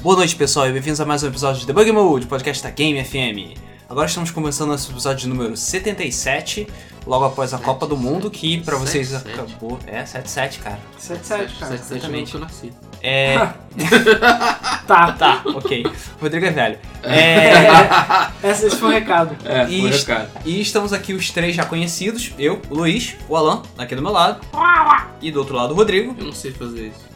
Boa noite, pessoal, e bem-vindos a mais um episódio de Debug Mode, podcast da Game FM. Agora estamos começando nosso episódio número 77, logo após a Copa do Mundo, que pra vocês 77. acabou. É, 77, cara. 77, cara. 77 eu exatamente. não nasci. É. Tá, tá, ok. Rodrigo é velho. É. Essa- esse foi o recado. É, E foi est- recado. E estamos aqui os três já conhecidos: eu, o Luiz, o Alan, aqui do meu lado, e do outro lado o Rodrigo, Eu não sei fazer isso.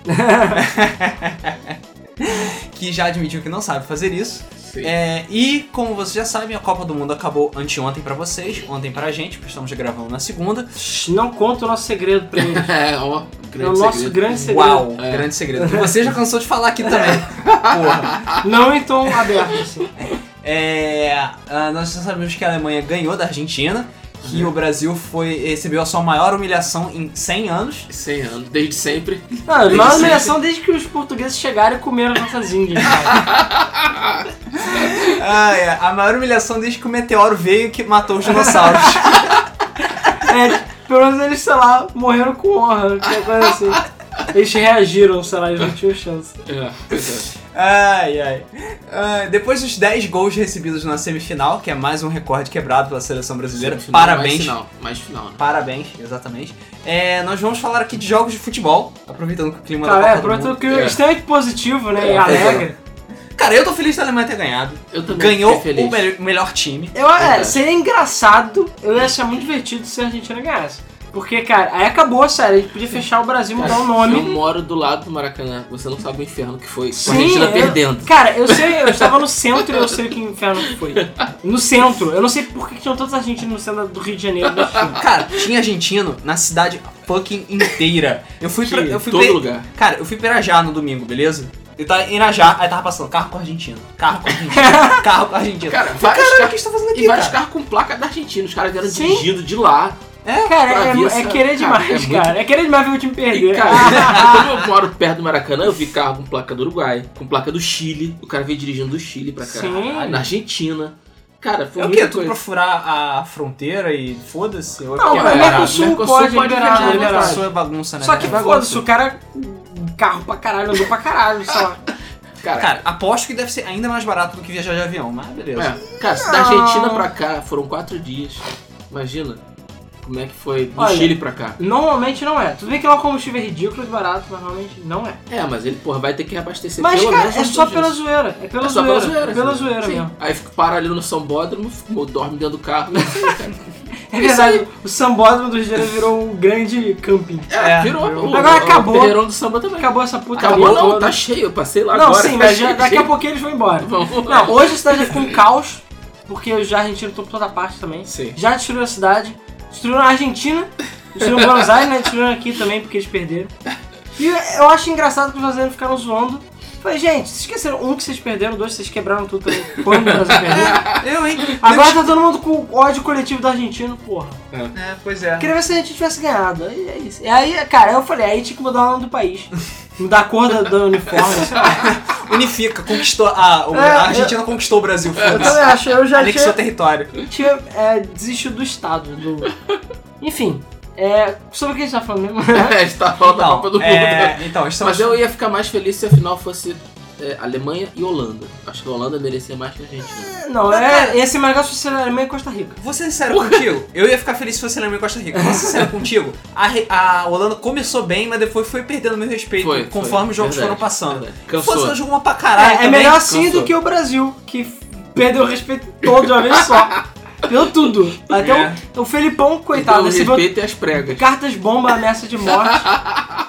que já admitiu que não sabe fazer isso. Sei. É, e como vocês já sabem, a Copa do Mundo acabou anteontem pra vocês, ontem pra gente, porque estamos gravando na segunda. Shh, Não conta o nosso segredo pra eles. É, ó, É grande o nosso segredo. grande segredo. Uau, É. grande segredo. Que Você já cansou de falar aqui também. Porra. Não em tom aberto, assim. É, ah, nós já sabemos que a Alemanha ganhou da Argentina, que o Brasil foi recebeu a sua maior humilhação em 100 anos. 100 anos, desde sempre. Não, Desde sempre. nós é humilhação desde que os portugueses chegaram e comeram nossas índias, cara. Ah, é, a maior humilhação desde que o meteoro veio que matou os dinossauros. É, pelo menos eles, sei lá, morreram com honra, que coisa assim. Eles reagiram, sei lá, eles não tinham chance. É, pois é. Ai, ai. Ah, depois dos 10 gols recebidos na semifinal, que é mais um recorde quebrado pela seleção brasileira, Final, Mais parabéns. final, mais final, né? Parabéns, exatamente. É, nós vamos falar aqui de jogos de futebol, aproveitando que o clima Cara, da é, Copa do pronto, Mundo. que É. extremamente positivo, né? E É, alegre. Cara, eu tô feliz da Alemanha ter ganhado. Eu também Ganhou fiquei feliz. o mel- melhor time. Eu, é, Verdade. seria engraçado, eu ia achar muito divertido se a Argentina ganhasse. Porque, cara, aí acabou a série, a gente podia fechar o Brasil e mudar o nome. Eu moro do lado do Maracanã. Você não sabe o inferno que foi. com Sim, a Argentina eu- perdendo. Cara, eu sei, eu estava no centro e eu sei que inferno que foi. No centro. Eu não sei por que que tinham tantos argentinos no centro do Rio de Janeiro da China. Cara, tinha argentino na cidade fucking inteira. Eu fui pra. Eu fui todo pra- lugar. Cara, eu fui pra Irajá no domingo, beleza? Eu tava em Irajá, aí tava passando carro com argentino, carro com argentino, carro com argentino. Cara, vários Caralho, o que carros. você tá fazendo E aqui, vários cara? carros com placa da Argentina. Os caras vieram Sim. dirigindo de lá. Cara, é- Travessa, é, querer demais, cara, é cara. É, muito- querer demais ver o time perder. Ah, E, cara, como eu moro perto do Maracanã, eu vi carro com placa do Uruguai, com placa do Chile. O cara veio dirigindo do Chile pra cá. Sim. Na Argentina. Cara, foi É o muita quê? Tu coisa. pra furar a fronteira e foda-se? Ou é Não, porque mas é o barato? Mercosul Mercosul pode pode né? liberar, liberar, liberar. liberar. Mercosul é bagunça, né? Só que velho? foda-se, o cara carro pra caralho, andou pra caralho, sei lá. Cara, Cara, aposto que deve ser ainda mais barato do que viajar de avião, mas beleza. é, cara, se da Argentina pra cá foram quatro dias. Imagina como é que foi do Olha. Chile pra cá. Normalmente não é. Tudo bem que lá o combustível é ridículo e barato, mas normalmente não é. É, mas ele, porra, vai ter que reabastecer Mas, pelo cara, menos é uns só dois pela dias. zoeira. É pela É só pela zoeira. zoeira. É pela assim. zoeira Sim. mesmo. Aí fica para ali no São Bódromo, fico- dorme dentro do carro. É verdade, o sambódromo do Rio de Janeiro virou um grande camping. É, virou. virou. o- Agora o acabou. Terreirão do samba também. Acabou essa puta Acabou, porra não, toda. tá cheio. Eu passei lá Não, agora. sim, tá mas já- cheio, daqui a cheio. pouco eles vão embora. Vamos. Não, hoje a cidade já ficou um caos, porque os argentinos estão por toda parte também. Sim. Já destruíram a cidade, destruíram a Argentina, destruíram Buenos Aires, né? Destruíram aqui também, porque eles perderam. E eu acho engraçado que os brasileiros ficaram zoando. Falei, gente, vocês esqueceram um que vocês perderam, dois que vocês quebraram tudo também. Quando o Brasil perdeu. Eu, hein? Agora tá todo mundo com ódio coletivo do argentino, porra. É, pois é. Queria ver se a gente tivesse ganhado. Aí é isso. E aí, cara, eu falei, aí tinha que mudar o nome do país. Mudar a cor da, da uniforme, sei lá. Unifica, conquistou. A, o- É, a Argentina conquistou o Brasil, Eu foda-se. também acho, eu já Anexou tinha, território. tinha é, desistido do Estado. Do... Enfim, é, sobre o que a gente tá falando mesmo? É, está falando da Copa do Mundo. né? é, então, estamos. Mas eu ia ficar mais feliz se a final fosse é, Alemanha e Holanda. Acho que a Holanda merecia mais que a Argentina. Não, é, esse é mais negócio de ser Alemanha e Costa Rica. Vou ser é sincero contigo, eu ia ficar feliz se fosse Alemanha e Costa Rica. Vou ser sincero contigo, a, re- a Holanda começou bem, mas depois foi perdendo meu respeito Foi, conforme foi, os jogos foram verdade, passando. verdade. Fosse ela Cansou. jogou uma pra É, caralho. é também. melhor assim cansou. do que o Brasil, que f- perdeu o respeito todo de uma vez só. Perdeu tudo. Até É. o, o Felipão, Então, coitado, o recebeu respeito e as pregas. cartas bomba, ameaça de morte.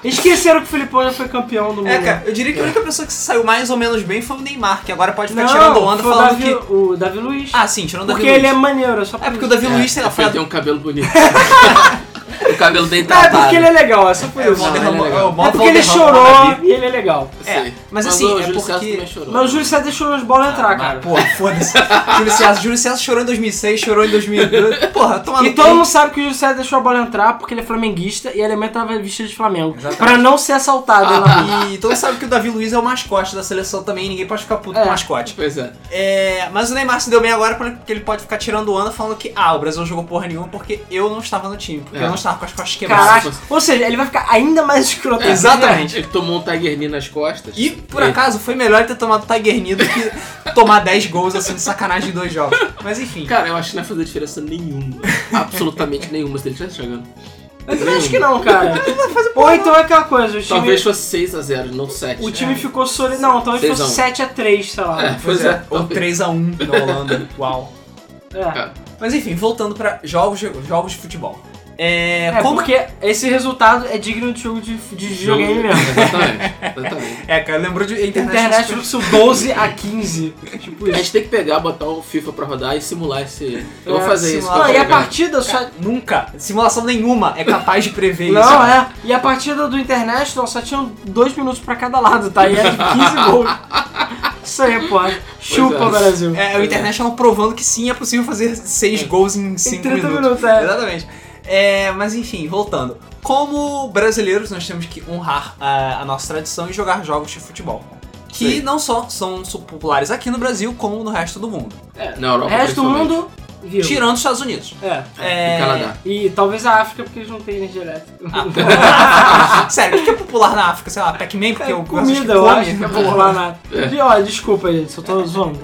Esqueceram que o Felipão já foi campeão do mundo. É, cara, eu diria que a única pessoa que saiu mais ou menos bem foi o Neymar, que agora pode ficar Não, tá tirando onda foi o falando Davi, que. o Davi Luiz. Ah, sim, tirando o porque Davi ele é Luiz. maneiro, é só por É porque o isso. Davi Luiz, sei lá, foi Ele a tem um cabelo bonito. o cabelo dele tá É tratado. porque ele é legal, é só por tá É o isso. Modern- Valderrama- ele é é o É modo porque ele Valderrama chorou Davi. e ele é legal. É, Sei. mas assim, o é Júlio César porque- também chorou. Mas o Júlio César deixou as bolas entrar, Ah, cara. porra, foda-se. Júlio César, Júlio César chorou em 2006, chorou em 2002. Porra, toma no E cu. todo mundo sabe que o Júlio César deixou a bola entrar porque ele é flamenguista e a Alemanha tava vestida de Flamengo. Pra não ser assaltado Ah, na rua. E todo mundo sabe que o Davi Luiz é o mascote da seleção também, ninguém pode ficar puto com É. o mascote. Pois é. É, mas o Neymar se deu bem agora porque ele pode ficar tirando onda falando que, ah, o Brasil não jogou porra nenhuma porque eu não estava no time, porque É. eu não estava com as costas quebradas. Caraca. Ou seja, ele vai ficar ainda mais escroto. Exatamente. Ele tomou um Tiger Knee nas costas. É. E, por acaso, foi melhor ter tomado Tiger Knee do que tomar 10 gols assim de sacanagem em dois jogos. Mas enfim. Cara, eu acho que não vai fazer diferença nenhuma. Absolutamente nenhuma se ele estivesse jogando. Eu também acho que não, cara. Ou então é aquela coisa, o time, Talvez fosse 6x0, não né? 7. o time ficou solido. Não, talvez Seis a fosse um. 7x3, sei lá. É, pois é. Ou 3x1 na Holanda. Uau. É. Mas enfim, voltando pra jogos, de- jogos de futebol. É, É, como porque esse resultado é digno de jogo de, de videogame mesmo. Exatamente. Exatamente. É, cara, lembrou de Internet internet. Fluxo 12 a 15. Tipo A isso. gente tem que pegar, botar o FIFA pra rodar e simular esse. Eu vou É, fazer isso. simular. quando Não, e a chegar. partida só. Nunca, simulação nenhuma é capaz de prever isso. Não, é. E a partida do International só tinham dois minutos pra cada lado, tá? E era de 15 gols. Isso aí, pô. Chupa, é. Brasil. É, o International provando que sim, é possível fazer seis gols em 5 30 minutos. É. minutos, é. Exatamente. É, mas enfim, voltando. Como brasileiros, nós temos que honrar a, a nossa tradição e jogar jogos de futebol. Que Sim. não só são su- populares aqui no Brasil, como no resto do mundo. É, na Europa. resto do principalmente. mundo, viu. Tirando os Estados Unidos. É. É, E Canadá. E talvez a África, porque eles não têm energia elétrica. Ah, Sério, o que é popular na África? Sei lá, Pac-Man, porque eu gosto de Comida, eu acho que é come. popular na. E olha, desculpa, gente, eu tô zoando.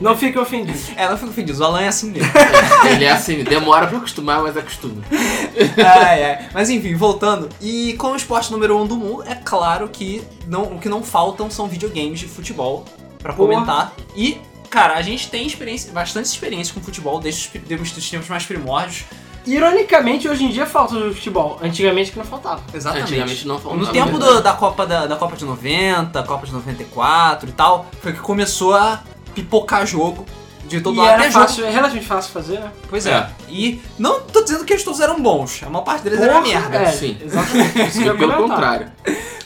Não fiquem ofendidos. É, não fico ofendido, o Alan é assim mesmo. Ele é assim, demora pra acostumar, mas acostuma. ai, ai. Mas enfim, voltando. E como esporte número um do mundo, é claro que não, o que não faltam são videogames de futebol pra Porra. comentar. E, cara, a gente tem experiência, bastante experiência com futebol desde os pri- desde os tempos mais primórdios. Ironicamente, hoje em dia falta no futebol. Antigamente que não faltava. Antigamente não faltava. No tempo verdade. do- da, Copa da, da Copa de 90, Copa de 94 e tal, foi que começou a pipocar jogo de todo e lado. era Até jogo. fácil, é relativamente fácil fazer, né? Pois é. É. E não tô dizendo que eles todos eram bons, a maior parte deles era Porra, merda. é, sim. Exatamente. Isso que eu ia Pelo comentar. contrário.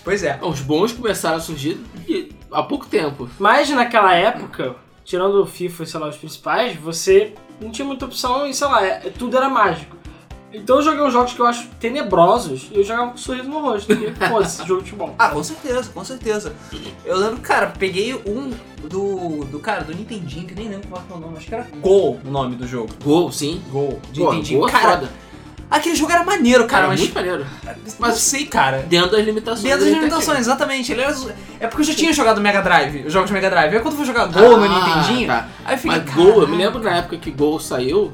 Pois é. Os bons começaram a surgir e- há pouco tempo. Mas naquela época, tirando o FIFA e sei lá, os principais, você não tinha muita opção e sei lá, é- tudo era mágico. Então eu joguei uns jogos que eu acho tenebrosos e eu jogava com um sorriso no rosto. Porque, pô, esse jogo de futebol. Ah, com certeza, com certeza. Eu lembro, cara, peguei um do. do cara, do Nintendinho, que nem lembro qual que é o nome, acho que era Gol o nome do jogo. Gol, sim. Gol, de Pô, Nintendinho. gol é cara, foda. aquele jogo era maneiro, cara, Era mas. muito maneiro. Mas eu sei, cara. Dentro das limitações. Dentro da das Nintendo. limitações, exatamente. Ele era... É porque eu já tinha jogado Mega Drive, os jogos de Mega Drive. Aí quando eu fui jogar Gol no Ah, Nintendinho, tá. aí eu fiquei. Mas Gol, eu "Caraca". me lembro na época que Gol saiu,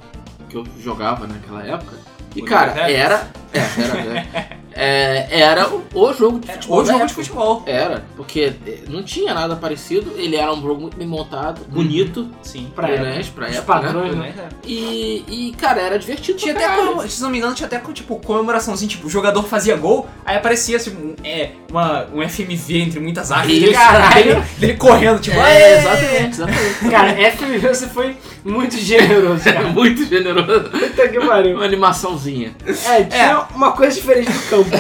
que eu jogava naquela época. E O cara, Nintendo? era. É, era. é, é, era o, o jogo de É, futebol. O da jogo de época. futebol. Era, porque eh, não tinha nada parecido, ele era um jogo muito bem montado, bonito, Sim. Uhum. Pra época. né, pra Os época, né? padrões, né? E, e, cara, era divertido. Tinha pra até, caralho. comemo- se não me engano, tinha até tipo, comemoraçãozinha, tipo, o jogador fazia gol, aí aparecia assim, um, é, uma, um FMV entre muitas aspas, Isso. dele, Caralho. dele correndo, tipo, É, "Aê!" exatamente, exatamente. Cara, FMV você foi muito generoso, Era cara. muito generoso. Puta que pariu. Uma animaçãozinha. É, tinha uma coisa diferente do campo.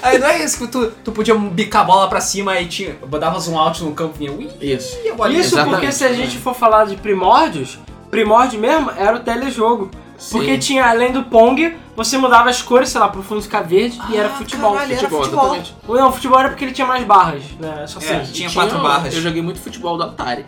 Aí não é isso que tu, tu podia bicar a bola pra cima e tinha, dava zoom out no campo e vinha, ui, Isso. a bolinha. Isso Exatamente, porque se a né? gente for falar de primórdios, primórdio mesmo era o telejogo. Sim. Porque tinha, além do Pong, você mudava as cores, sei lá, pro fundo ficar verde e era Ah, futebol. caralho, era futebol, futebol. exatamente. Ou Não, futebol era porque ele tinha mais barras, né? Só É, assim. tinha quatro barras. um, Eu joguei muito futebol do Atari.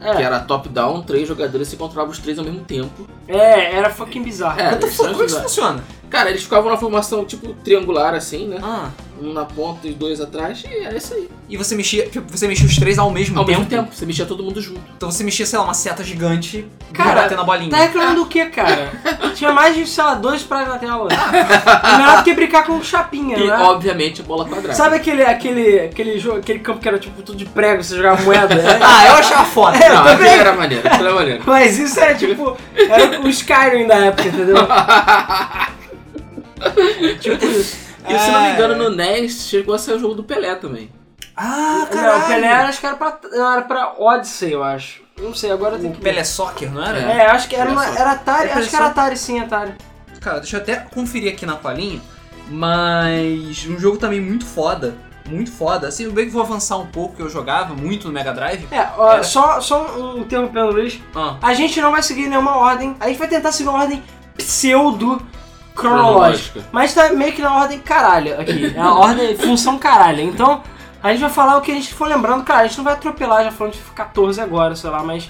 É. Que era top-down, três jogadores se encontravam os três ao mesmo tempo. É, era fucking bizarro. É, What the eles fuck? são Como é que isso bizarros. funciona? Cara, eles ficavam na formação tipo triangular assim, né? Ah, Um na ponta e dois atrás, e era isso aí. e você mexia, tipo, você mexia os três ao Um mesmo Ao tempo. mesmo tempo, você mexia todo mundo junto. Então você mexia, sei lá, uma seta gigante, Cara, batendo a bolinha. Tá reclamando do que, cara? Tinha mais de, sei lá, dois praias na tela. E melhor do que brincar com chapinha, E, né? obviamente, a bola quadrada. Sabe aquele, aquele, aquele, jogo, aquele campo que era tipo tudo de prego, você jogava moeda? né? Ah, eu achava foda. É, Não, também. aquilo era maneiro, aquilo era maneiro. Mas isso era tipo. Era o Skyrim da época, entendeu? tipo isso. E se não me É. engano, no NES chegou a ser o jogo do Pelé também. Ah, Não, o Pelé era, acho que era pra, não, era pra Odyssey, eu acho. Não sei, agora tem que. O Pelé Soccer, não era? É. É, acho que era, uma, Pelé só. era Atari, Pelé acho que era só. Atari sim, Atari. Cara, deixa eu até conferir aqui na colinha, mas um jogo também muito foda, muito foda. Assim, bem que eu vou avançar um pouco, que eu jogava muito no Mega Drive. É, ó, Era. só, só um interrompendo, Luiz. Ah, A gente não vai seguir nenhuma ordem, a gente vai tentar seguir uma ordem pseudo-cronológica. Mas tá meio que na ordem caralho aqui. É a ordem função caralho. Então, a gente vai falar o que a gente for lembrando. Cara, a gente não vai atropelar, já falando de 14 agora, sei lá, mas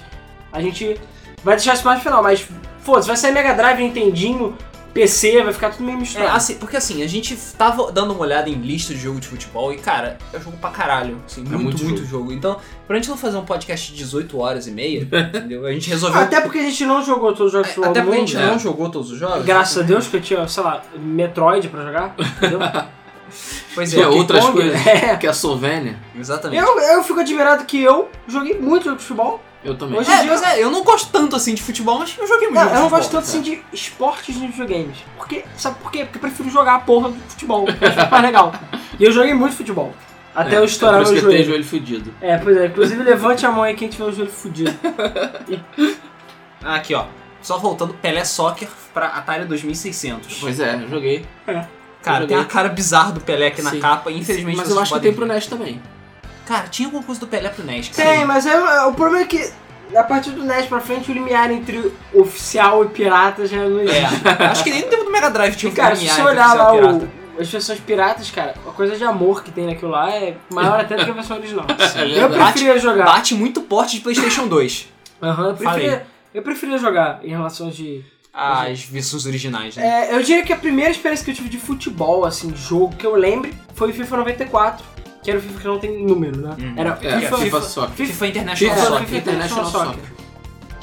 a gente vai deixar isso mais pro final. Mas, foda-se, vai sair Mega Drive, Nintendinho, PC, vai ficar tudo meio É, misturado. assim, porque assim, a gente tava dando uma olhada em lista de jogo de futebol e, cara, é jogo pra caralho. Assim, muito, muito, muito jogo. Então, pra gente não fazer um podcast de 18 horas e meia, entendeu? A gente resolveu. né? Até porque a gente não jogou todos os jogos de É, futebol até do porque a gente mundo. não jogou todos os jogos. Graças a Deus que eu tinha, sei lá, Metroid pra jogar, entendeu? Pois é, Tinha outras Kong, coisas. é. Que é a Solvênia. exatamente. Eu, eu fico admirado que eu joguei muito jogo de futebol. Eu também. Hoje- É, pois é, eu não gosto tanto assim de futebol, mas eu joguei muito. Não, eu não futebol, gosto tanto cara. assim de esportes de videogames. Porque, sabe por quê? Porque eu prefiro jogar a porra do futebol. Eu acho mais legal. E eu joguei muito futebol. Até eu estourar É, Por isso meu que eu tenho joelho. joelho fudido. É, pois é. Inclusive, levante a mão aí quem tiver o joelho fudido. Ah, aqui, ó. Só voltando, Pelé Soccer pra Atari 2600. Pois é, eu joguei. Cara, eu tem joguei. a cara bizarra do Pelé aqui na Sim. capa, infelizmente Mas vocês eu acho que podem tem pro NES também. ver. Cara, tinha alguma coisa do Pelé pro NES, cara. Tem, mas é- o problema é que a partir do NES pra frente o limiar entre oficial e pirata já não existe. É, acho que nem no tempo do Mega Drive tinha E, cara, se filme você AI, olhar lá pirata. o, as versões piratas, cara, a coisa de amor que tem naquilo lá é maior até do que a versão original. eu é verdade. preferia jogar. Bate muito porte de PlayStation 2. Aham, eu Falei. preferia. Eu preferia jogar em relação de. As versões originais, né? É, eu diria que a primeira experiência que eu tive de futebol, assim, jogo que eu lembre, foi o FIFA 94, que era o FIFA que não tem número, né? Uhum. Era É, FIFA, FIFA Soccer. FIFA- FIFA International FIFA- Soccer. FIFA- International Soccer. Soccer.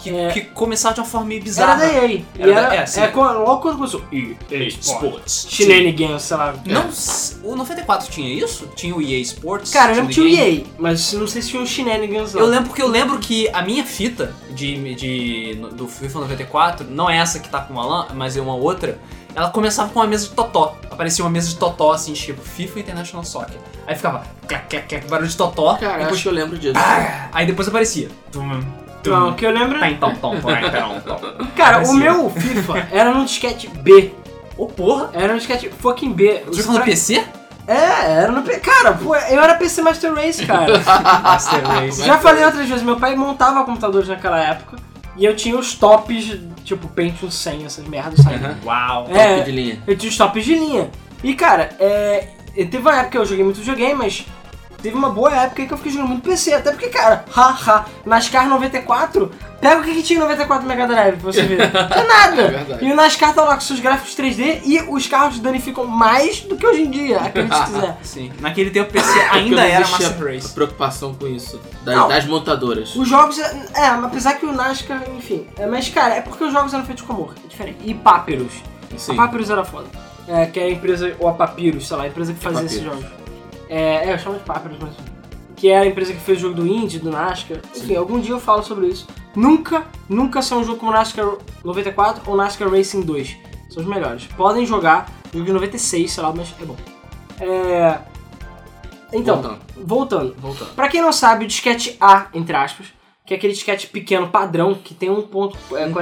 Que, é. que começava de uma forma meio era bizarra. da EA. E Era era, da- é, sim. é, quando- logo quando começou. EA Sports. Shenanigans, sei lá. Não, s- o 94 tinha isso? Tinha o EA Sports? Cara, eu lembro que tinha o o EA, mas não sei se tinha o Shenanigans lá. Eu lembro porque eu lembro que a minha fita de, de- no- do FIFA 94, não é essa que tá com uma lã, mas é uma outra, ela começava com uma mesa de totó. Aparecia uma mesa de totó, assim, tipo FIFA International Soccer. Aí ficava clac, clac, clac, barulho de totó. Cara, depois- acho que É eu lembro disso. é. Aí depois aparecia. Tum, tum, Não, o que eu lembro. é, tum, tum, tum, tum, tum, tum. Cara, Parecia. o meu FIFA era num disquete B. Ô porra! Era um disquete fucking B. Você tá falou PC? É, era no P. Cara, pô, eu era PC Master Race, cara. Ah, Master Race. Já falei outras vezes, meu pai montava computadores naquela época e eu tinha os tops, tipo Pentium 100, essas merdas, sabe? Aham. Uau! É. Top de linha. Eu tinha os tops de linha. E, cara, é, e teve uma época que eu joguei muito videogame, mas teve uma boa época que eu fiquei jogando muito PC. Até porque, cara, haha, NASCAR 94, pega o que, que tinha em 94 Mega Drive pra você ver. É nada. É verdade. E o NASCAR tá lá com seus gráficos 3D e os carros danificam mais do que hoje em dia, acredite se quiser. Sim. Naquele tempo PC ainda É Porque não era existia Master Race. preocupação com isso. Das, Não. das montadoras. Os jogos, é, apesar que o NASCAR, enfim. É, mas, cara, é porque os jogos eram feitos com amor, é diferente. E Papyrus. Sim. A Papyrus era foda. É, que é a empresa, ou a Papyrus, sei lá, a empresa que fazia esses Papyrus. jogos. É, é, eu chamo de Papyrus, mas... Que é a empresa que fez o jogo do Indy, do NASCAR. Enfim, algum dia eu falo sobre isso. Nunca, nunca são um jogo como NASCAR 94 ou NASCAR Racing 2. São os melhores. Podem jogar, jogo de 96, sei lá, mas é bom. É... Então, Voltando. voltando. Voltando. Pra quem não sabe, o disquete A, entre aspas, que é aquele disquete pequeno padrão que tem é, 1.44 Um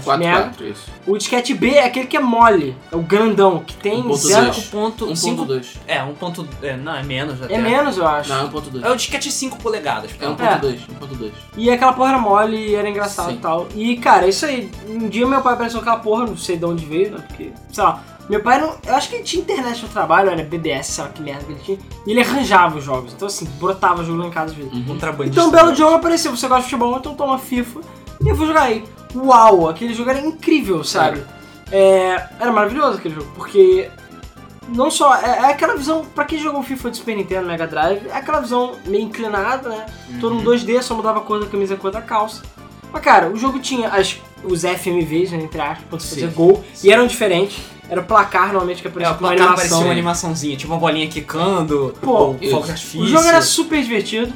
1.44. 4x4, isso. o disquete B é aquele que é mole, é o grandão, que tem 1.2. zero. Um 5.5. 1.2. É, 1.2. É, não, é menos até. É menos, eu acho. Não, é É 1.2. o disquete 5 polegadas. um É cara. Ah. 1.2. 1.2. E é aquela porra era mole e era engraçado Sim. e tal. E cara, isso aí. Um dia meu pai apareceu com aquela porra, não sei de onde veio, né? Porque, sei lá. Meu pai não. Eu acho que ele tinha internet no trabalho, era BBS, sei lá que merda que ele tinha. E ele arranjava os jogos. Então assim, brotava jogo lá em casa às vezes. Uhum. Contrabandista. Então um belo jogo apareceu, você gosta de futebol, então toma FIFA e eu vou jogar aí. Uau, aquele jogo era incrível, sabe? É, era maravilhoso aquele jogo, porque não só, é, é aquela visão, pra quem jogou FIFA de Super Nintendo, Mega Drive, é aquela visão meio inclinada, né? Todo Uhum. um 2D, só mudava a cor da camisa e a cor da calça. Mas cara, o jogo tinha as, os FMVs, né, entre aspas, pra você Sim. fazer gol, e eram diferentes. Era o placar normalmente que É, aparecia o com uma placar parecia animação. uma animaçãozinha, tipo uma bolinha quicando, Pô, ou isso. fogo de artifício. O jogo era super divertido.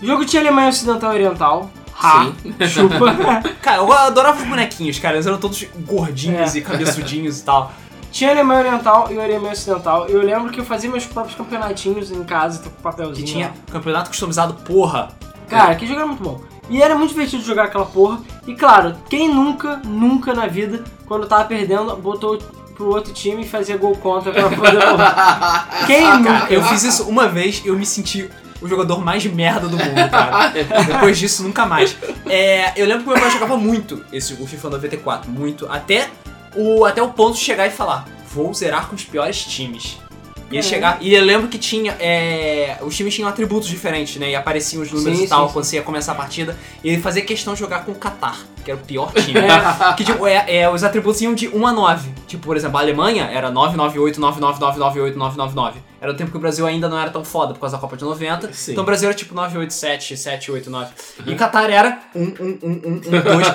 O jogo tinha Alemanha Ocidental e Oriental. Ha, chupa. Cara, eu adorava os bonequinhos, cara. Eles eram todos gordinhos É. e cabeçudinhos e tal. Tinha Alemanha Oriental e Alemanha Ocidental. Eu lembro que eu fazia meus próprios campeonatinhos em casa, com E papelzinho. tinha lá. campeonato customizado, porra. Cara, que jogo era muito bom. E era muito divertido jogar aquela porra. E claro, quem nunca, nunca na vida, quando tava perdendo, botou pro outro time e fazia gol contra pra poder Quem nunca? Cara, eu fiz isso uma vez eu me senti o jogador mais merda do mundo, cara. Depois disso, nunca mais. É, eu lembro que meu pai jogava muito esse, o FIFA 94, muito. Até o, até o ponto de chegar e falar, vou zerar com os piores times. E, Uhum. ele chegar, e eu lembro que tinha. é, os times tinham atributos diferentes, né? E apareciam os números Sim, e tal sim, quando você ia começar a partida. E ele fazia questão de jogar com o Qatar, que era o pior time. É. que tipo, é, é, os atributos iam de 1 a 9. Tipo, por exemplo, a Alemanha era 998, 999, 999. Era o tempo que o Brasil ainda não era tão foda por causa da Copa de 90. Sim. Então o Brasil era tipo 987, 789. E o Qatar era 1, 1, 1, 1, 1,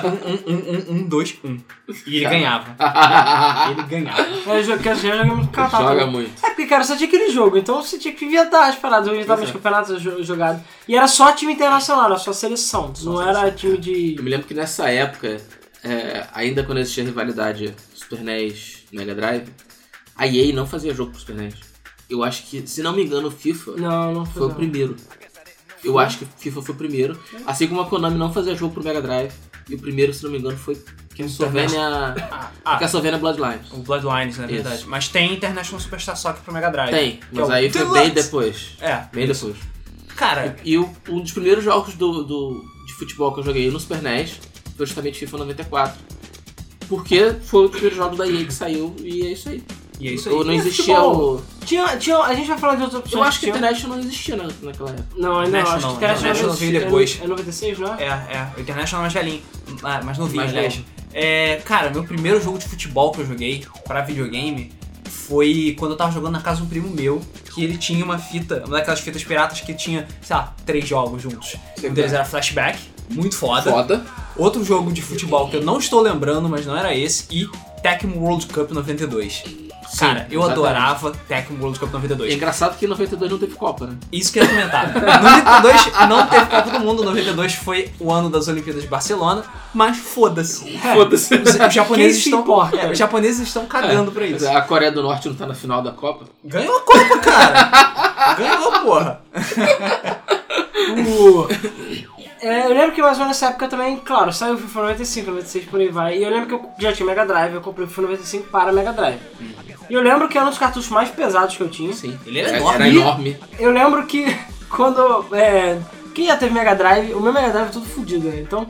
2, 1, 1, 1, 1, 2, 1. E ele ganhava. Ele ganhava. É, Eu jo- quero dizer, eu joguei muito catar. Joga também. muito. É porque, cara, só tinha aquele jogo, então você tinha que inventar as paradas. Eu inventava Pois os é. campeonatos jo- jogados. E era só time internacional, era só seleção. Não era time Eu de. me lembro que nessa época, é, ainda quando existia rivalidade Super NES Mega Drive, a EA não fazia jogo pro Super NES. Eu acho que, se não me engano, o FIFA Não, não foi o foi. primeiro. Eu acho que o FIFA foi o primeiro. Assim como a Konami não fazia jogo pro Mega Drive. E o primeiro, se não me engano, foi Castlevania. Ah, ah, Castlevania é Bloodlines. O Bloodlines, na Isso. verdade. Mas tem International Superstar Soccer pro Mega Drive. Tem, que é mas o aí foi bem Deluxe. depois. É. Bem depois. Cara, E o- um dos primeiros jogos do, do- de futebol que eu joguei no Super NES foi justamente FIFA 94. Porque foi o primeiro jogo da EA que saiu e é isso aí. e é isso Ou aí. não E existia futebol? o. Tinha, tinha, a gente vai falar de outras opções. Eu acho que tinha. International não existia na, naquela época. Não, não, International, acho que não, International International é- veio é- depois. É 96, não é? É, é. O International é mais velhinho. Ah, mais novinho, Mais aliás. É, cara, meu primeiro jogo de futebol que eu joguei pra videogame foi quando eu tava jogando na casa de um primo meu, que ele tinha uma fita, uma daquelas fitas piratas que tinha, sei lá, três jogos juntos. Um deles era Flashback, muito foda. Foda. Outro jogo de futebol que eu não estou lembrando, mas não era esse, e Tecmo World Cup 92. Cara, eu exatamente. adorava Tecmo World Cup É 92. engraçado que em 92 não teve Copa, né? Isso que eu ia comentar. 92 não teve Copa do Mundo, 92 foi o ano das Olimpíadas de Barcelona, mas foda-se. Foda-se. Os, os japoneses É. Quem se estão importa? é, os japoneses estão cagando pra É isso. A Coreia do Norte não tá na final da Copa. Ganhou a Copa, cara. Ganhou, porra. O- Uh, É, eu lembro que mais ou menos nessa época também, claro, saiu o FIFA 95, 96 por aí vai. E eu lembro que eu já tinha Mega Drive, eu comprei o FIFA 95 para Mega Drive. E eu lembro que era um dos cartuchos mais pesados que eu tinha. Sim. Ele era enorme. Era enorme. Eu lembro que quando. é, quem já teve Mega Drive, o meu Mega Drive é tudo fodido, né? Então,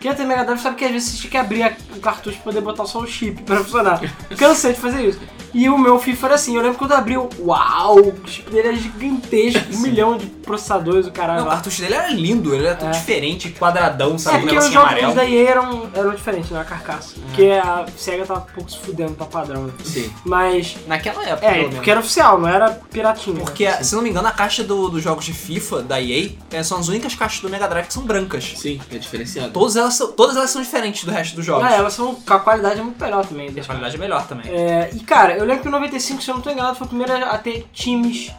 quem já teve Mega Drive sabe que às vezes você tinha que abrir a- o cartucho pra poder botar só o chip pra funcionar. Cansei de fazer isso. E o meu FIFA era assim, eu lembro quando abriu, uau, o chip dele era gigantesco, um milhão de processadores, o caralho. Não, o É lá. cartucho dele era lindo, ele era tudo É. diferente, quadradão, É sabe? Um porque os negocinho jogos amarelo. É. da EA eram, eram diferentes, né? A carcaça. Porque a SEGA tava um pouco se fudendo pra padrão, né? Sim. Mas. Naquela época, É, pelo menos. porque era oficial, não era piratinho. Porque, é, né? se não me engano, a caixa do- dos jogos de FIFA da EA é, são as únicas caixas do Mega Drive que são brancas. Sim, é diferenciado. Todas elas são, todas elas são diferentes do resto dos jogos. Ah, elas são. com A qualidade é muito melhor também. E a das qualidade é melhor também. É, e cara, eu lembro que em 95, se eu não tô enganado, foi o primeiro a ter times.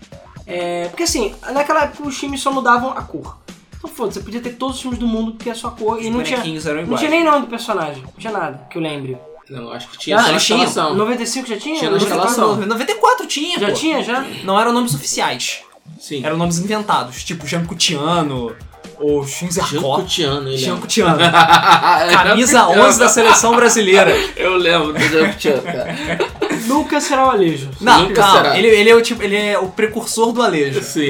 é, porque assim, naquela época os times só mudavam a cor. Então foda-se, você podia ter todos os times do mundo porque é a sua cor e Os não tinha, bonequinhos eram não iguais. tinha nem nome do personagem. Não tinha nada que eu lembre. Não, acho que tinha Ah, só na eles tinham. escalação. 95 já tinha? Tinha na escalação. 94 tinha, Já pô. tinha, já? Não eram nomes oficiais. Sim. Eram nomes inventados, tipo Jancutiano ou Shinzer Kor- Jancutiano, ele é. Jancutiano. Camisa 11 da seleção brasileira. Eu lembro do Jancutiano, cara. Nunca será o Alejo. Não, Nunca calma. será. Ele, ele é o tipo, ele é o precursor do Alejo. Sim.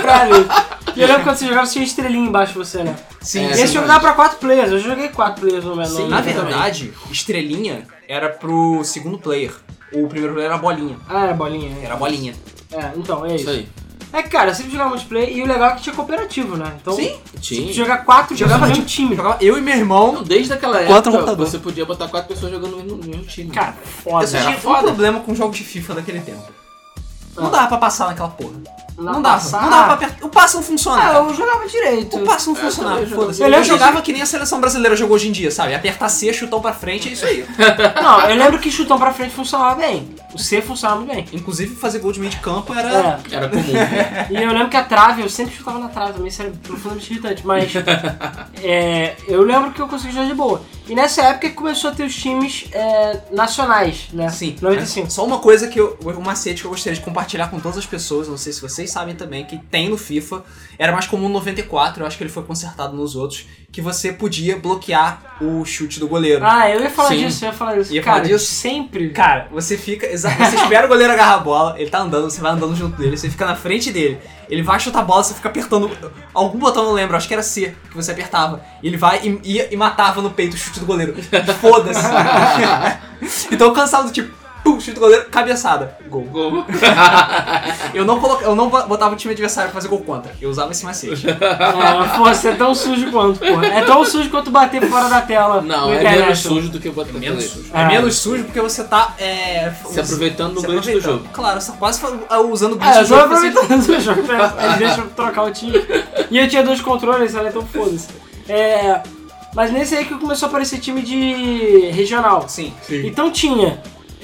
Pra mim. E eu lembro quando você jogava, tinha estrelinha embaixo de você, né? Sim, É, E esse jogo dava pra 4 players, eu joguei 4 players no né? menor. Sim, Na Eu também. é verdade, estrelinha era pro segundo player. O primeiro player era a bolinha. Ah, era bolinha. né? Era a bolinha. É, então, é Isso isso. aí. É que, cara, eu sempre jogava multiplayer e o legal é que tinha cooperativo, né? Então, Sim. Tipo, Tinha. jogar quatro Jogava jogava no mesmo time. Jogava eu e meu irmão. Então, desde aquela época, Quatro computador. você podia botar quatro pessoas jogando no mesmo, no mesmo time. Cara, Eu foda. só era tinha um foda. problema com jogos de FIFA daquele tempo. Não Ah. dava pra passar naquela porra. Lá Não dava. passar- Não dava pra apertar. O passe não funciona. Ah, cara. eu jogava direito. O passe não funcionava, também jogava. foda-se. Eu Eu, lembro que- jogava que nem a seleção brasileira jogou hoje em dia, sabe? Apertar C, chutão pra frente, é isso aí. Não, eu lembro que chutão pra frente funcionava bem. O C funcionava muito bem. Inclusive, fazer gol de meio de campo era... É. Era comum. né? E eu lembro que a trave, eu sempre chutava na trave também, isso era profundamente irritante, mas é, eu lembro que eu consegui jogar de boa. E nessa época que começou a ter os times é, nacionais, né? Sim. 95. assim, Só uma coisa que eu. Um macete que eu gostaria de compartilhar com todas as pessoas, não sei se vocês sabem também, que tem no FIFA. Era mais comum no 94, eu acho que ele foi consertado nos outros, que você podia bloquear o chute do goleiro. Ah, eu ia falar Sim. disso, eu ia falar disso. Ia cara, falar disso? sempre. Cara, você fica. exa- Você espera o goleiro agarrar a bola, ele tá andando, você vai andando junto dele, você fica na frente dele, ele vai chutar a bola, você fica apertando. Algum botão eu não lembro, acho que era C que você apertava. E ele vai e, ia e matava no peito o chute do goleiro. Foda-se. então eu cansava do tipo. pum, chute do goleiro, cabeçada, gol. Gol. É. Eu não, coloca, eu não botava o time adversário pra fazer gol contra. Eu usava esse macete. É, pô, você é tão sujo quanto, porra. É tão sujo quanto bater fora da tela. Não, no é internet. menos sujo do que o Botafogo. Menos sujo. Ah. É menos sujo porque você tá. É, Se aproveitando do se grande do aproveitando. jogo. Claro, você tá quase fa- usando o glitch É, do eu tô jogo. pra ser- aproveitando o jogo, pra- ele deixa eu trocar o time. E eu tinha dois controles, olha, então foda-se. É, mas nesse aí que começou a aparecer time de regional. Sim. Sim. Então tinha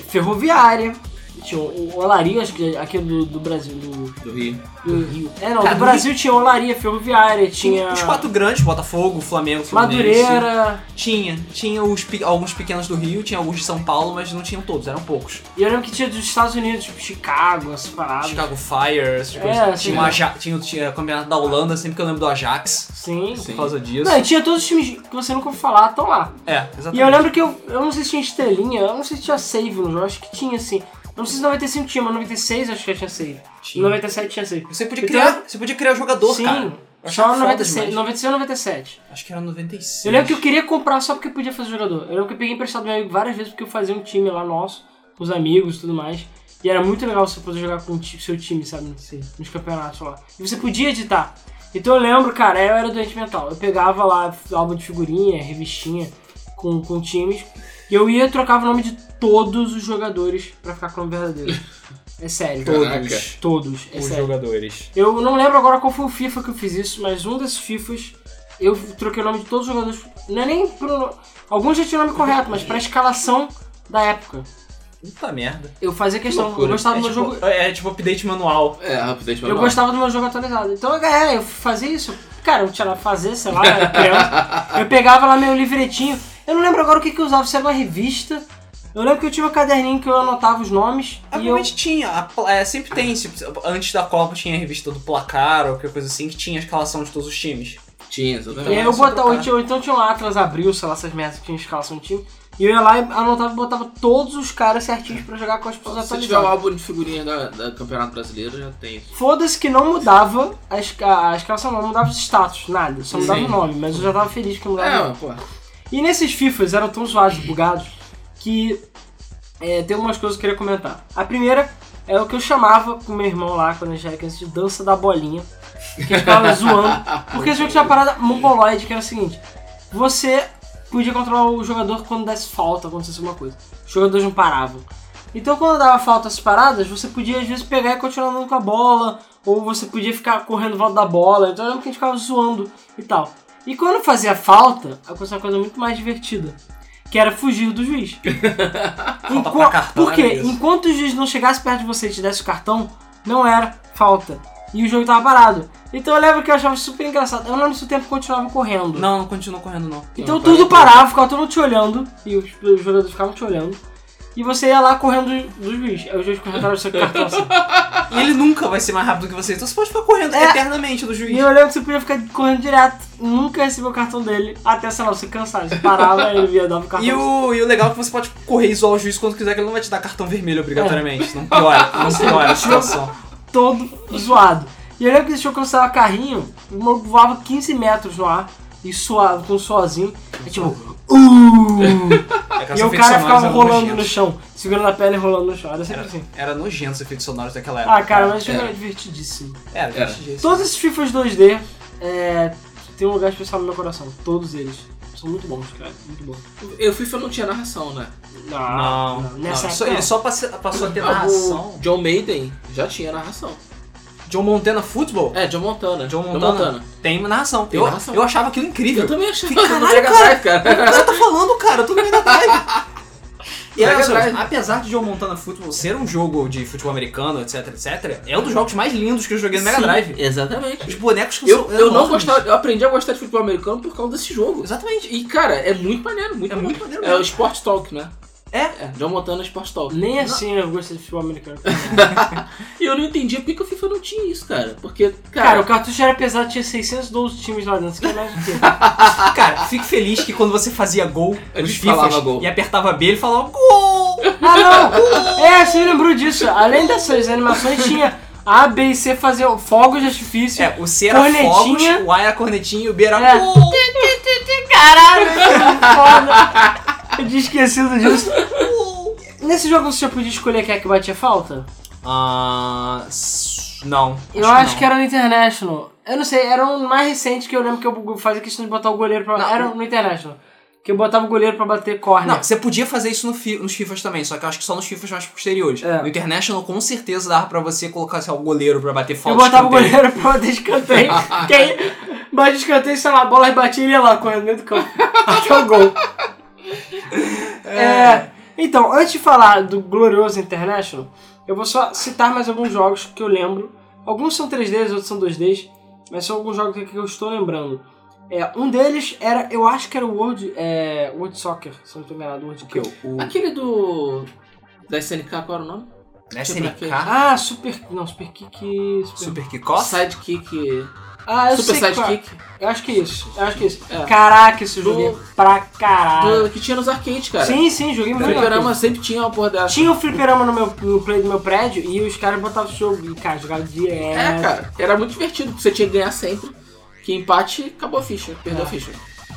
Ferroviária, tinha o Olaria, acho que é aqui do, do Brasil, do, Do Rio. do Rio. É, não, Cara, do Brasil tinha Olaria, Ferroviária, Tinha tinha os quatro grandes, Botafogo, Flamengo, Fluminense. Madureira. Tinha. Tinha os pe- alguns pequenos do Rio, tinha alguns de São Paulo, mas não tinham todos, eram poucos. E eu lembro que tinha dos Estados Unidos, tipo Chicago, essas paradas. Chicago Fire, essas Ah, É, coisas. sim. Tinha, o Aja- tinha, o- tinha o campeonato da Holanda, sempre que eu lembro do Ajax, Sim. por causa disso. Não, e tinha todos os times que você nunca ouviu falar, estão lá. É, E exatamente. eu lembro que eu, eu não sei se tinha estrelinha, eu não sei se tinha save no jogo, eu acho que tinha assim. Eu não sei se 95 tinha, mas 96 eu acho que já tinha save. Tinha. 97 tinha save. Você podia Então- criar, você podia criar jogador, Sim, cara. Eu só achava no foda 96, demais. 96 ou 97. Acho que era 96. Eu lembro que eu queria comprar só porque eu podia fazer jogador. Eu lembro que eu peguei emprestado meu amigo várias vezes porque eu fazia um time lá nosso, com os amigos e tudo mais. E era muito legal você poder jogar com o ti- seu time, sabe? Nos campeonatos lá. E você podia editar. Então eu lembro, cara, eu era doente mental. Eu pegava lá álbum de figurinha, revistinha com, com times. E eu ia e trocava o nome de todos os jogadores pra ficar com o nome verdadeiro. É sério. Caraca. Todos. É os sério. jogadores. Eu não lembro agora qual foi o FIFA que eu fiz isso, mas um desses FIFAs eu troquei o nome de todos os jogadores. Não é nem pro. no- Alguns já tinham o nome correto, mas pra escalação da época. Puta merda. Eu fazia questão. loucura. Eu gostava É do tipo, Tá, meu jogo. é tipo update manual. É, rapidez Eu gostava do meu jogo atualizado. Então, é, eu fazia isso. Cara, eu tinha lá fazer, sei lá, eu era criança. Eu pegava lá meu livretinho. Eu não lembro agora o que, que eu usava, se era uma revista. Eu lembro que eu tinha um caderninho que eu anotava os nomes. É e eu... Obviamente tinha, a pla- é, sempre tem, tipo, antes da Copa tinha a revista do placar ou qualquer coisa assim que tinha a escalação de todos os times. Tinha, E aí exatamente. É, eu Só botava, ou trocar. tinha- ou então tinha um Atlas abriu, sei lá, essas merdas que tinha escalação de time. E eu ia lá e anotava e botava todos os caras certinhos pra jogar com as pessoas Se tiver um atualizadas. álbum de figurinha da, da Campeonato Brasileiro, já tem. Foda-se que não mudava a, esca- a escalação, não mudava os status, nada. Só mudava Sim. o nome, mas eu já tava feliz que mudava o nome. É, pô. E nesses FIFAs eram tão zoados, bugados, que é, tem algumas coisas que eu queria comentar. A primeira é o que eu chamava com meu irmão lá, quando a gente era criança, de dança da bolinha. Que eu ficava zoando. Porque esse jogo tinha uma parada mongoloide, que era o seguinte. Você podia controlar o jogador quando desse falta, acontecesse alguma coisa. Os jogadores não paravam. Então quando dava falta essas paradas, você podia às vezes pegar e continuar andando com a bola, ou você podia ficar correndo em volta da bola. Então eu lembro que a gente ficava zoando e tal. E quando fazia falta, aconteceu uma coisa muito mais divertida. Que era fugir do juiz. Falta pra cartão, né, porque era isso. enquanto o juiz não chegasse perto de você e te desse o cartão, não era falta. E o jogo tava parado. Então eu lembro que eu achava super engraçado. Eu não lembro se o tempo continuava correndo. Não, não continuou correndo não. Então Não, tá tudo parei. parava, ficava todo mundo te olhando, e os, os jogadores ficavam te olhando. E você ia lá correndo do juiz. Aí o juiz correndo o seu cartão assim. E ele nunca vai ser mais rápido que você, então você pode ficar correndo É. eternamente do E juiz. eu olhando que você podia ficar correndo direto. Nunca recebeu o cartão dele. Até, sei lá, você cansar. Você parava, ele ia dar o cartão. E o, e o legal é que você pode correr e zoar o juiz quando quiser, que ele não vai te dar cartão vermelho obrigatoriamente. Não piora, não piora a situação. todo zoado. E eu lembro que esse jogo lançava carrinho, o maluco voava 15 metros no ar e suava com um sozinho. É tipo, uh! Aquelas e o efeitos cara sonoros ficava eram rolando no nojentos. chão, segurando a perna e rolando no chão. Era sempre assim. Era nojento os efeitos sonoros daquela época. Ah, cara, mas esse jogo É. era divertidíssimo. Era, Era. gente, Todos esses FIFAs 2D é, tem um lugar especial no meu coração. Todos eles. São muito bons, cara. Muito bons. Eu fui FIFA não tinha narração, né? Não, não. Nessa Só- época, ele só passe- passou a ter narração. O John Maiden já tinha narração. John Montana Football É, John Montana. John Montana. tem narração. Tem eu, narração. eu achava aquilo incrível. Eu também achei. Caralho, do Mega cara. Drive, O cara. que você tá falando, cara? Eu tô no meio da vibe. E Mega olha só, Drive. apesar de John Montana Football ser um jogo de futebol americano, etc, etc, é um dos jogos mais lindos que eu joguei no Mega Sim, Drive. Os Exatamente. bonecos que Eu, são eu não enormes. gostava, eu aprendi a gostar de futebol americano por causa desse jogo. Exatamente. E cara, é muito maneiro, muito É muito maneiro É o mesmo. Sport Talk, né? É. É, John Montana Sport Talk. Nem assim eu gostei de futebol americano. E eu não entendi por que, que o FIFA não tinha isso, cara. Porque, Cara, cara, o cartucho era pesado, tinha 612 times lá dentro. Você quer mais o quê? Ah, Cara, fico feliz que quando você fazia gol Ele nos falava Fifas gol. e apertava B, ele falava gol! Ah, não! É, você lembrou disso. Além dessas animações, tinha A, B e C faziam fogos de artifício. É, o C era Cornetinha. fogos, o A era cornetinha e o B era É. gol! Caralho, isso é foda. Eu tinha esquecido disso. Nesse jogo você já podia escolher quem é que batia falta? Ah, s- não. Eu acho não. que era no International. Eu não sei, era um mais recente que eu lembro que eu fazia questão de botar o goleiro pra. Não. Era no International. Que eu botava o goleiro pra bater corner. Não, você podia fazer isso no fi- nos FIFAs também, só que eu acho que só nos FIFAs mais posteriores. É. No International, com certeza, dava pra você colocar sei lá, o goleiro pra bater eu falta. botava o escanteio. goleiro pra bater escanteio. Quem bate escanteio, sei lá, a bola rebatia ele ia lá correndo dentro do campo. Até o gol. É, Então, antes de falar do glorioso International, eu vou só citar mais alguns jogos que eu lembro. Alguns são 3Ds, outros são 2Ds, mas são alguns jogos aqui que eu estou lembrando. É, um deles era, eu acho que era o World, é, World Soccer, se eu não estou enganado, World Porque Cup. o, o Aquele do. Da SNK, qual era o nome? SNK, Ah, Super... não, Super Kick... Super... é Super Kickoff, Sidekick. Ah, eu Super sei qual. Sidekick. Eu acho que é isso, eu acho que é isso. É. Caraca, esse jogo é pra caralho. Do, que tinha nos arcades, cara. Sim, sim, joguei O muito. fliperama sempre tinha uma porra dessa. Tinha um fliperama no, meu, no play do meu prédio e os caras botavam o jogo e, cara, jogava direto. É, cara. Era muito divertido, porque você tinha que ganhar sempre. Que empate, acabou a ficha. Perdeu a É. ficha.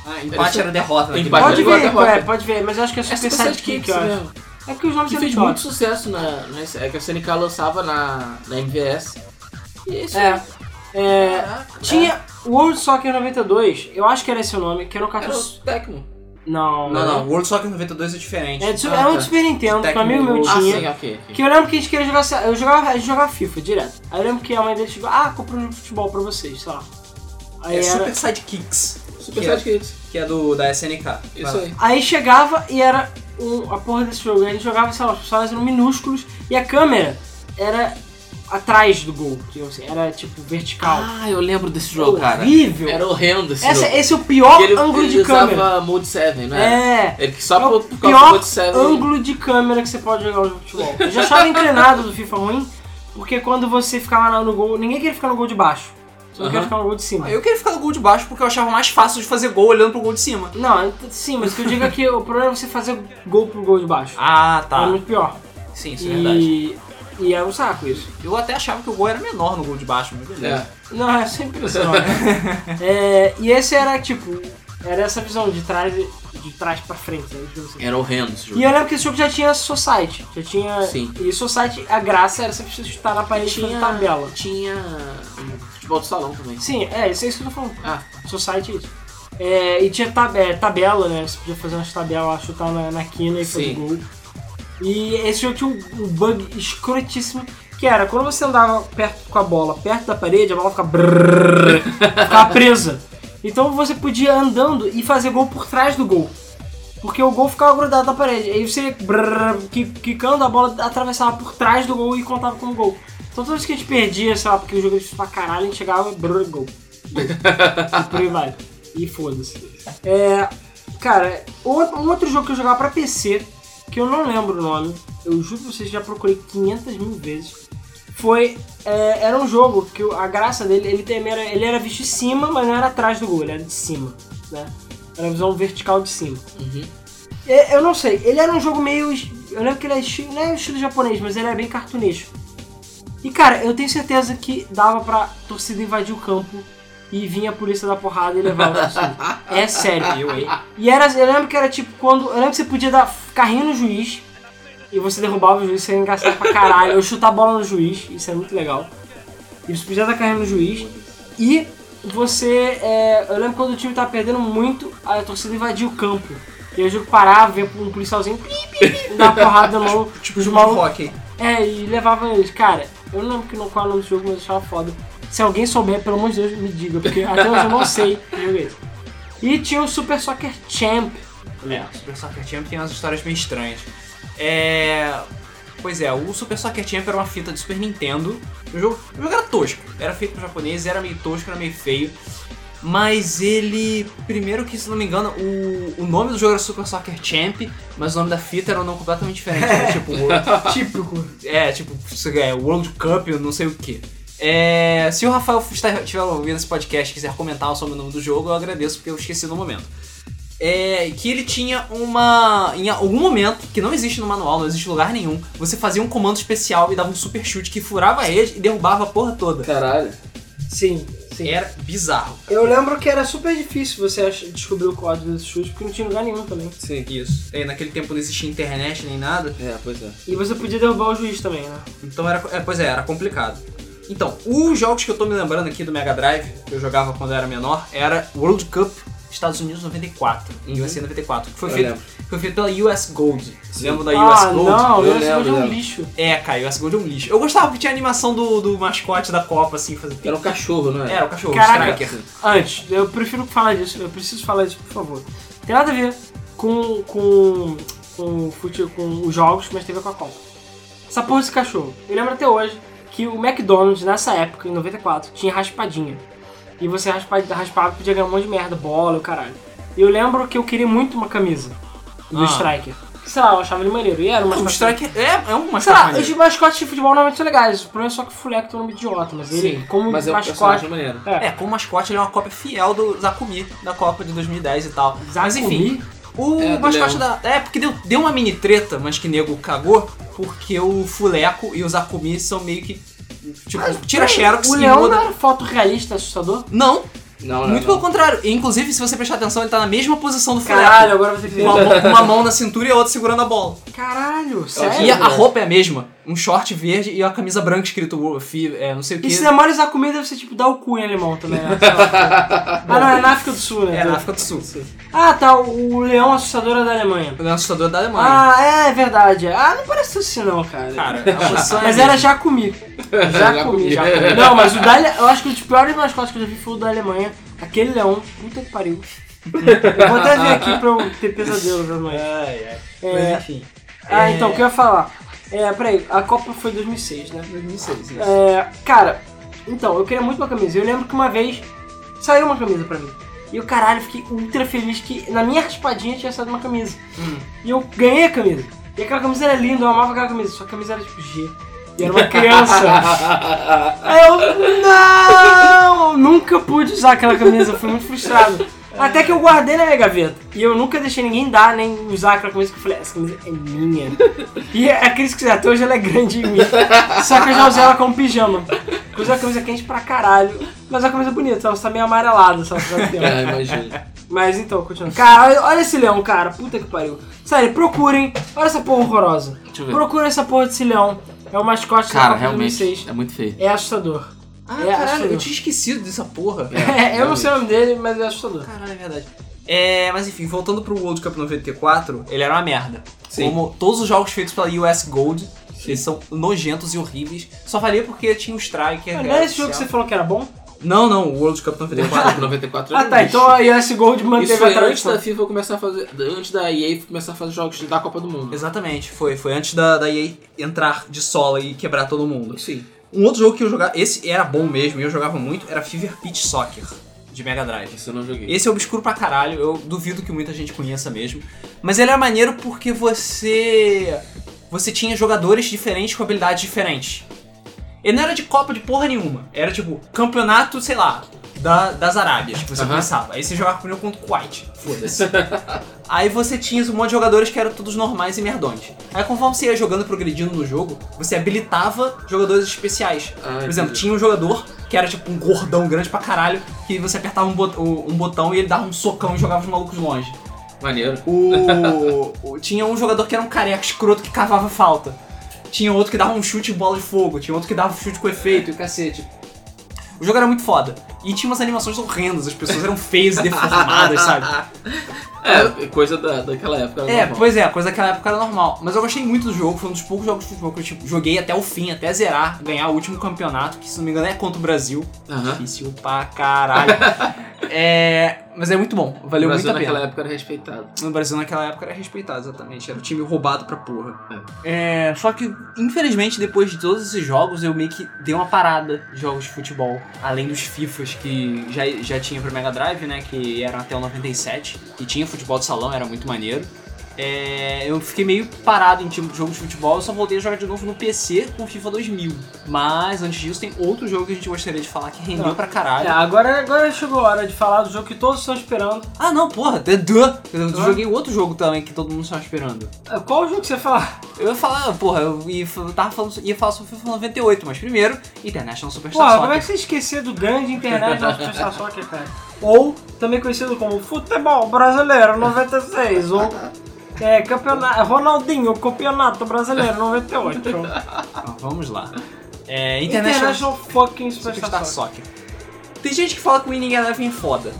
Ah, empate era derrota naquele Empate Pode jogo. Igual a ver, derrota. é, pode ver, mas eu acho que É é Super Super Sidekick, Sidekicks eu acho. mesmo. É porque os nomes Que são fez muito muito sucesso na, na é que a SNK lançava na, na MVS. E isso. É. é Caraca, tinha World Soccer 92, eu acho que era esse o nome, que era um é. Era cartucho. o Tecmo. Não, Não, não, World Soccer 92 é diferente. É, de, Ah, era um tá. de Super Nintendo, que um Tecmo amigo meu World. Ah, tinha. sim, ok. ok. Que eu lembro que a gente queria jogar. Eu jogava, a gente jogava FIFA direto. Aí eu lembro que a mãe dele chegou, ah, comprei um jogo de futebol pra vocês, sei lá. Aí, É era- Super Sidekicks, Super que é- Sidekicks. que é do da SNK. Vai Isso lá. aí. aí chegava e era um- a porra desse jogo. Aí a gente jogava, sei lá, os personagens eram minúsculos e a câmera era atrás do gol, digamos assim. Era tipo vertical. Ah, eu lembro desse jogo, cara. horrível. Era horrendo esse Essa- jogo. esse é o pior E ele, ângulo ele de usava câmera. Mode 7, né? É. Ele que só É o por, por causa do pior Mode 7. ângulo de câmera que você pode jogar o jogo de futebol. Eu já achava inclinado do FIFA ruim, porque quando você ficava lá no gol, ninguém queria ficar no gol de baixo. Só Aham. queria ficar no gol de cima. Eu queria ficar no gol de baixo porque eu achava mais fácil de fazer gol olhando pro gol de cima. Não, ent- sim, mas o que eu digo é que o problema é você fazer gol pro gol de baixo. Ah, É tá. muito pior. Sim, isso é verdade. E, e é um saco isso. Eu até achava que o gol era menor no gol de baixo, mas beleza. É. Não, é sempre isso. não, né? É, e esse era tipo, era essa visão de trás de trás para frente, né? digamos assim. Era horrendo esse E jogo. eu lembro que esse jogo já tinha Society. Já tinha. Sim. E Society, a graça era sempre você chutar na parede e fazer tabela. Tinha. hum, Futebol de salão também. Sim, é, isso é isso que eu tô falando. Ah, Society é isso. É, e tinha tab é, tabela, né? Você podia fazer umas tabelas, chutar tá na, na quina e fazer Sim. gol. E esse jogo tinha um, um bug escrotíssimo, que era quando você andava perto com a bola, perto da parede, a bola ficava, brrrr, ficava presa. Então você podia ir andando e fazer gol por trás do gol. Porque o gol ficava grudado na parede. Aí você, brrr, qui- quicando, a bola atravessava por trás do gol e contava como gol. Então toda vez que a gente perdia, sei lá, porque o jogo era difícil pra caralho, a gente chegava, brrr, gol. E por aí vai. E foda-se. É, cara, ou- um outro jogo que eu jogava pra PC, que eu não lembro o nome, eu juro pra vocês já procurei 500 mil vezes, foi. é, era um jogo que o- a graça dele, ele, tem- era, ele era visto de cima, mas não era atrás do gol, ele era de cima, né? Era a visão vertical de cima. uhum. E- Eu não sei, ele era um jogo meio. es- Eu lembro que ele é estilo, não é estilo japonês, mas ele é bem cartunesco. E cara, eu tenho certeza que dava pra torcida invadir o campo e vinha a polícia dar porrada e levar o torcida. É sério. Eu, hein? E era, eu lembro que era tipo quando. Eu lembro que você podia dar carrinho no juiz e você derrubava o juiz, você era engraçado pra caralho. Eu chutar a bola no juiz, isso é muito legal. E você podia dar carrinho no juiz. E você. é, eu lembro quando o time tava perdendo muito, a torcida invadia o campo. E aí o jogo parava, via um policialzinho, pi, pi, pi, dava porrada na mão. Tipo de Uma- hockey. É, e levava eles. Cara, eu não lembro que não, qual é o nome do jogo, mas eu achava foda. Se alguém souber, pelo amor de Deus, me diga, porque até hoje eu não sei que jogo é esse. E tinha o Super Soccer Champ. É, o Super Soccer Champ tem umas histórias meio estranhas. É. Pois é, o Super Soccer Champ era uma fita de Super Nintendo. O jogo, o jogo era tosco. Era feito por japonês, era meio tosco, era meio feio. Mas ele. Primeiro que, se não me engano, o, o nome do jogo era Super Soccer Champ, mas o nome da fita era um nome completamente diferente. Era tipo, Típico. é, tipo, isso é, World Cup, eu não sei o que. se o Rafael está- estiver ouvindo esse podcast e quiser comentar sobre o nome do jogo, eu agradeço porque eu esqueci no momento. É, que ele tinha uma. Em algum momento, que não existe no manual, não existe em lugar nenhum, você fazia um comando especial e dava um super chute que furava a rede e derrubava a porra toda. Caralho. Sim, Sim. Era bizarro. Eu lembro que era super difícil você ach- descobrir o código desse chute, porque não tinha em lugar nenhum também. Sim. Isso. É, naquele tempo não existia internet nem nada. É, pois é. E você podia derrubar o juiz também, né? Então era. é, pois é, era complicado. Então, os jogos que eu tô me lembrando aqui do Mega Drive, que eu jogava quando eu era menor, era World Cup Estados Unidos 94, em Uhum. USA 94, que foi Eu feito, lembro. foi feito pela US Gold. Sim. Lembra da US ah, Gold? não, Eu eu lembro, lembro, é um lembro. lixo. É, cara, US Gold é um lixo. Eu gostava que tinha a animação do, do mascote da Copa, assim, fazer. Era um cachorro, não é? Era o cachorro, o Caraca. Striker. Antes, eu prefiro falar disso, eu preciso falar disso, por favor. Tem nada a ver com, com, com, o fute- com os jogos, mas tem a ver com a Copa. Essa porra desse cachorro. Eu lembro até hoje que o McDonald's, nessa época, em 94, tinha raspadinha. E você raspa- raspava e podia ganhar um monte de merda, bola, o caralho. E eu lembro que eu queria muito uma camisa do Ah. Striker. Sei lá, eu achava ele maneiro. E era uma O Striker é, é um Sei mascote. lá, maneiro. os mascotes de futebol normalmente são legais. O problema é só que o Fuleco tem um nome idiota, mas ele, Sim, como mas é um mascote, personagem maneiro. É, como mascote, ele é uma cópia fiel do Zakumi, da Copa de 2010 e tal. Mas Zakumi? enfim, o É, do mascote leão. da. É, porque deu, deu uma mini treta, mas que nego cagou, porque o Fuleco e o Zakumi são meio que. Tipo, tira Xerox O e leão muda. não era foto realista assustador? Não, Não, não, muito não. pelo contrário. E, inclusive, se você prestar atenção, ele tá na mesma posição do Fuleco. Caralho, agora você Com fez. uma, mão- uma mão na cintura e a outra segurando a bola. Caralho, É, e sério? a, a é. roupa é a mesma. Um short verde e a camisa branca escrito uh, fi- é, não sei o que. E se demora usar comida, deve ser tipo dar o cu em alemão também. Né? Sei lá. ah, não, é na África do Sul, né? É, na África do Sul. Ah, tá, o o leão assustador é da Alemanha. O assustador da Alemanha. Ah, é, é verdade. Ah, não parece assim não, cara. Cara, a posição é Mas a era já comi. Já Já comi, comi. já comi. Não, mas o da Ale- Eu acho que um dos piores mascotes que eu já vi foi o da Alemanha. Aquele leão. Puta que pariu. Eu vou até vir aqui pra eu ter pesadelos à noite. Ai, ai. É. Mas enfim. Ah, É. então, o que eu ia falar? É, peraí, a Copa foi em 2006, né? 2006, isso. É, cara, então, eu queria muito uma camisa. Eu lembro que uma vez saiu uma camisa pra mim. E eu, caralho, fiquei ultra feliz que na minha raspadinha tinha saído uma camisa. Hum. E eu ganhei a camisa. E aquela camisa era linda, eu amava aquela camisa. Só que a camisa era tipo G. E era uma criança. Aí eu, não! Nunca pude usar aquela camisa, eu fui muito frustrado. Até que eu guardei na minha gaveta. E eu nunca deixei ninguém dar, nem usar aquela camisa que eu falei, essa camisa é minha. E a Cris que até hoje ela é grande em mim. Só que eu já usei ela como pijama. Eu usei a camisa quente pra caralho. Mas é uma camisa bonita, ela só tá meio amarelada, só pra tempo. É, imagina. Mas então, continuando. Cara, olha, olha esse leão, cara. Puta que pariu. Sério, procurem. Olha essa porra horrorosa. Deixa eu ver. Procurem essa porra desse leão. É o mascote da Cara, Copa realmente, 2006. é muito feio. É assustador. Ah, É caralho, assustador. eu tinha esquecido dessa porra. É, eu não sei o nome dele, mas é assustador. Caralho, é verdade. É, mas enfim, voltando pro World Cup 94, ele era uma merda. Sim. Como todos os jogos feitos pela US Gold, eles são nojentos e horríveis. Só valia porque tinha um Striker. Mas Não galera era esse jogo que oficial. você falou que era bom? Não, não, o World Cup 94. 94 Ah era um tá, lixo. então a US Gold Isso manteve a foi antes tradição. da FIFA começar a fazer. Antes da EA começar a fazer jogos da Copa do Mundo. Exatamente, foi. Foi antes da, da EA entrar de sola e quebrar todo mundo. Sim. Um outro jogo que eu jogava, esse era bom mesmo e eu jogava muito, era Fever Pitch Soccer, de Mega Drive. Isso eu não joguei. Esse é obscuro pra caralho, eu duvido que muita gente conheça mesmo. Mas ele é maneiro porque você. Você tinha jogadores diferentes com habilidades diferentes. Ele não era de Copa de porra nenhuma. Era tipo campeonato, sei lá, da- das Arábias que você Aham. começava. Aí você jogava primeiro contra o Kuwait. Foda-se. Aí você tinha um monte de jogadores que eram todos normais e merdões. Aí conforme você ia jogando e progredindo no jogo, você habilitava jogadores especiais. Ah, Por entendi. exemplo, tinha um jogador que era tipo um gordão grande pra caralho, que você apertava um, bot- o- um botão e ele dava um socão e jogava os malucos longe. Maneiro. O, o- tinha um jogador que era um careca escroto que cavava falta. Tinha outro que dava um chute em bola de fogo. Tinha outro que dava um chute com efeito e o cacete. O jogo era muito foda. E tinha umas animações horrendas, as pessoas eram feias e deformadas, sabe? É, coisa da, daquela época. né? É, era normal. pois é, a coisa daquela época era normal. Mas eu gostei muito do jogo, foi um dos poucos jogos de futebol que eu tipo, joguei até o fim, até zerar, ganhar o último campeonato, que se não me engano é contra o Brasil. Aham. Difícil pra caralho. É, mas é muito bom, valeu o muito Brasil a pena. naquela época era respeitado. No Brasil naquela época era respeitado, exatamente. Era o time roubado pra porra. É, só que, infelizmente, depois de todos esses jogos, eu meio que dei uma parada de jogos de futebol. Além dos FIFAs que já, já tinha pro Mega Drive, né? Que eram até o 97. E tinha futebol de salão, era muito maneiro. É, é, eu fiquei meio parado em tipo de jogo de futebol, eu só voltei a jogar de novo no PC com FIFA 2000. Mas antes disso, tem outro jogo que a gente gostaria de falar que rendeu Não. pra É, caralho. agora, agora chegou a hora de falar do jogo que todos estão esperando. Ah, não, porra, The Duh! Eu Hã? joguei outro jogo também que todo mundo estava esperando. Ah, Qual o jogo que você ia falar? Eu ia falar, porra, eu ia, eu tava falando, ia falar sobre FIFA 98, mas primeiro, International Superstar Porra, Soccer. como é que você esqueceu do grande internet da Superstar Soccer, cara? Ou, também conhecido como Futebol Brasileiro 96, ou é, campeonato, Ronaldinho Campeonato Brasileiro 98. Então, vamos lá. É, International, International fucking Superstar Superstar Soccer. Soccer. Tem gente que fala que o Winning Eleven é foda.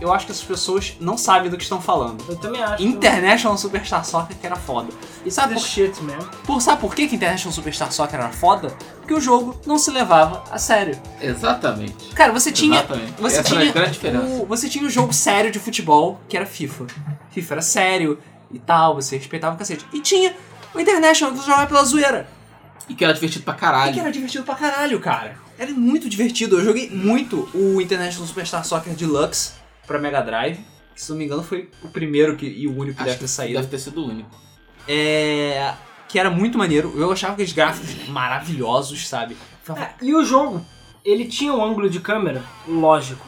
Eu acho que essas pessoas não sabem do que estão falando. Eu também acho. International Superstar Soccer que era foda. E sabe The por, shit, man. por, sabe por que, que International Superstar Soccer era foda? Porque o jogo não se levava a sério. Exatamente. Cara, você tinha. Exatamente. Você Essa é tinha, a grande diferença. o, você tinha um jogo sério de futebol, que era FIFA. FIFA era sério e tal, você respeitava o cacete. E tinha o International que você jogava pela zoeira. E que era divertido pra E caralho. que era divertido pra caralho, cara. Era muito divertido. Eu joguei muito o International Superstar Soccer Deluxe pra Mega Drive. Que, se não me engano, foi o primeiro que, e o único que Acho deve ter saído. Deve ter sido o único. É. Que era muito maneiro. Eu achava aqueles gráficos maravilhosos, sabe? Ficava- É, E o jogo, ele tinha um ângulo de câmera, lógico,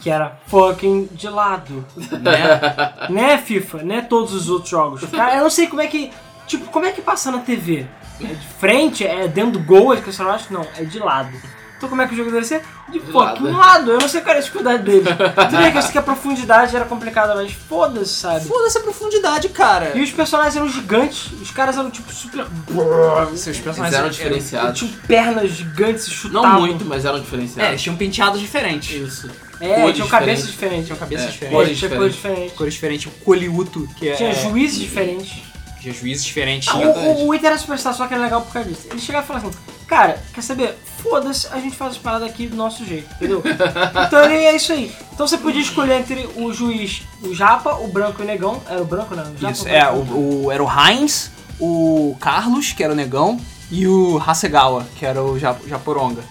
que era fucking de lado. Né? né FIFA, né todos os outros jogos. Cara, eu não sei como é que. Tipo, como é que passa na TV? É de frente? É dentro do gol? É que eu acho Não, é de lado. Então como é que o jogo deve ser? De De fucking lado. lado. Eu não sei qual era a dificuldade dele. Tudo bem que eu sei que a profundidade era complicada, mas foda-se, É. sabe? Foda-se a profundidade, cara. E os personagens eram gigantes, os caras eram tipo super. Seus Eles personagens eram eram- diferenciados. Tinham pernas gigantes e Não chutavam. muito, mas eram É, diferenciados. eles tinham penteados diferentes. Isso. um É, Cores tinham diferentes. cabeças diferentes. Tinham cabeças É, diferentes, Cores, tinha cores diferentes. cores diferentes, o coliuto, um que é. Tinha juízes diferentes. tinha juízes diferentes. Ah, tinha- verdade. o, o Inter era superstar, só que era legal por causa disso. Ele chegava e falava assim, cara, quer saber? Foda-se, a gente faz as paradas aqui do nosso jeito, entendeu? então ele é isso aí. Então você podia escolher entre o juiz, o japa, o branco e o negão. Era o branco, não? O japa, Isso, branco. é, o, o- era o Heinz, o Carlos, que era o negão, e o Hasegawa, que era o Ja- Japoronga.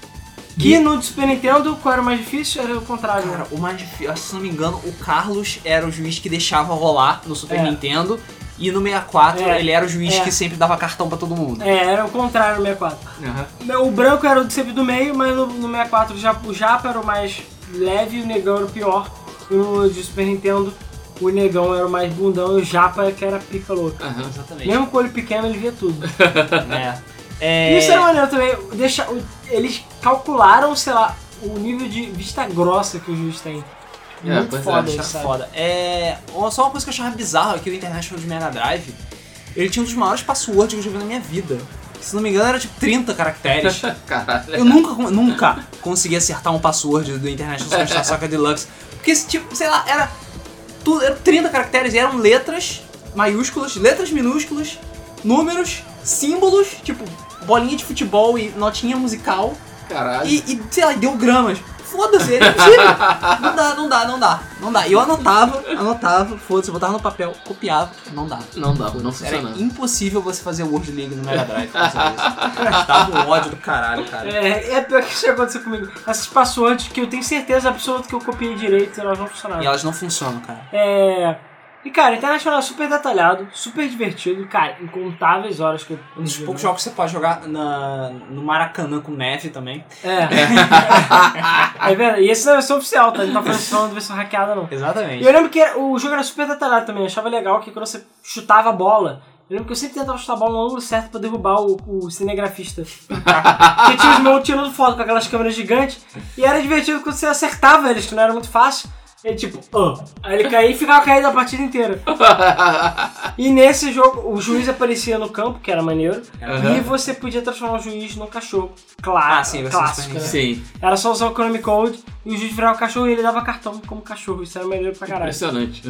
Que no Super Nintendo, qual era o mais difícil? Era o contrário. Cara, o mais difícil, se não me engano, o Carlos era o juiz que deixava rolar no Super É. Nintendo, e no 64 É, ele era o juiz é. que sempre dava cartão pra todo mundo. É, era o contrário no 64. Aham. O branco era o sempre do meio, mas no, no 64 o japa, o japa era o mais leve e o negão era o pior. E no de Super Nintendo, o negão era o mais bundão e o japa que era pica louca. Aham. Exatamente. Mesmo com o olho pequeno, ele via tudo. É. É, Isso era maneiro também. Deixa, o- eles calcularam, sei lá, o nível de vista grossa que o juiz tem. É, Muito pois é, Isso foda isso, era sabe? foda. É, ó, só uma coisa que eu achava bizarro é que o International de Mega Drive, ele tinha um dos maiores passwords que eu já vi na minha vida. Que, Se não me engano, era tipo 30 caracteres. Caralho. Eu nunca, con- nunca consegui acertar um password do International Superstar Soccer Deluxe. Porque esse tipo, sei lá, era. Tudo, eram 30 caracteres e eram letras maiúsculas, letras minúsculas, números, símbolos, tipo bolinha de futebol e notinha musical. Caralho. E, e, sei lá, e deu gramas. Foda-se, é mentira. Não dá, não dá, não dá, não dá. E eu anotava, anotava, foda-se, botava no papel, copiava, não dava. Não dava, não Era funcionava. impossível você fazer World League no Mega Drive. com isso. Eu Tava um ódio do caralho, cara. É, é pior que isso já aconteceu comigo. Essas passwords que eu tenho certeza absoluta que eu copiei direito e elas não funcionaram. E elas não funcionam, cara. É. E cara, Internacional é super detalhado, super divertido, cara, incontáveis horas que eu. Um dos poucos jogos que você pode jogar na, no Maracanã com neve também. É. é verdade. E esse não é a versão oficial, tá? Ele não tá falando de versão hackeada, não. E Exatamente. eu lembro que era- o jogo era super detalhado também. Eu achava legal que quando você chutava a bola. Eu lembro que eu sempre tentava chutar a bola no ângulo certo pra derrubar o, o cinegrafista. Porque tinha os meus tirando foto com aquelas câmeras gigantes. E era divertido quando você acertava eles, que não era muito fácil. Ele tipo, "Ah". aí ele caía e ficava caído a partida inteira. E nesse jogo, o juiz aparecia no campo, que era maneiro. Aham. E você podia transformar o juiz num cachorro. Claro, Ah, sim, versão clássico, Super né? Sim, Era só usar o Konami Code e o juiz virava o cachorro e ele dava cartão como cachorro. Isso era maneiro pra caralho. impressionante.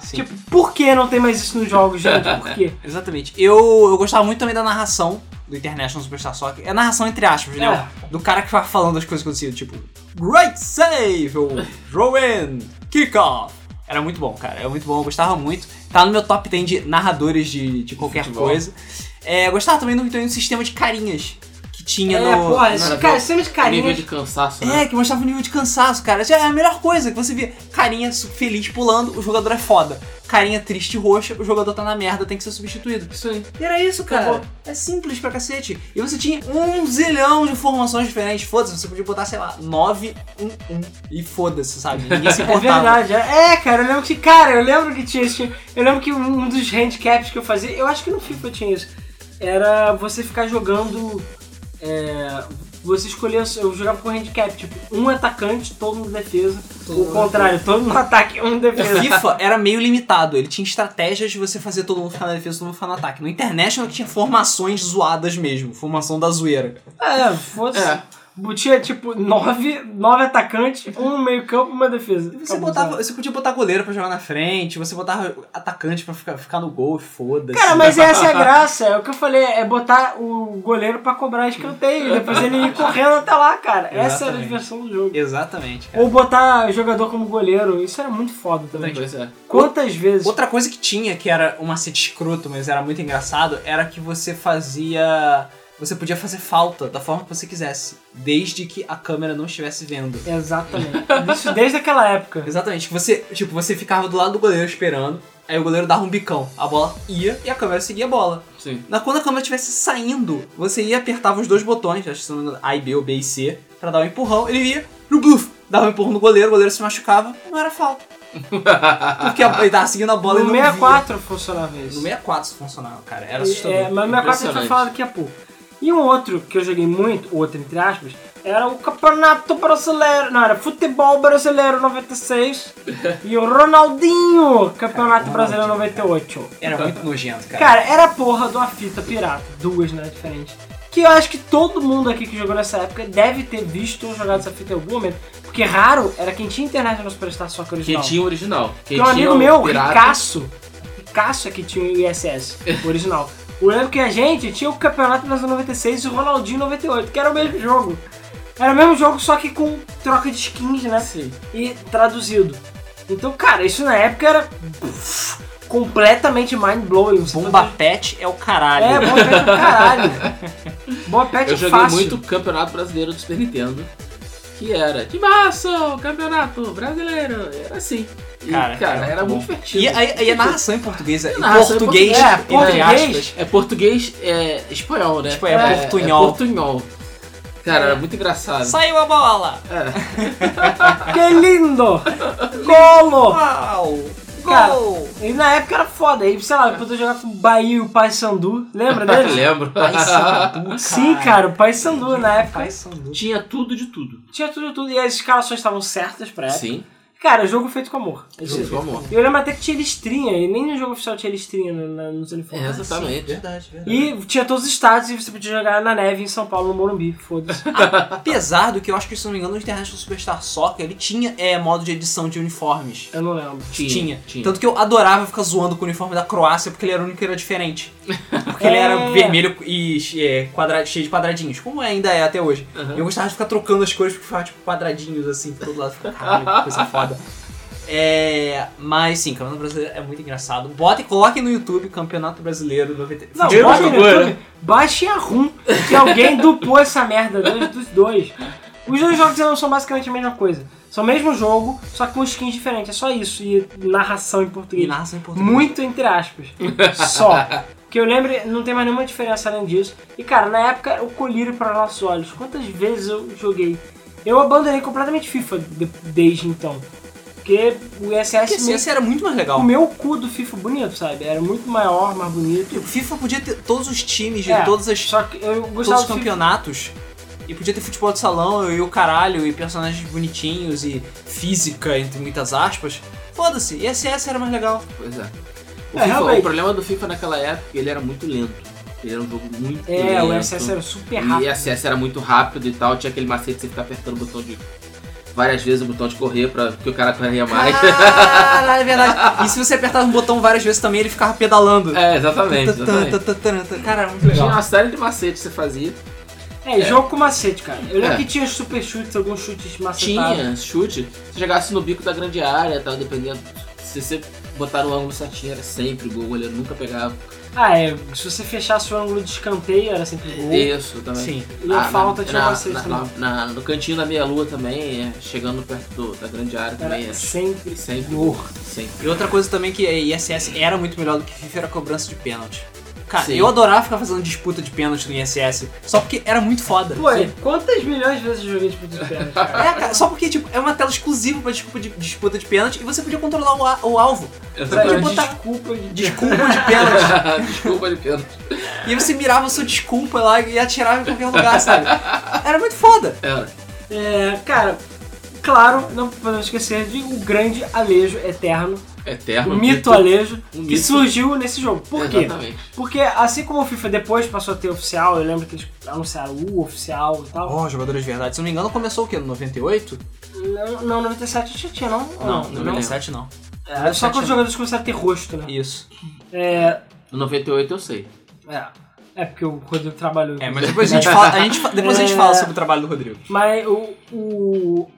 Sim. Tipo, por que não tem mais isso nos jogos, gente? Por quê? Exatamente. Eu, eu gostava muito também da narração do International Superstar Soccer. É a narração entre aspas, né? É. Do cara que vai falando as coisas acontecendo, tipo, Great save! Ou throw in! Kick off! Era muito bom, cara. Era muito bom, eu gostava muito. Tá no meu top 10 de narradores de, de qualquer Futebol. coisa. É, eu gostava também do, também do sistema de carinhas. Que tinha é, no. porra, na- esse, no- cara, esse filme de Nível carinha. de cansaço, né? É, que mostrava o nível de cansaço, cara. Já é a melhor coisa que você via. Carinha su- feliz pulando, o jogador é foda. Carinha triste e roxa, o jogador tá na merda, tem que ser substituído. Isso aí. E era isso, cara. Acabou. É simples pra cacete. E você tinha um zilhão de formações diferentes. Foda-se, você podia botar, sei lá, 9, 1, 1 e foda-se, sabe? Ninguém se É importava. verdade, é, É, cara, eu lembro que, cara, eu lembro que tinha esse, eu lembro que um dos handicaps que eu fazia, eu acho que no FIFA tinha isso, era você ficar jogando, é, você escolher, eu jogava com handicap, tipo, um atacante, todo mundo defesa, Todo o mundo É contrário, todo mundo ataque, um defesa. FIFA era meio limitado, ele tinha estratégias de você fazer todo mundo ficar na defesa, todo mundo ficar no ataque. No International tinha formações zoadas mesmo, formação da zoeira. É, foda-se. É. Tinha, tipo, nove, nove atacantes, um meio campo, uma defesa. E Você, Acabou, botava, sabe? você podia botar goleiro pra jogar na frente, você botava atacante pra ficar, ficar no gol, foda-se. Cara, mas essa é a graça, é o que eu falei, é botar o goleiro pra cobrar escanteio, depois ele ir correndo até lá, cara. Essa era a Exatamente. diversão do jogo. Exatamente, cara. Ou botar jogador como goleiro, isso era muito foda também. Pois é. Quantas vezes? Outra coisa que tinha, que era um macete escroto, mas era muito engraçado, era que você fazia. Você podia fazer falta da forma que você quisesse, desde que a câmera não estivesse vendo. Exatamente. Isso desde aquela época. Exatamente. Você, tipo, você ficava do lado do goleiro esperando, aí o goleiro dava um bicão, a bola ia e a câmera seguia a bola. Sim. Na, quando a câmera estivesse saindo, você ia apertava os dois botões, acho que se não me engano, A e B ou B e C, pra dar um empurrão, ele ia, no bluff, dava um empurrão no goleiro, o goleiro se machucava, não era falta. Porque a, ele tava seguindo a bola e No não 64 funcionava isso. via. No 64 isso funcionava, cara. Era assustador. É, mas minha quarta a gente vai Impressionante. falar daqui a pouco. E um outro que eu joguei muito, outro entre aspas, era o Campeonato Brasileiro. Não, era Futebol Brasileiro 96 e o Ronaldinho Campeonato Cara, Brasileiro Ronaldinho, 98. Era muito nojento, cara. Cara, era a porra de uma fita pirata, duas, né, diferente. Que eu acho que todo mundo aqui que jogou nessa época deve ter visto ou jogado essa fita em algum momento, porque raro era quem tinha internet no Superstar Soccer Que original. tinha o original. Que Tem um tinha amigo o meu, pirata. Ricaço. Ricaço é que tinha o ISS original. Eu lembro que a gente tinha o Campeonato Brasileiro 96 e o Ronaldinho 98, que era o mesmo jogo. Era o mesmo jogo, só que com troca de skins, né? Sim. E traduzido. Então, cara, isso na época era puf, completamente mind-blowing. Você Bomba Pet é o caralho. É, Boa Pet é do caralho. Boa Pet Eu é joguei fácil. muito Campeonato Brasileiro do Super Nintendo. Que era de março, Campeonato Brasileiro. Era assim. E, Cara, cara, era era muito muito divertido. E, a, e a narração em português, é- em narração em português, português, é, entre português. aspas, É português, é espanhol, né? Tipo, é portunhol. É portunhol. Cara, era muito engraçado. saiu a bola! É Que lindo! Golo! Uau! Cara, Gol! E na época era foda, aí, sei lá, podia jogar com o Bahia e o Paysandu, lembra Eu dele? lembro. Paysandu, Sim, cara, o Paysandu na época Paysandu. Tinha tudo de tudo. tinha tudo, tudo, e as escalações estavam certas pra época. Sim. Cara, jogo feito com amor. É Jogo isso aí. do amor. E eu lembro até que tinha listrinha, e nem no jogo oficial tinha listrinha no- na- nos É, uniformes. exatamente. Verdade, verdade. E tinha todos os estados e você podia jogar na neve em São Paulo, no Morumbi, foda-se. Apesar do que eu acho que, se não me engano, o International Superstar Soccer, ele tinha é, modo de edição de uniformes. Eu não lembro. Tinha, tinha. Tanto que eu adorava ficar zoando com o uniforme da Croácia, porque ele era o único que era diferente. Porque ele era É. vermelho e é, quadra- cheio de quadradinhos, como ainda é até hoje. Aham. Eu gostava de ficar trocando as cores, porque ficava tipo quadradinhos assim, por todo lado. Ficava, caralho, que coisa foda. É, mas sim, Campeonato Brasileiro é muito engraçado. Bota e coloquem no YouTube Campeonato Brasileiro 90. Não, Dinheiro bota jogou, no YouTube, baixem a RUM, que alguém duplou essa merda dos, dos dois. Os dois jogos eles são basicamente a mesma coisa. São o mesmo jogo, só que com skins diferentes. É só isso. E narração em E português. narração em português. Muito entre aspas. Só. Que eu lembro, não tem mais nenhuma diferença além disso. E cara, na época o colírio para nossos olhos. Quantas vezes eu joguei? Eu abandonei completamente FIFA de- desde então. Porque o Porque ISS assim, esse era muito mais legal. comeu o cu do FIFA bonito, sabe? Era muito maior, mais bonito. O FIFA podia ter todos os times de É, todas as, Só que eu todos gostava os do FIFA. campeonatos. E podia ter futebol de salão e o caralho, e personagens bonitinhos, e física, entre muitas aspas. Foda-se, e SS era mais legal. Pois é. O, É, FIFA- realmente. o problema do FIFA naquela época, ele era muito lento. Ele era um jogo muito lento. É, o SS era super E rápido. acesso era muito rápido e tal, tinha aquele macete de você ficar apertando o botão de. Várias vezes o botão de correr pra que o cara corria mais. Ah. Caralho, é verdade. E se você apertava um botão várias vezes também, ele ficava pedalando. é, exatamente. exatamente. Cara, era muito legal. Tinha uma série de macetes que você fazia. É, jogo com macete, cara. Eu lembro É. que tinha os super chutes, alguns chutes macetados. Tinha chute. Se chegasse no bico da grande área, tal, dependendo. Se você botar no ângulo certinho, era sempre gol, o goleiro nunca pegava. Ah, é. Se você fechasse o ângulo de escanteio, era sempre gol. E, Isso também. Sim. a Ah, falta tinha na, uma cesta. na- né? na- no cantinho da meia-lua também, é, chegando perto do- da grande área também. Era é, sempre sempre gol. Sempre. E outra coisa também que a ISS era muito melhor do que FIFA era a cobrança de pênalti. Cara, Sim. eu adorava ficar fazendo disputa de pênalti no ISS, só porque era muito foda. Pô, é e quantas milhões de vezes eu joguei tipo de pernas, cara? É, cara, só porque tipo, é uma tela exclusiva pra desculpa de, disputa de pênalti e você podia controlar o, a- o alvo. Sabe, podia eu botar- Desculpa de... Desculpa de pênalti. Desculpa de pênalti. E aí você mirava a sua desculpa lá e atirava em qualquer lugar, sabe? Era muito foda. Era. É, cara, claro, não podemos esquecer de um grande Alejo eterno, o Eterno. mito Alejo, um que mito. surgiu nesse jogo. Por quê? Exatamente. Porque assim como o FIFA depois passou a ter oficial, eu lembro que eles anunciaram o oficial e tal. Oh, jogadores de verdade. Se eu não me engano, começou o quê? No 98? Não, não 97 já tinha, não? Não, não no 97 não. É, só 97 quando os não. jogadores começaram a ter rosto, né? Isso. É, No 98 eu sei. é, é porque o Rodrigo trabalhou. É, mas depois a gente fala, a gente, fa- depois a gente É. fala sobre o trabalho do Rodrigo. Mas o, o,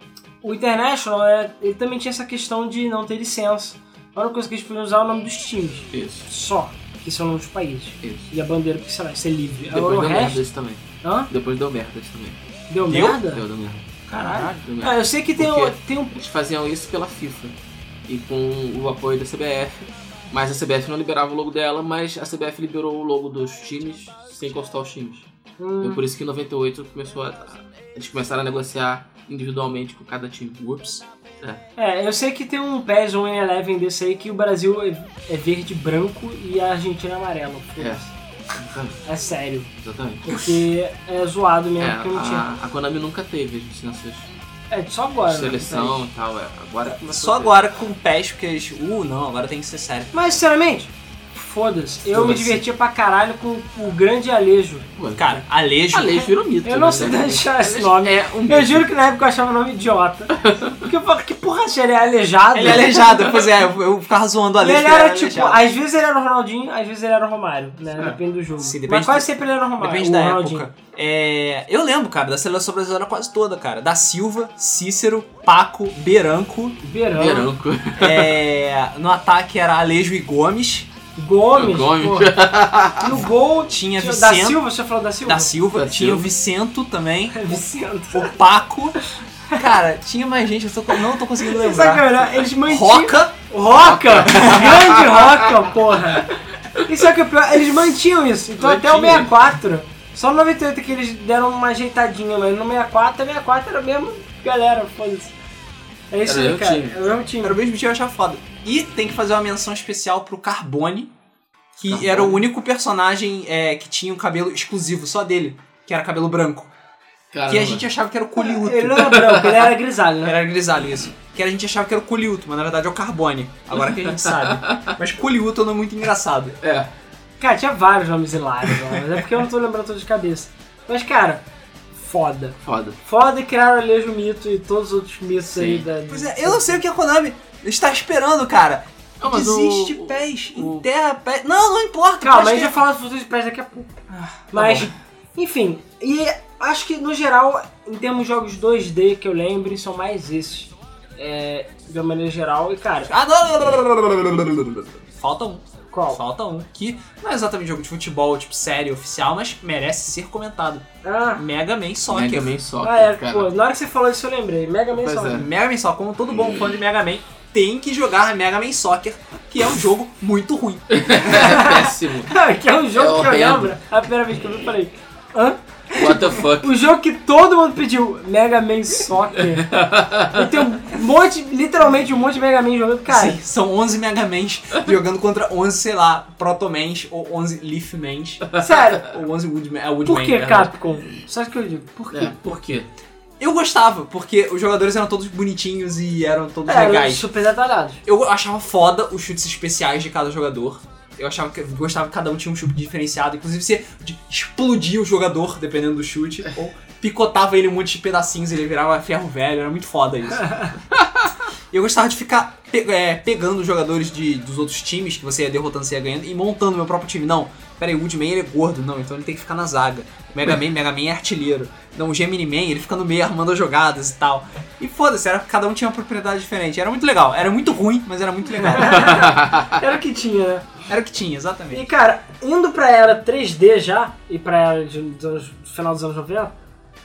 o International, é, ele também tinha essa questão de não ter licença. A única coisa que eles podiam usar é o nome dos times. Isso. Só. Que são nomes dos países. Isso. E a bandeira, porque sei lá, isso é livre. Depois Agora o deu merda resto. isso também. Hã? Depois deu merda isso também. Deu Deu? merda? Deu, deu merda. Caralho. Deu merda. Ah, eu sei que tem, Por o, quê? tem um. Eles faziam isso pela FIFA e com o apoio da CBF. Mas a CBF não liberava o logo dela, mas a CBF liberou o logo dos times sem constar os times. Então, Hum, por isso que em 98 começou a, eles começaram a negociar individualmente com cada time. Ups. é, eu sei que tem um PES, um Eleven desse aí que o Brasil é, é verde e branco e a Argentina é amarelo. É, exatamente. É sério. exatamente. Porque é zoado É, mesmo, porque não tinha. a, a Konami nunca teve as licenças É só agora. de né? seleção e tal. É. Agora começou Só a ter. agora com o PES, porque eles. Uh, não, agora tem que ser sério. Mas sinceramente, foda-se. Eu me Foda-se. divertia pra caralho com o grande Alejo. Pô, Cara, Alejo. a lei virou mito. Eu não né? sei deixar esse nome. É um mito. Eu juro que na época eu achava o nome idiota. Porque eu falava, que porra, se ele é aleijado? Ele é aleijado, pois é, eu, eu ficava zoando o Ele Alejo. porque era tipo, é aleijado. às vezes ele era o Ronaldinho, às vezes ele era o Romário, né? Depende do jogo. Sim, depende Mas quase do- sempre ele era o Romário. Depende o da Ronaldinho. época. É, eu lembro, cara, da seleção brasileira quase toda, cara. Da Silva, Cícero, Paco, Beranco. Verão. Branco. é, no ataque era Alejo e Gomes. Gomes. Gomes. porra. No gol Tinha tinha o da Vicento. Silva, você falou da Silva? Da Silva. Da tinha Silva. o Vicento também. É Vicento. O Paco. Cara, tinha mais gente, eu tô- não tô conseguindo Sabe o que é lembrar. melhor? Eles mantinham. Roca. Roca! grande Roca, porra! Isso é que é o pior, eles mantinham isso. Então até o Mantinha. 64, só no 98 que eles deram uma ajeitadinha, mas no 64, 64 era a mesma galera, foda-se. É isso Era aí, o cara. time. Era o mesmo time. Era o mesmo time, eu achava foda. E tem que fazer uma menção especial pro Carbone, que Carbone. era o único personagem é, que tinha um cabelo exclusivo, só dele, que era cabelo branco. Que a Caramba. gente achava que era o Ele Coliuto. não era branco, ele era grisalho, né? Era grisalho isso. Que a gente achava que era o Coliuto, mas na verdade é o Carbone. Agora que a gente sabe. Mas Coliuto é um nome muito engraçado. É, Cara, tinha vários nomes hilários, né? mas é porque eu não tô lembrando todos de cabeça. Mas, cara, foda. foda. Foda e criaram o Alejo Mito e todos os outros mitos Sim. aí da. Pois é, eu não sei o que a Konami está esperando, cara. Não, mas o- Desiste, o- pés, o- enterra pés. Não, não importa. Calma, a pés gente vai que- Ah, tá falar do futuro de pés daqui a pouco. Mas, enfim, e acho que no geral, em termos de jogos 2D que eu lembre, são mais esses. É, de uma maneira geral, e cara, Ah, não. Falta um. qual? Falta um que não é exatamente jogo de futebol, tipo, série oficial, mas merece ser comentado. Ah, Mega Man Soccer. Mega Man Soccer, ah, é, cara. pô, na hora que você falou isso eu lembrei. Mega Man Pois Solid. é. Mega Man Soccer, como todo bom fã de Mega Man, tem que jogar Mega Man Soccer, que é um jogo muito ruim. É péssimo. que é um jogo É que eu horrendo. lembro. A primeira vez que eu vi, eu falei. Hã? What the fuck? O jogo que todo mundo pediu, Mega Man Soccer. e tem um monte, literalmente um monte de Mega Man jogando. Cara, Sim, Assim, são 11 Mega Mans jogando contra 11, sei lá, Proto Mans ou 11 Leaf Mans. sério, Ou 11 Woodman. É, Woodman por na que verdade. Capcom? Só isso que eu digo, por quê? É, por quê? Eu gostava, porque os jogadores eram todos bonitinhos e eram todos É, legais. super detalhados. Eu achava foda os chutes especiais de cada jogador. Eu achava que gostava que cada um tinha um chute diferenciado. Inclusive, você de- explodia o jogador, dependendo do chute, ou picotava ele em um monte de pedacinhos, ele virava ferro velho, era muito foda isso. E eu gostava de ficar pe- é, pegando os jogadores de, dos outros times que você ia derrotando, você ia ganhando, e montando meu próprio time. Não, peraí, o Woodman ele é gordo, não, então ele tem que ficar na zaga. O Mega Man, Mega Man é artilheiro. Não, o Gemini Man, ele fica no meio armando as jogadas e tal. E foda-se, era, cada um tinha uma propriedade diferente. Era muito legal. Era muito ruim, mas era muito legal. Ah. Era o que tinha, né? Era o que tinha, E exatamente. cara, indo pra era 3D já, e pra era de, dos anos- do final dos anos 90,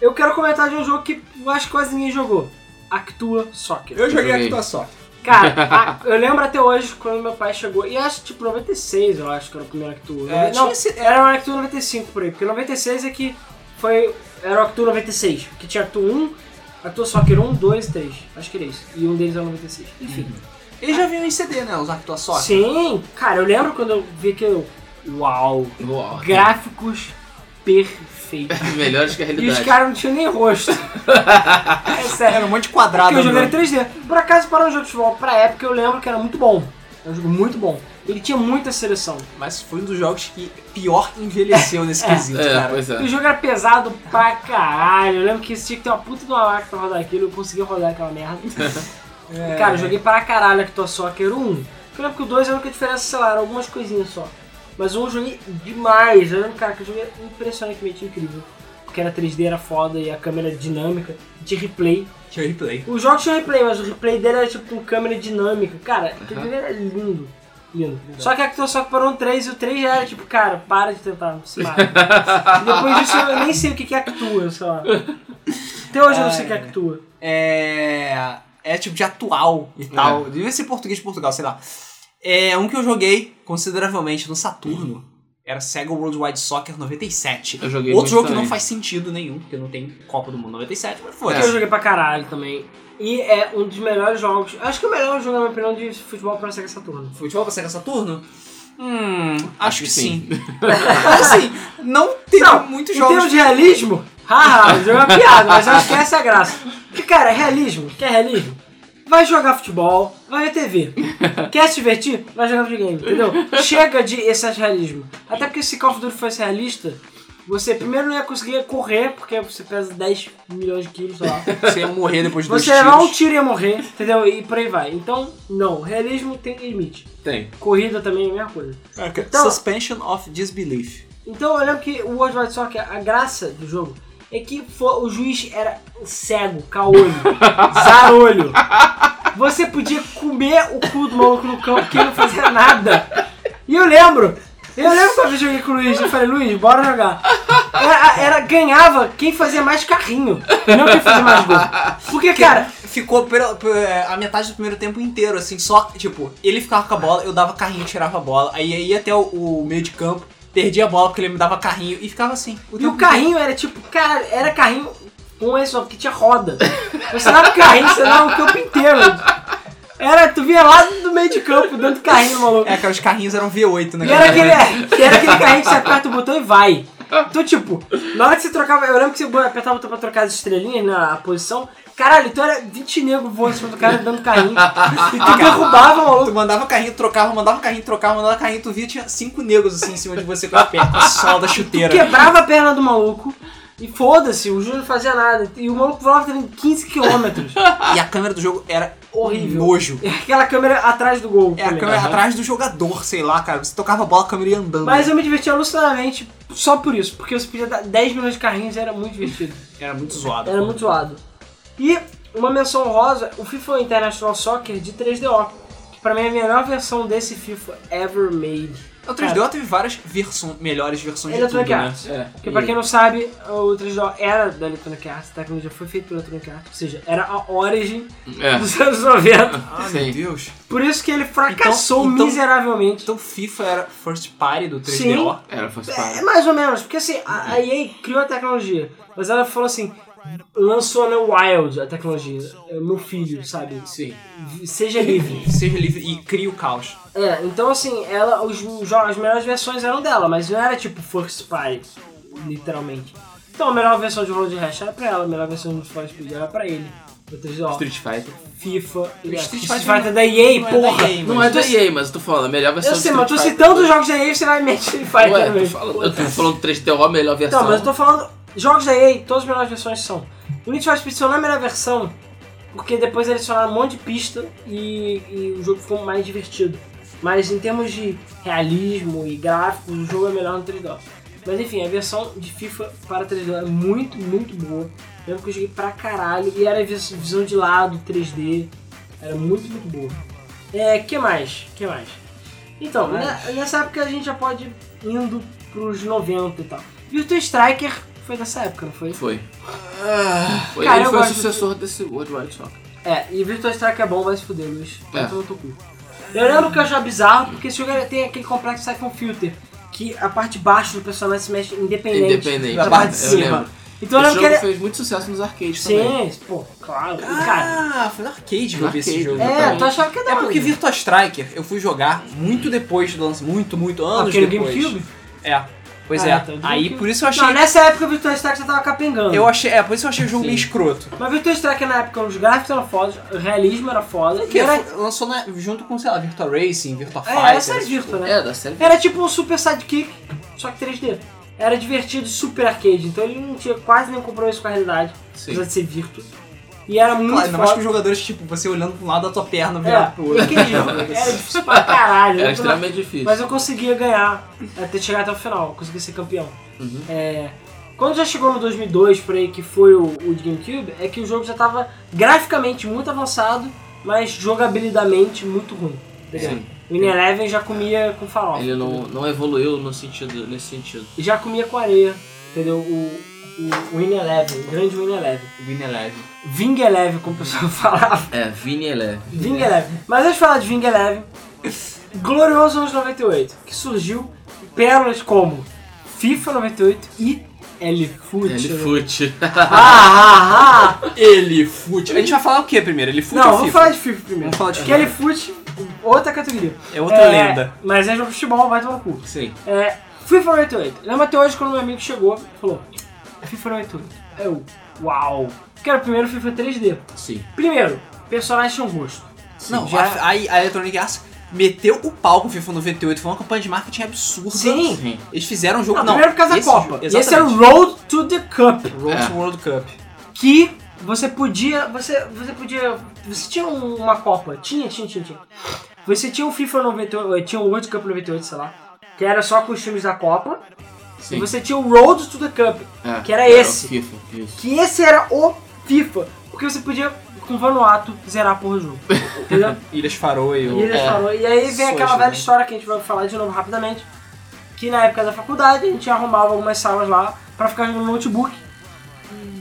eu quero comentar de um jogo que eu acho que quase ninguém jogou. Actua Soccer. Eu joguei joguei Joguei. aqui Actua tua sorte. Cara, a- eu lembro até hoje quando meu pai chegou, e acho tipo 96, eu acho que era o primeiro Actua. É, não, tinha esse- era o Actua 95 por aí, porque 96 é que foi. Era o Actua 96, que tinha Actua 1, Actua Soccer 1, 2 e 3. Acho que era isso. E um deles era o 96. Enfim. Ele já veio em CD, né? Os Actua Soccer. Sim, cara, eu lembro quando eu vi que eu. Uau! Uau. Gráficos perfeitos. Melhores que a E os realidade. caras não tinham nem rosto. é sério. Era um monte de Porque quadrado. eu joguei em andando. 3D. Por acaso, para um jogo de futebol, pra época, eu lembro que era muito bom. Era um jogo muito bom. Ele tinha muita seleção. Mas foi um dos jogos que pior envelheceu nesse quesito, É, cara. pois é. E o jogo era pesado pra caralho. Eu lembro que tinha que ter uma puta de uma máquina pra rodar aquilo. Eu consegui rodar aquela merda. E, Cara, eu joguei pra caralho Actua Soccer 1. Eu lembro que o 2 era que a diferença, sei lá, era algumas coisinhas só. Mas o 1 eu joguei demais. Eu lembro, cara, que o jogo era impressionantemente incrível. Porque era 3D, era foda e a câmera era dinâmica. Tinha replay. é. Tinha replay. O jogo tinha replay, mas o replay dele era tipo com câmera dinâmica. Cara, aquele jogo era é lindo. Lindo. Só que a Actua Soccer parou no 3 e o 3 já era tipo, cara, para de tentar, se mata. E Depois disso eu nem sei o que que é Actua, sei lá. Até hoje eu não sei o que é Actua. É. É tipo de atual e tal. Devia ser português de Portugal, sei lá. É um que eu joguei consideravelmente no Saturno. Era Sega World Wide Soccer 97. Eu joguei muito Outro jogo que também. não faz sentido nenhum, porque não tem Copa do Mundo 97, mas Que eu foda-se. joguei pra caralho também. E é um dos melhores jogos. Acho que é o melhor jogo, na minha opinião, de futebol pra Sega Saturno. Futebol pra Sega Saturno? Hum, acho, Acho que, que sim. Mas assim, não teve muitos em jogos. termos de realismo, haha, o jogo é uma piada, mas eu acho que essa é a graça. Porque, cara, realismo, quer realismo? Vai jogar futebol, vai ver TV. Quer se divertir? Vai jogar videogame, entendeu? Chega de excesso de realismo. Até porque se Call of Duty fosse realista, você primeiro não ia conseguir correr, porque você pesa 10 milhões de quilos, sei lá. Você ia morrer depois de Você dois levar um tiros. tiro e ia morrer, entendeu? E por aí vai. Então, não, realismo tem limite. Tem. Corrida também é a mesma coisa. Então- Suspension of Disbelief. Então eu lembro que o World Wide Soccer, a graça do jogo é que fo- o juiz era cego, caolho, zarolho. Você podia comer o cu do maluco no campo que ele não fazia nada. E eu lembro, eu lembro quando eu joguei com o Luiz, eu falei, Luiz, bora jogar. Era, era- ganhava quem fazia mais carrinho, não quem fazia mais gol. Porque, cara, ficou pela- pe- é, a metade do primeiro tempo inteiro, assim, só, tipo, ele ficava com a bola, eu dava carrinho, tirava a bola, aí eu ia até o, o meio de campo, perdia a bola porque ele me dava carrinho e ficava assim. E o tempo carrinho era tipo, cara, era carrinho com esse só, porque tinha roda. Você dava o carrinho, você dava o campo inteiro. Era, tu vinha lá do meio de campo, dando carrinho, inteiro. maluco. É, cara, os carrinhos eram V8, né? E cara? era aquele, e era aquele carrinho que você aperta o botão e vai. Então, tipo, na hora que você trocava, eu lembro que você apertava o botão pra trocar as estrelinhas na posição. Caralho, então era 20 negros voando em cima do cara dando carrinho. E tu derrubava, maluco. Ah, Tu mandava carrinho, trocava, mandava carrinho, trocava, mandava carrinho, tu via, tinha cinco negros assim em cima de você com a perna, com a sola da chuteira. Quebrava a perna do maluco. E foda-se, o Júnior não fazia nada. E o maluco voava também 15 quilômetros. E a câmera do jogo era Horrível. nojo. É Aquela câmera atrás do gol. tá É a também. câmera Aham. atrás do jogador, sei lá, cara. Você tocava a bola, a câmera ia andando. Mas eu me diverti alucinadamente só por isso, porque você podia dar 10 milhões de carrinhos e era muito divertido. Era muito zoado. Era muito zoado. E uma menção honrosa, o FIFA International Soccer de 3DO. Que pra mim é a melhor versão desse FIFA ever made. É O 3DO teve várias versões, melhores versões de tudo, Electronic né? Arts. É. Porque pra quem não sabe, o 3DO era da Electronic Arts, a tecnologia foi feita pela Electronic Arts, ou seja, era a origin É. dos anos 90. Ah, Sim. meu Deus. Por isso que ele fracassou Então- então- miseravelmente. Então FIFA era first party do 3DO? Sim. Era fácil É, para. mais ou menos, porque assim, a, a EA criou a tecnologia, mas ela falou assim, lançou na Wild a tecnologia, é, meu filho, sabe? Sim. Seja livre. Seja livre e cria o caos. É, então assim, ela, os, os, jo- as melhores versões eram dela, mas não era tipo First Party, literalmente. Então a melhor versão de Road Rash era pra ela, a melhor versão de Force Speed era pra ele. Outras, ó, Street Fighter. FIFA, e a- Street Street Fighter Fighter da EA, não é da porra! EA, Não é da EA, mas eu tô falando, a melhor versão Eu do sei, mas eu tô Street citando os jogos da EA e você vai meter Street Fighter. Fighter Ué, também. tô falando, eu tô falando 3DO, a melhor versão. Então, mas eu tô falando. Jogos da EA, todas as melhores versões são. O Need for Speed San não é a melhor versão Porque depois eles adicionaram um monte de pista e, e o jogo ficou mais divertido. Mas em termos de realismo e gráficos, o jogo é melhor no 3DO. Mas enfim, a versão de FIFA para 3DO é muito, muito boa. Eu lembro que eu joguei pra caralho e era vis- visão de lado, 3D. Era muito, muito boa. É, que mais? Que mais? Então, Mais? ne- nessa época a gente já pode ir indo pros 90 e tal. Virtua Striker foi dessa época, não foi? Foi. Ah, foi cara, ele eu foi o gosto sucessor desse World Wide Soccer. É, e Virtua Strike é bom, vai se fuder, Luiz. Vai É. tomar no teu cu. Eu lembro que eu achava bizarro, porque esse jogo ele tem aquele complexo Siphon Filter, que a parte de baixo do personagem se mexe independente, Independente, da parte de eu cima. lembro. Então esse eu lembro jogo que ele... fez muito sucesso nos arcades também. Sim, pô, claro. E, cara, Ah, foi no arcade que eu vi esse Arcade, jogo. é, tu achava que era É porque onde? Virtua Striker eu fui jogar muito depois do lançamento, muito, muito, anos Ah, Aquele depois. GameCube? É. Pois Ah, é. é, tá, do Aí GameCube. por isso eu achei. Não, né? nessa época o Virtua Strike já tava capengando. Eu achei. É, por isso eu achei o jogo meio escroto. Mas Virtua Strike na época os gráficos eram fodas, o realismo era foda. Porque e era... lançou na- junto com, sei lá, Virtua Racing, Virtua É, Fighter. era série essas Virtua, né? É, da série. Era tipo um Super Sidekick, só que 3D. Era divertido e super arcade, então ele não tinha quase nenhum compromisso com a realidade, Sim. apesar de ser virtual. E era muito Claro, ainda mais que os foda. jogadores, tipo, você olhando pra um lado da tua perna, É, virado pro outro. aquele jogo era difícil pra caralho. Era Eu não- extremamente difícil. Mas eu conseguia ganhar até chegar até o final, conseguia ser campeão. Uhum. É, quando já chegou no 2002, por aí, que foi o, o de GameCube, é que o jogo já tava graficamente muito avançado, mas jogabilidamente muito ruim. Entendeu? Sim. O In Eleven já comia com farofa. Ele entendeu? não, não evoluiu no sentido, nesse sentido. e já comia com areia, entendeu? O, o, o Win Eleven, o grande Win Eleven. Win Eleven. Ving Eleven, como o pessoal falava. É, Vini Eleve. Ving Eleven. Mas antes de falar de Ving Eleven, glorioso anos 98, que surgiu pérolas como FIFA 98 e L-Foot. Ele fute. Ah, ah, ah. Ele fute. A gente vai falar o que primeiro? Ele fute Não, ou vamos FIFA? falar de FIFA primeiro. Vamos falar de Porque L-Foot, outra categoria. É outra É, lenda. Mas é jogo de futebol, vai tomar no cu. Sim. É, FIFA 98. Lembro até hoje quando meu amigo chegou e falou: "É FIFA 98. Eu, uau! Porque era o primeiro FIFA 3D. Sim. Primeiro, personagem tinha um rosto. Não, já- a, a, a Electronic Arts meteu o pau com o FIFA 98, foi uma campanha de marketing absurda. Sim. Eles fizeram um jogo. Não, Não, primeiro por causa da esse Copa. jogo- E esse era o exatamente. Road to the Cup. Road É. to World Cup. Que você podia. Você, você podia. Você tinha um- uma Copa. Tinha, tinha, tinha, tinha. Você tinha o FIFA 98. Tinha o World Cup 98, sei lá. Que era só com os times da Copa. E Sim. você tinha o Road to the Cup. É, que era o esse. FIFA, isso. que esse era o FIFA, porque você podia, com Vanuatu, zerar a porra do jogo. Entendeu? Ilhas Faroe. e, ele eu- falou- e aí vem Soja, aquela velha né? história que a gente vai falar de novo rapidamente, que na época da faculdade a gente arrumava algumas salas lá pra ficar jogando notebook.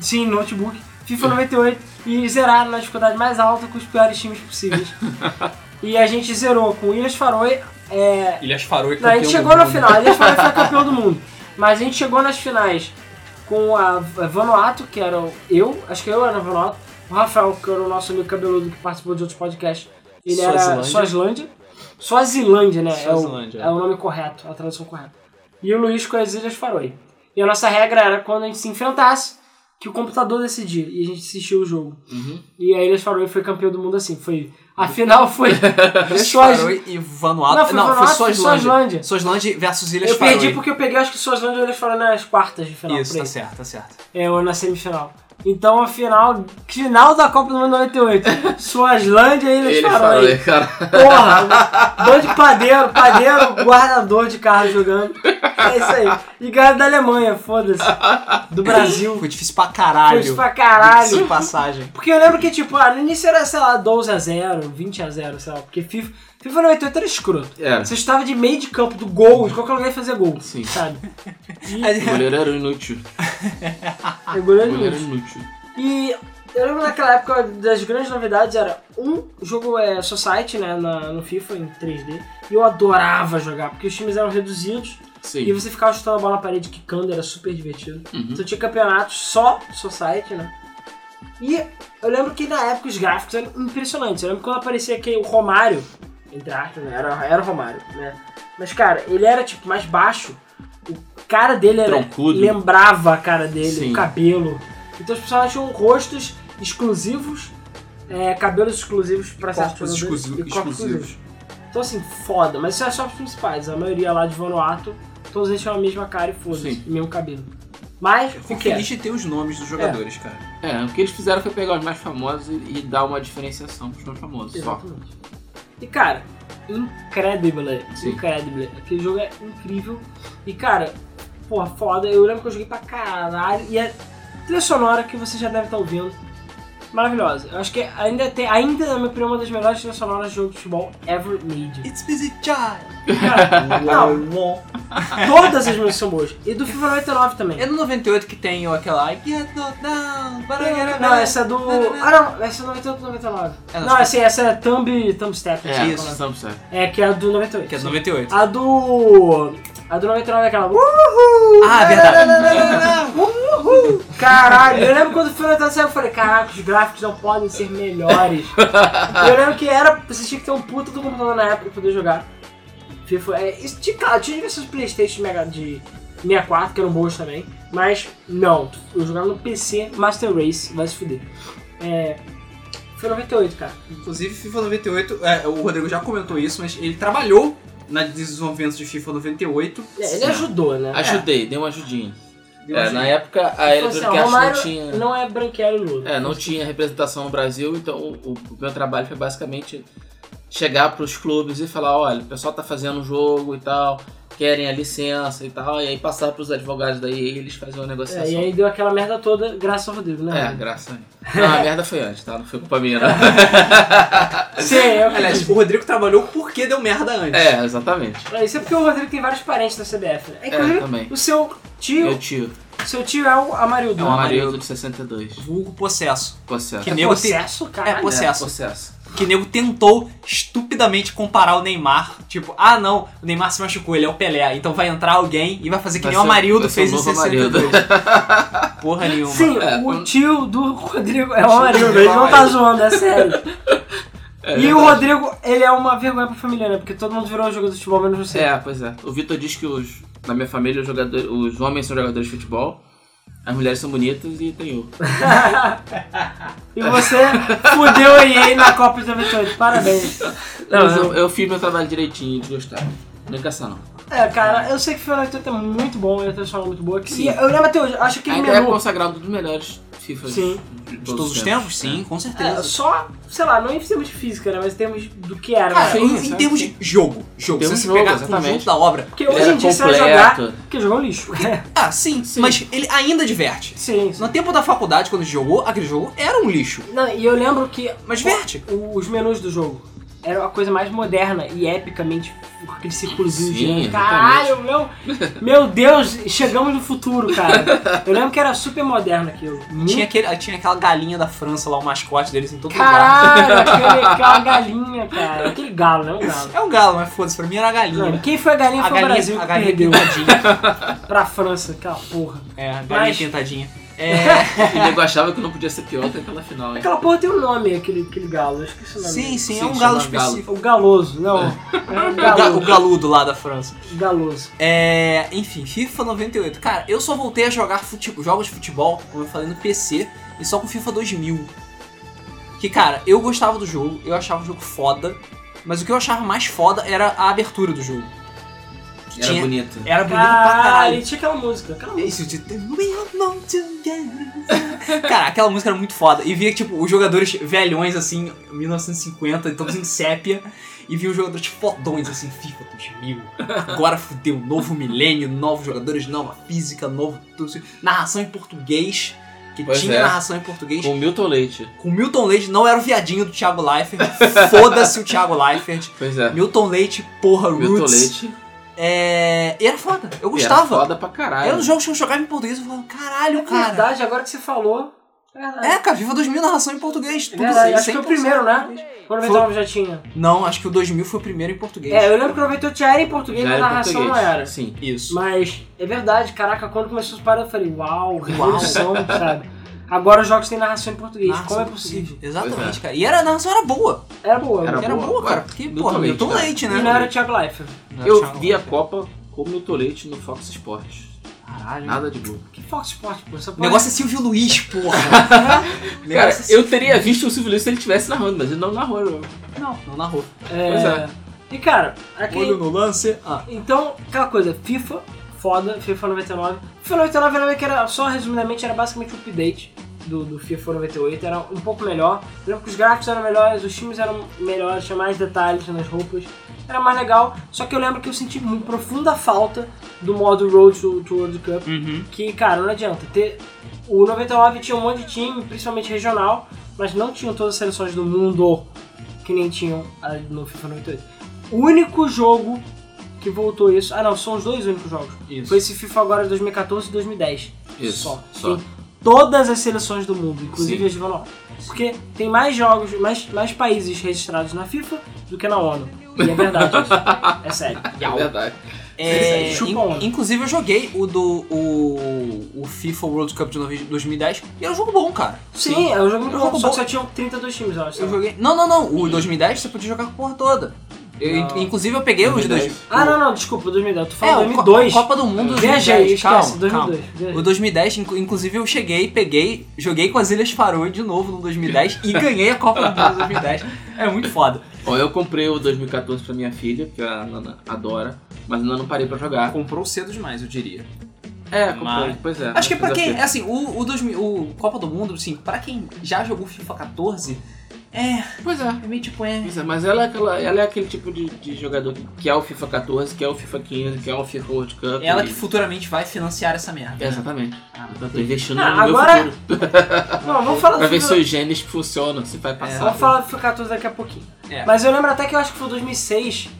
Sim, notebook. FIFA 98 e zerar na dificuldade mais alta com os piores times possíveis. e a gente zerou com Ilhas Faroe, é, Ilhas Faroe não, a gente campeão chegou do na mundo. final, a gente foi foi campeão do mundo. Mas a gente chegou nas finais com a Vanuatu, que era o- eu, acho que eu era a Vanuatu, o Rafael, que era o nosso amigo cabeludo que participou de outros podcasts, ele era Suazilândia. Suazilândia, né? É o, Suazilândia, é. é o nome correto, a tradução correta. E o Luiz com as Ilhas Faroe. E a nossa regra era quando a gente se enfrentasse, que o computador decidia e a gente assistia o jogo. Uhum. E a Ilhas Faroe foi campeão do mundo assim. Foi, a final foi Ilhas Suaz- Faroe e Vanuatu. Não, foi Vanuatu foi e Suazilândia. Suazilândia. Suazilândia versus Ilhas eu Faroe. perdi porque eu peguei, acho que Suazilândia e eles foram nas quartas de final. Isso, por tá aí. certo, tá certo. É, ou na semifinal. Então, a final, final da Copa do Mundo 98. Suazilândia e eles Ele foram falou, aí. aí, cara. Porra, bando de padeiro, padeiro, guardador de carro jogando. É isso aí. E ganharam da Alemanha, foda-se. Do Brasil. Foi difícil pra caralho. Foi isso pra caralho. Diga-se de passagem. Porque eu lembro que, tipo, ah, no início era, sei lá, 12 a 0 20 a 0 sei lá, porque FIFA, FIFA 98 era escroto. Era. Você estava de meio de campo, do gol, de qualquer lugar ia fazer gol, Sim. sabe? O goleiro era inútil. É O goleiro goleiro inútil. era inútil. E eu lembro naquela época das grandes novidades era um jogo é Society, né, na- no FIFA em 3D. E eu adorava jogar, porque os times eram reduzidos e Sim. você ficava chutando a bola na parede quicando, era super divertido. Então tinha campeonatos só Society, né? E eu lembro que na época os gráficos eram impressionantes. Eu lembro quando aparecia aquele Romário, entre aspas, né? Era, era o Romário, né? Mas, cara, ele era tipo mais baixo. O cara dele era. Troncudo. Lembrava a cara dele, Sim. o cabelo. Então os personagens tinham rostos exclusivos, é, cabelos exclusivos pra certos Corpos jogadores exclusi- e corpos exclusivos. exclusivos. Então assim, foda, mas isso é só os principais. A maioria lá de Vanuatu, todos eles tinham a mesma cara e foda-se, Sim. e mesmo cabelo. Mas, Eu o Fico que é? feliz de ter os nomes dos jogadores, cara. É, o que eles fizeram foi pegar os mais famosos e, e dar uma diferenciação pros mais famosos. Só. Exatamente. E cara, incredible. Sim. Incredible. Aquele jogo é incrível. E cara, porra, foda. Eu lembro que eu joguei pra caralho. E a trilha sonora que você já deve estar ouvindo. Maravilhosa. Eu acho que ainda tem, ainda na minha opinião, uma das melhores trilhas sonoras de jogo de futebol ever made. It's busy child. E, cara, não, Não. todas as músicas são boas. E do FIFA 99 também. É no 98 que tem aquela I get no down, but I get up. Não, essa é do. Ah não, essa é 98 99. É, não, Não, assim, essa é Thumb, Thumb Step. É, Isso. não sabe. É, que é a do 98. Que é do 98. A do. A do 99 é aquela. Uhul! Ah, verdade. Uhul! Caralho! Eu lembro quando o filme saiu, eu falei: caraca, os gráficos não podem ser melhores. eu lembro que era. Você tinha que ter um puta do computador na época pra poder jogar. FIFA. É, isso tinha, claro, tinha versões PlayStation de Mega- de 64, que eram boas também. Mas não, eu jogava no PC Master Race, vai se fuder. É. Foi 98, cara. Inclusive, FIFA 98, é, o Rodrigo já comentou isso, mas ele trabalhou na desenvolvimento de FIFA 98. É, ele ajudou, né? Ajudei, dei uma ajudinha. Deu É, ajuda. na época a Ele falou assim, Electronic ó, Arts não Romário tinha. não é branquelo e louro. É, não tinha representação no Brasil, então o, o meu trabalho foi basicamente chegar pros clubes e falar, olha, o pessoal tá fazendo um jogo e tal, querem a licença e tal, e aí passar pros advogados daí e eles faziam a negociação. É, e aí deu aquela merda toda, graças ao Rodrigo, É, né? graça. Não, a merda foi antes, tá? Não foi culpa minha, não. Sim, é eu Aliás, o Rodrigo trabalhou porque deu merda antes. É, exatamente. Isso é porque o Rodrigo tem vários parentes da CBF, né? É, Inclusive, também. o seu Meu tio, tio. seu tio é o Amarildo. É um Não, Amarildo. marido de 62. Vulgo possesso. Processo. Que é nego tem- processo, cara. É, processo. É, processo. Que nego tentou estupidamente comparar o Neymar. Tipo, ah não, o Neymar se machucou, ele é o Pelé. Então vai entrar alguém e vai fazer que Vai nem o ser- Amarildo vai ser o fez em novo Amarildo. 62. Porra nenhuma. Sim, É, o quando- tio do Rodrigo é o Amarildo, ele não tá Amarildo. zoando, é sério. É e o verdade. Rodrigo, ele é uma vergonha pra família, né? Porque todo mundo virou jogador de futebol, menos você. É, pois é. O Vitor diz que os, na minha família os, jogadores, os homens são jogadores de futebol, as mulheres são bonitas e tem eu. E você fudeu a EA na Copa de 98, parabéns. Mas eu, eu fiz meu trabalho direitinho de gostar. Não é caçar, não. É, cara, eu sei que o Final 80 é muito bom, ele tem uma história muito boa. Que, Sim. e eu lembro até hoje, acho que ele Ainda é menu. consagrado um dos melhores FIFA Sim. de De todos os tempos? Sim, com É, certeza. só, sei lá, não em termos de física, né? Mas em termos do que era. Cara, né? Ah, sim, em- em sim. termos de jogo, jogo, Tem um se você jogo, pegar o exatamente. conjunto da obra. Porque Ele hoje em era dia você vai jogar. completo. Porque jogar é um lixo. Ah, sim, Sim. mas ele ainda diverte. sim, sim. No tempo da faculdade, quando a gente jogou, aquele jogo era um lixo. Não, e eu lembro que Mas diverte. o- os menus do jogo eram a coisa mais moderna e epicamente aquele círculozinho Sim, girando. exatamente. Caralho, meu, meu Deus, chegamos no futuro, cara. Eu lembro que era super moderno aquilo. Tinha, aquele, ah, tinha aquela galinha da França lá, o mascote deles em todo lugar. Caralho, aquele, aquela galinha, cara. Aquele galo, né? Um galo. É um galo, mas foda-se, pra mim era a galinha. Não, quem foi a galinha a foi o galinha, Brasil a que galinha perdeu pintadinha. pra França, aquela porra. É, a galinha Mas- pintadinha. É, E o nego achava que não podia ser pior até aquela final, hein? Aquela porra tem um nome, aquele, aquele galo, eu esqueci o nome. sim, sim, é Sim, um galo chama galo. específico. O galoso, não. É o O, ga- o galoso. galudo lá da França. galoso. É, enfim, FIFA 98. Cara, eu só voltei a jogar fute- jogos de futebol, como eu falei, no PC, e só com FIFA 2000. Que, cara, eu gostava do jogo, eu achava o jogo foda, mas o que eu achava mais foda era a abertura do jogo. Que Era tinha- bonita. Era É bonito pra Caralho, caralho. É e tinha aquela música, aquela música. Isso de We are not together. Cara, aquela música era muito foda. E via, tipo, os jogadores velhões, assim, 1950, todos em sépia. E via os jogadores fodões, assim, FIFA 2000. Agora fudeu, novo milênio, novos jogadores, nova física, novo... tudo isso. Narração em português, que Pois tinha é. narração em português. Com o Milton Leite. Com Milton Leite, não era o viadinho do Thiago Leifert. Foda-se o Thiago Leifert. Pois é. Milton Leite, porra, Milton Roots. Leite. É... E era foda, eu e gostava. Era foda pra caralho. Era um jogo que eu jogava em português e eu falava, caralho, É cara. verdade, agora que você falou. É verdade. É, cara, Viva 2000 narração em português. É Tudo verdade, isso, acho que foi o 100%. primeiro, né? O 99 já tinha. Não, acho que o 2000 foi o primeiro em português. É, eu lembro que o 98 já era em português, Já mas a era narração português. não era. Sim. Isso. Mas é verdade, caraca, quando começou os paradas eu falei, uau, revolução, sabe? Agora os jogos têm narração em português, Narração como é em possível? português. Exatamente, cara. E era, a narração era boa. Era boa. Era é. Era, boa, boa, cara. ué. Porque, Milton porra, Leite, Milton cara. Leite, né? é E não era o Thiago Leifert. Não Eu Thiago vi a Leifert. Copa com o Milton Leite no Fox Sports. Caralho. Nada de Globo. Que Fox Sport, pô. Essa O porra- negócio é Silvio Luiz, porra. O negócio Cara, é Silvio- eu teria visto o Silvio Luiz se ele estivesse narrando, mas ele não narrou. eu- Não, não narrou. É... Pois é. E cara, aquele... no lance. Ah, Então, aquela coisa, FIFA foda, FIFA 99. FIFA 99 era meio que era, só resumidamente, era basicamente um update do, do FIFA 98, era um pouco melhor. Eu lembro que os gráficos eram melhores, os times eram melhores, tinha mais detalhes nas roupas, era mais legal. Só que eu lembro que eu senti muito profunda falta do modo Road to, to World Cup, Uhum. que, cara, não adianta. Ter... O 99 tinha um monte de time, principalmente regional, mas não tinham todas as seleções do mundo que nem tinham a- no FIFA 98. O único jogo que voltou isso. Ah, não, são os dois únicos jogos. Isso. Foi esse FIFA agora de 2014 e 2010. Isso, Só. só. Tem todas as seleções do mundo, inclusive Sim. as de Van Oort. Porque tem mais jogos, mais, mais países registrados na FIFA do que na ONU. E é verdade isso. É sério. É verdade. É, Chupa in- onda. inclusive eu joguei o do o, o FIFA World Cup de novi- 2010 e era um jogo bom, cara. Sim, é um jogo muito É um jogo bom, só bom. que só tinham 32 times, eu acho. Eu joguei. Não, não, não. O 2010 você podia jogar a porra toda. Eu, Não. inclusive eu peguei os dois. 2010. Ah, não, não, desculpa, 2010. Tu É, falou o Co- 2002. Copa do Mundo Viajei, 2010. Calma, esquece, 2002. calma. viajei. O 2010, inc- inclusive, eu cheguei, peguei, joguei com as Ilhas Faroe de novo no 2010 e ganhei a Copa do Mundo de 2010. É muito foda. Bom, eu comprei o 2014 pra minha filha, que a Nana adora, mas ainda não parei pra jogar. Comprou cedo demais, eu diria. É, comprei, Mas- pois é. Acho que pra Mas quem, eu é assim, o, o, 2000 o Copa do Mundo, assim, pra quem já jogou FIFA 14, é, fiz. Pois é. é meio tipo, é... Pois é, mas ela é, aquela, ela é aquele tipo de, de jogador que quer o FIFA 14, quer o FIFA 15, quer o FIFA World Cup. Ela e- que futuramente vai financiar essa merda. né? Exatamente. Ah, Eu tô investindo Ah, no agora- meu futuro. Não, vamos falar Pra do ver FIFA. se os genes funcionam, se vai passar. Vamos falar do FIFA 14 daqui a pouquinho. É. Mas eu lembro até que eu acho que foi 2006,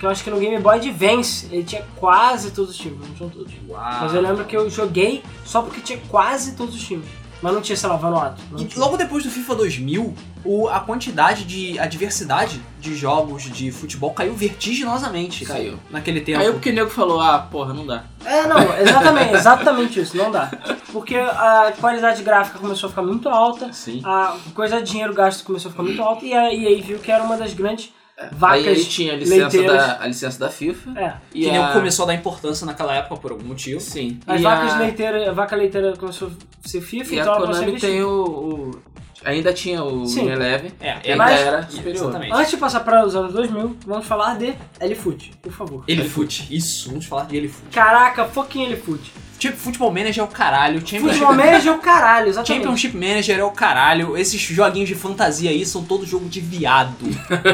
que eu acho que no Game Boy Advance ele tinha quase todos os times, não tinham todos. Uau. Mas eu lembro que eu joguei só porque tinha quase todos os times. Mas não tinha, sei lá, Vanuatu. não E tinha. logo depois do FIFA 2000, o, a quantidade de... a diversidade de jogos de futebol caiu vertiginosamente. cara, Caiu. Naquele tempo. Aí porque o nego falou, ah, porra, não dá. É, não, exatamente, exatamente isso, não dá. Porque a qualidade gráfica começou a ficar muito alta, Sim. a coisa de dinheiro gasto começou a ficar muito alta, e a EA viu que era uma das grandes vacas É. Aí ele tinha a licença, leiteiras. da, a licença da FIFA. É. E Que nem a... começou a dar importância naquela época por algum motivo. Sim. As e vacas a... leiteiras, a vaca leiteira começou a ser FIFA, E então a ela começou a Konami investir. tem o, o- Ainda tinha o Sim. Unilever. É, que ainda mais- era superior. Exatamente. Antes de passar para os anos 2000, vamos falar de Elifoot, por favor. Ele fute. Isso, vamos falar de ele fute. Caraca, fucking Elifoot. Tipo, Futebol Manager é o caralho. Championship, Futebol Manager é o caralho, exatamente. Championship Manager é o caralho. Esses joguinhos de fantasia aí são todo jogo de viado.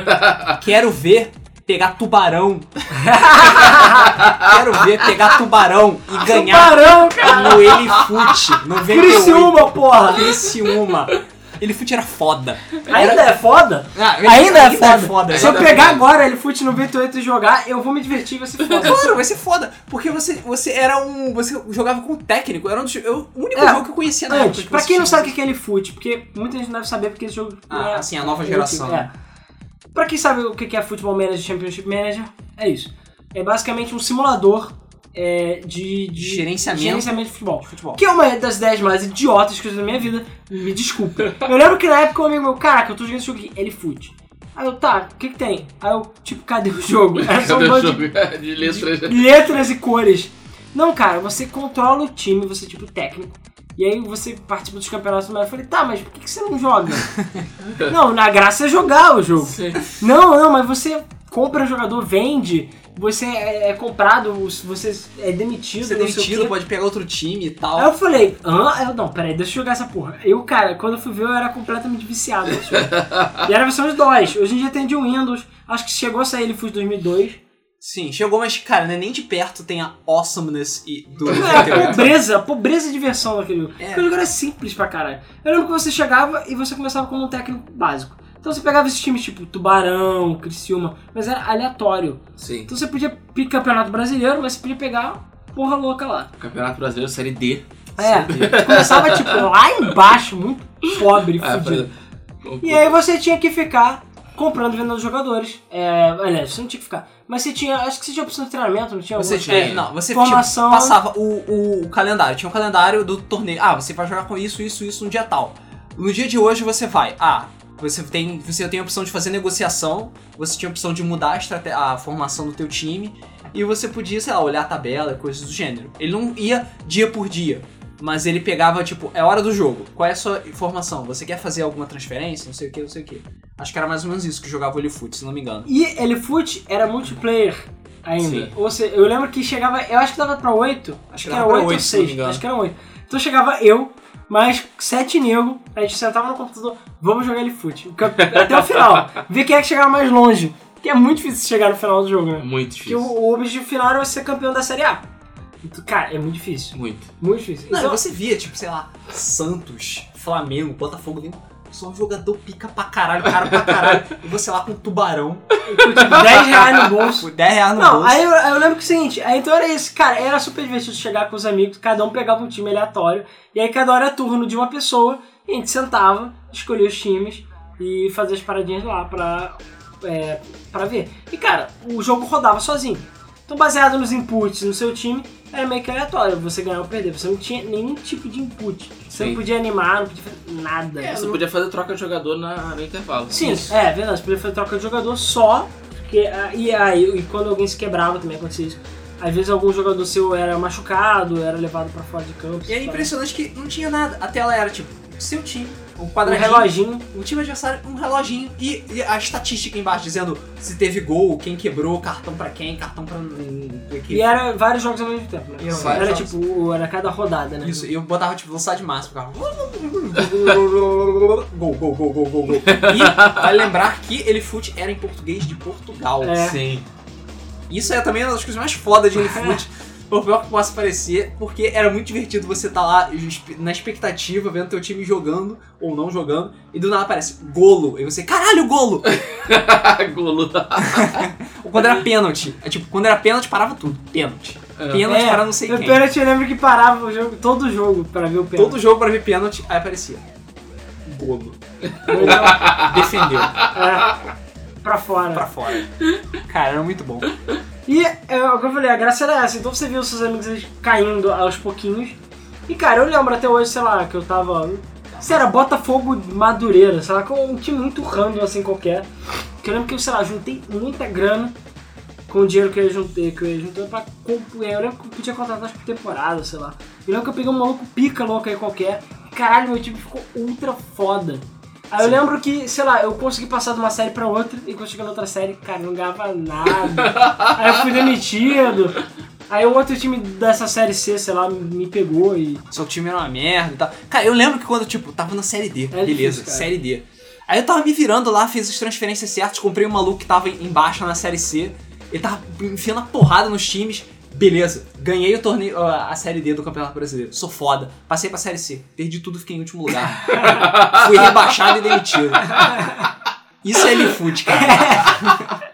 Quero ver pegar tubarão. Quero ver pegar tubarão e ganhar Tubarão, cara. no ele fute. 98. Criciúma, porra. Criciúma. Ele fute era foda. Ainda é foda? Ah, ele- Ainda é foda. Se eu Ainda é pegar foda. agora Elifoot 98 e jogar, eu vou me divertir, vai ser foda. Claro, vai ser foda. Porque você, você era um. Você jogava com o técnico. Era um dos, eu, o único É, jogo que eu conhecia na Antes, época. pra quem não sabe o que é Elifoot, porque muita gente não deve saber porque esse jogo Ah, é assim, a nova geração, É. Pra quem sabe o que é Futebol Manager e Championship Manager, é isso. É basicamente um simulador é, de, de Gerenciamento. gerenciamento de futebol. futebol. Que é uma das ideias mais idiotas que eu usei na minha vida. Me desculpa. Eu lembro que na época um amigo meu, caraca, eu tô jogando esse jogo aqui, ele fute. Aí eu, tá, o que que tem? Aí eu, tipo, cadê o jogo? Era só um Cadê o bando de jogo de letras? letras e cores. Não, cara, você controla o time, você é tipo técnico. E aí você participa dos campeonatos mas Eu falei, tá, mas por que, que você não joga? não, na graça é jogar o jogo. Sim. Não, não, mas você compra jogador, vende, você é, é comprado, você é demitido. Você é não sei o demitido, quê. É. pode pegar outro time e tal. Aí eu falei, hã? Aí eu, não, peraí, deixa eu jogar essa porra. Eu, cara, quando eu fui ver, eu era completamente viciado. nesse jogo. e era a versão de DOS. Hoje em dia tem de Windows. Acho que chegou a sair ele foi 2002. Sim, chegou, mas, cara, né, nem de perto tem a awesomeness e- do É, Nintendo. pobreza, pobreza de diversão daquele jogo. É. Porque o jogo era simples pra caralho. Eu lembro que você chegava e você começava como um técnico básico. Então você pegava esses times tipo Tubarão, Criciúma, mas era aleatório. Sim. Então você podia pegar campeonato brasileiro, mas você podia pegar porra louca lá. Campeonato Brasileiro Série D. É, começava tipo lá embaixo, muito pobre, Ah, por fudido. exemplo. E aí você tinha que ficar comprando e vendendo jogadores. É, aliás, você não tinha que ficar. Mas você tinha, acho que você tinha opção de treinamento, não tinha? Você, alguma? é, não, você tipo, Formação. passava o, o calendário. Tinha o calendário do torneio. Ah, você vai jogar com isso, isso, isso no dia tal. No dia de hoje você vai. Ah, você tem, você tem a opção de fazer negociação. Você tinha a opção de mudar a, estrate- a formação do teu time. E você podia, sei lá, olhar a tabela, coisas do gênero. Ele não ia dia por dia. Mas ele pegava, tipo, é hora do jogo. Qual é a sua formação? Você quer fazer alguma transferência? Não sei o que, não sei o que. Acho que era mais ou menos isso que jogava o Olifute, se não me engano. E Elefute era multiplayer. ainda. Sim. Ou seja, eu lembro que chegava, eu acho que dava pra 8, acho que Dava era pra 8 ou oito, se não me 6, engano. acho que era 8. Então chegava eu, mais sete nego, a gente sentava no computador, vamos jogar ele fute, O campe- até o final, ver quem é que chegava mais longe, que é muito difícil chegar no final do jogo, né? Muito Porque difícil. o, o objetivo final era você ser campeão da Série A. Então, cara, é muito difícil, Muito. muito difícil. Não, Então, você via, tipo, sei lá, Santos, Flamengo, Botafogo, Lima, só um jogador pica pra caralho, cara pra caralho, e você lá com um tubarão, tipo, 10 reais no bolso. com 10 reais no Não, bolso. aí eu, aí eu lembro que é o seguinte, aí então era isso, cara, era super divertido chegar com os amigos, cada um pegava um time aleatório, e aí cada hora era turno de uma pessoa, e a gente sentava, escolhia os times e fazia as paradinhas lá pra, é, pra ver. E cara, o jogo rodava sozinho. Então, baseado nos inputs no seu time, era meio que aleatório, você ganhar ou perder, você não tinha nenhum tipo de input. Você Sim. não podia animar, não podia fazer nada. Você Você não- podia fazer troca de jogador na, no intervalo. É, Sim, é verdade. Você podia fazer troca de jogador só. Porque, ah, e, aí e quando alguém se quebrava também acontecia isso. Às vezes algum jogador seu era machucado, era levado pra fora de campo. E era sabe? impressionante que não tinha nada. A tela era tipo, seu time, um Um quadradinho, reloginho. o time adversário, um reloginho e, e a estatística embaixo dizendo se teve gol, quem quebrou, cartão pra quem, cartão pra. E era vários jogos ao mesmo tempo, né? E eram era vários jogos. tipo, era cada rodada, né? Isso, e eu botava tipo velocidade máxima, ficava. gol, gol, gol, gol, gol, gol. E vale lembrar que ele fute era em português de Portugal. É. Sim. Isso é também uma das coisas mais fodas de Elefute. Por pior que possa parecer, porque era muito divertido você estar lá esp- na expectativa, vendo teu time jogando ou não jogando, e do nada aparece golo. E você, caralho, golo! é. Golo. Ou quando era pênalti. É tipo, quando era pênalti, parava tudo. Pênalti. Pênalti É, para não sei o quem. pênalti eu lembro que parava o jogo, todo jogo pra ver o pênalti. Todo jogo para ver pênalti, aí aparecia. Golo. Todo... Defendeu. é, pra fora. pra fora. Cara, era muito bom. E é o que eu falei, a graça era essa. Então você viu seus amigos eles caindo aos pouquinhos. E cara, eu lembro até hoje, sei lá, que eu tava. Sei era Botafogo de Madureira, sei lá, com um time muito random assim qualquer. Que eu lembro que eu, sei lá, juntei muita grana com o dinheiro que eu ia juntei, que eu ia juntando pra comp- é, Eu lembro que eu podia contratar acho que temporada, sei lá. Eu lembro que eu peguei um maluco pica louco aí qualquer. Caralho, meu time ficou ultra foda. Aí eu lembro que, sei lá, eu consegui passar de uma série pra outra e quando eu cheguei na outra série, cara, eu não ganhava nada. aí eu fui demitido. Aí um outro time dessa série C, sei lá, me pegou e. Seu time era uma merda e tal. Cara, eu lembro que quando, tipo, tava na série D, É difícil, beleza, cara. série D. Aí eu tava me virando lá, fiz as transferências certas, comprei um maluco que tava embaixo na série C. Ele tava enfiando a porrada nos times. Beleza, ganhei o torneio, a a série D do Campeonato Brasileiro. Sou foda. Passei pra série C. Perdi tudo, fiquei em último lugar. Fui rebaixado e demitido. Isso é Lifute, cara.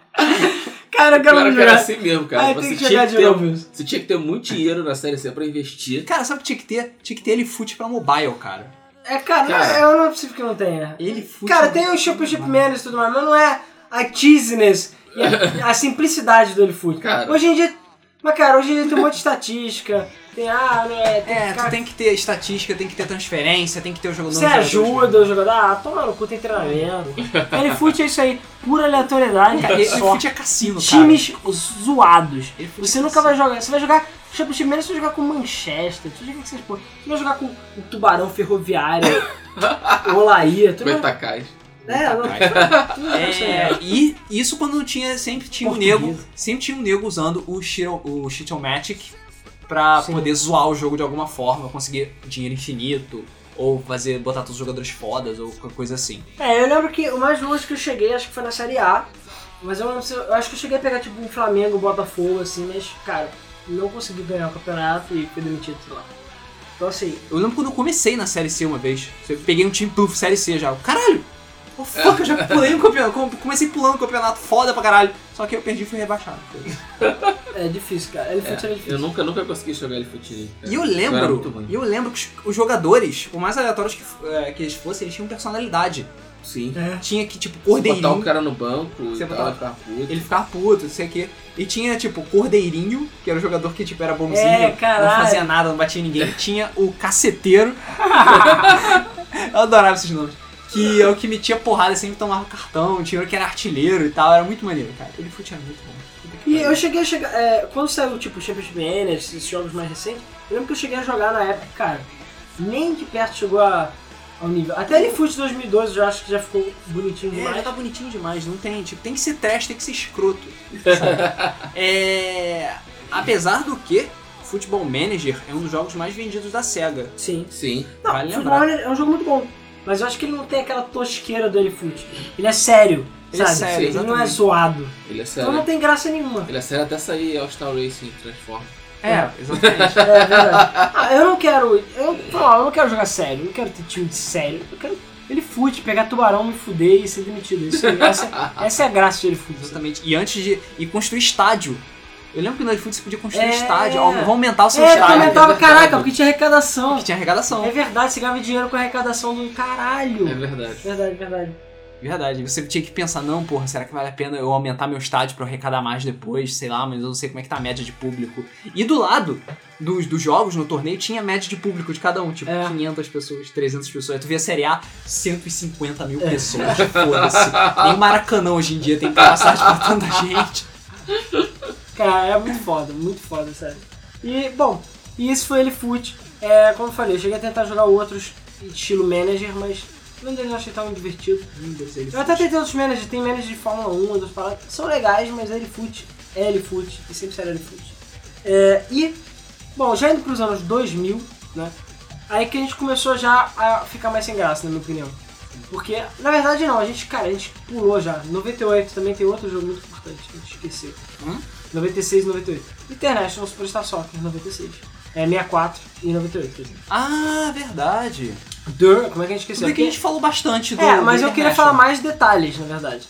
Cara, Claro eu quero que era jogar. assim mesmo, cara. Aí você, tem que tinha jogar que de ter, novo isso. você tinha que ter muito dinheiro na série C pra investir. Cara, sabe o que tinha que ter? Tinha que ter Lifute pra mobile, cara. É, cara, Cara. eu não é possível que não tenha. Ele fute. Cara, tem o Championship Manager e tudo mais, mas não é a cheesiness e a, a simplicidade do Elifoot. Cara. Hoje em dia. Mas, cara, hoje em dia tem um monte de estatística. Tem, ah, não é. Tem, É, tu cara, tem que ter estatística, tem que ter transferência, tem que ter o jogador. Você jogador- ajuda o jogador. Ah, toma no cu, tem treinamento. Elifoot é isso aí, pura aleatoriedade. Cara, esse só. fute é cassino, cara. Times zoados. Ele foi Você nunca vai jogar. Você vai jogar. Championship Manager, você vai jogar com Manchester. Você vai jogar com essas porra. Você vai jogar com o Tubarão Ferroviário. Olaia. Tu não vai- Betacais. É, não. tu não vai jogar isso aí. tá- É, e isso quando não tinha, sempre tinha um Português. nego, sempre tinha um nego usando o Shiro- o Shitomatic pra Sim. poder zoar o jogo de alguma forma, conseguir dinheiro infinito, ou fazer, botar todos os jogadores fodas, ou qualquer coisa assim. É, eu lembro que o mais longe que eu cheguei, acho que foi na Série A. Mas eu, não sei- eu acho que eu cheguei a pegar tipo um Flamengo, Botafogo, assim, mas, cara, não consegui ganhar o campeonato e fui demitido, sei lá. Então, assim, Eu lembro quando eu comecei na Série C uma vez, eu peguei um time puf, Série C já, eu, caralho! Oh, É. fuck, eu já pulei um campeonato, com- comecei pulando o campeonato foda pra caralho, só que eu perdi e fui rebaixado. é difícil, cara. Ele foi é, difícil. Eu nunca, nunca consegui jogar ele fute. E eu Eu era muito lembro, ruim. e eu lembro que os, os jogadores, por mais aleatórios que, f- eh, que eles fossem, eles tinham personalidade. Sim. É. Tinha que, tipo, Você botar o cordeirinho, cara no banco Você e botar- tal, ficar puto. ele ficava puto, não sei o quê. E tinha, tipo, cordeirinho, que era o jogador que, tipo, era bonzinho, É, não caralho. fazia nada, não batia em ninguém. Tinha o caceteiro. eu adorava esses nomes. Que é o que metia porrada, sempre tomava cartão, tinha hora que era artilheiro e tal, era muito maneiro, cara. Ele futia muito bom. Puta que E pariu. eu cheguei a chegar. é, quando saiu, tipo, Championship Manager, esses jogos mais recentes, eu lembro que eu cheguei a jogar na época, cara. Nem de perto chegou a ao nível. Até ele Foot 2012 eu acho que já ficou bonitinho É, já demais. tá bonitinho demais, não tem. Tipo, tem que ser trash, tem que ser escroto. é. Apesar do que, Football Manager é um dos jogos mais vendidos da SEGA. Sim. Sim. Não, Vale Football lembrar. Manager é um jogo muito bom. Mas eu acho que ele não tem aquela tosqueira do Elifoot. Ele é sério. Ele é sabe? sério, ele não é exatamente. zoado. Ele é Então não sério. tem graça nenhuma. Ele é sério até sair All Star Racing Transform. É, exatamente. É verdade. Ah, eu não quero. Eu, falar, eu não quero jogar sério, eu não quero ter time de sério. Eu quero ele fute, pegar tubarão, me fuder e ser demitido. Isso- essa, essa é a graça de ele fute. Exatamente. E antes de. E construir estádio. Eu lembro que no iFood você podia construir É. estádio. Ó, vamos aumentar o seu É, eu estádio. também. comentava, é verdade. caraca, porque tinha arrecadação. Porque tinha arrecadação. É verdade, você ganhava dinheiro com a arrecadação do É caralho. verdade. Verdade, verdade. Verdade. Você tinha que pensar, não, porra, será que vale a pena eu aumentar meu estádio pra eu arrecadar mais depois? Sei lá, mas eu não sei como é que tá a média de público. E do lado dos, dos jogos no torneio tinha a média de público de cada um, tipo É. 500 pessoas, 300 pessoas. Tu via a Série A, 150 mil É. pessoas. Foda-se. Nem o Maracanã hoje em dia tem passagem pra tanta gente. Cara, é muito foda, muito foda, sério. E, bom, e esse foi ele fute. É, como eu falei, eu cheguei a tentar jogar outros estilo manager, mas nenhum deles eu achei tão divertido. Eu até tentei outros managers, tem managers de Fórmula 1, outras paradas, que são legais, mas ele fute, é ele fute, e sempre será ele fute. É, e, bom, já indo pros anos 2000, né, aí que a gente começou já a ficar mais sem graça, na minha opinião. Porque, na verdade não, a gente, cara, a gente pulou já. 98 também tem outro jogo muito importante, que a gente esqueceu. Hum? 96 e 98. International Superstar Soccer, 96. É, 64 e 98, por exemplo. Ah, verdade. Dur, como é que a gente Tudo esqueceu? bem que a gente falou bastante do. É, mas do eu queria International. falar mais detalhes, na verdade.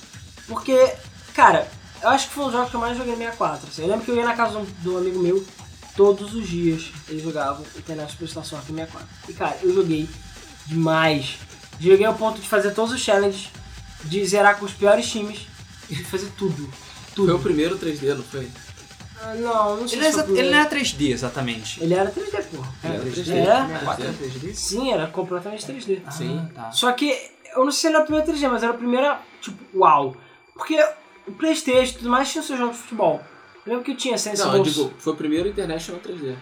Porque, cara, eu acho que foi um jogo que eu mais joguei no 64. assim. Eu lembro que eu ia na casa de um, de um amigo meu, todos os dias ele jogava Internet Superstar Soccer 64. E, cara, eu joguei demais. Joguei ao ponto de fazer todos os challenges, de zerar com os piores times, de fazer tudo. Foi Tudo. o primeiro 3D, não foi? Ah, não, não sei Ele, não se foi era- ele o não é- primeiro. era 3D exatamente. ele era 3D, porra. Ele era 3D. É? 4 era 3D? Sim, era completamente 3D. Sim. Ah, tá. Só que eu não sei se é era a primeira 3G, mas era a primeira, tipo, uau. Porque o Playstation e tudo mais tinha o seu jogo de futebol. Eu lembro que eu tinha Sensible... Não, eu digo, foi o primeiro International 3D.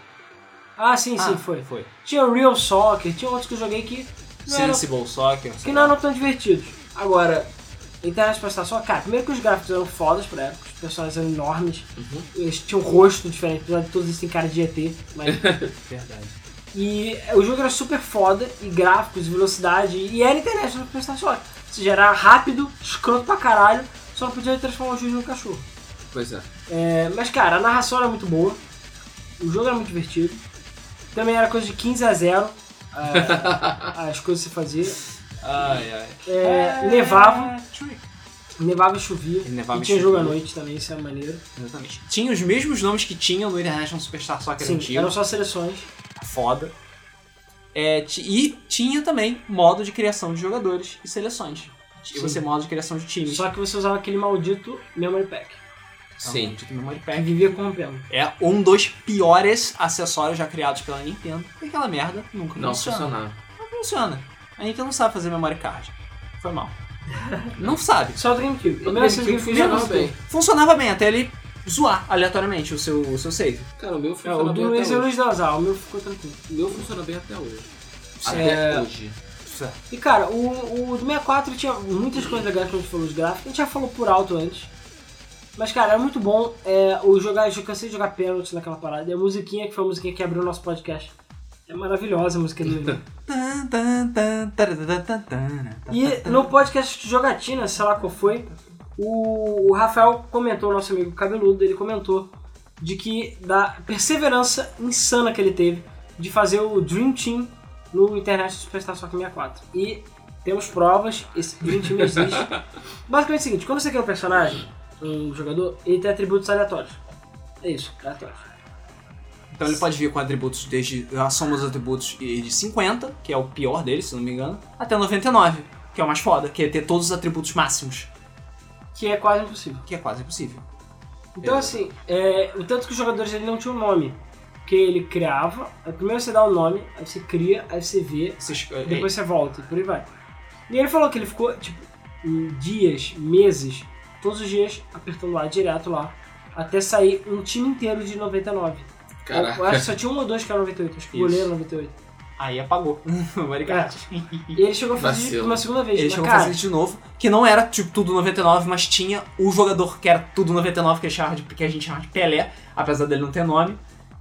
Ah, sim, Ah, sim, foi. Foi. Tinha o Real Soccer, tinha outros que eu joguei que não, eram, Sensible Soccer. que não eram tão divertidos. Agora, internet pra estar só, cara, primeiro que os gráficos eram fodas pra época, os personagens eram enormes, Uhum. eles tinham um rosto diferente, apesar de todos eles têm cara de ET, mas Verdade. E o jogo era super foda, e gráficos, e velocidade, e era internet no Playstation Soccer. Ou seja, era rápido, escroto pra caralho, só não podia transformar o juiz num cachorro. Pois é. É, mas cara, a narração era muito boa, o jogo era muito divertido, também era coisa de 15 a 0 é, as coisas que se fazia. Ai, ai. É, nevava, nevava e chovia, E nevava e e tinha jogo à chovia. noite também, isso era maneiro. Exatamente. Tinha os mesmos nomes que tinham no International Superstar Soccer Sim, antigo. eram só seleções. Foda. É, ti- e tinha também modo de criação de jogadores e seleções. E Sim. você modo de criação de times. Então, Só que você usava aquele maldito Memory Pack, Sim. Sim. Dito memory que pack. vivia corrompendo. É um dos piores acessórios já criados pela Nintendo. E aquela merda nunca Não funciona. funcionava. Não funciona. A Nintendo não sabe fazer memory card. Foi mal. não sabe. Só o DreamCube. O O meu Assassin's GameCube Creed funcionava funcionava bem. Funcionava bem até ele zoar aleatoriamente o seu, o seu save. Cara, o meu É, o funciona do bem esse até é o hoje. Luiz Nazar, o meu ficou tranquilo. O meu funciona bem até hoje. É. Até hoje. E cara, o, o do 64 tinha muitas coisas legais quando a gente falou os gráficos, a gente já falou por alto antes. Mas cara, era muito bom é, o jogar, eu cansei de jogar pênalti naquela parada. E a musiquinha, que foi a musiquinha que abriu o nosso podcast. É maravilhosa a música dele. Tan, tan, tan, tararara, tan, tan, tan, e tan, no podcast de jogatina, sei lá qual foi, o, o Rafael comentou, nosso amigo cabeludo, ele comentou de que da perseverança insana que ele teve de fazer o Dream Team no Internet Superstar Soccer 64. E temos provas, esse Dream Team existe. Basicamente é o seguinte, quando você cria um personagem, um jogador, ele tem atributos aleatórios. É isso, aleatórios. Então ele pode vir com atributos desde a soma dos atributos e- de 50, que é o pior dele, se não me engano, até 99, que é o mais foda, que é ter todos os atributos máximos, Que é quase impossível. que é quase impossível. Então, assim, é, o tanto que os jogadores ele não tinham nome. Porque ele criava, aí primeiro você dá o nome, aí você cria, aí você vê, Você esco- é- depois você volta e por aí vai. E ele falou que ele ficou, tipo, em dias, meses, todos os dias, apertando lá, direto lá, até sair um time inteiro de 99. Eu- Eu Caraca. acho que só tinha um ou dois que era 98, acho que o Isso. goleiro era 98. Aí apagou. Obrigado. E ele chegou a fazer Vacilo. uma segunda vez. Eles mas, chegou a cara, fazer isso de novo, que não era tipo tudo 99, mas tinha o jogador que era tudo 99, que, achava de, que a gente chama de Pelé, apesar dele não ter nome.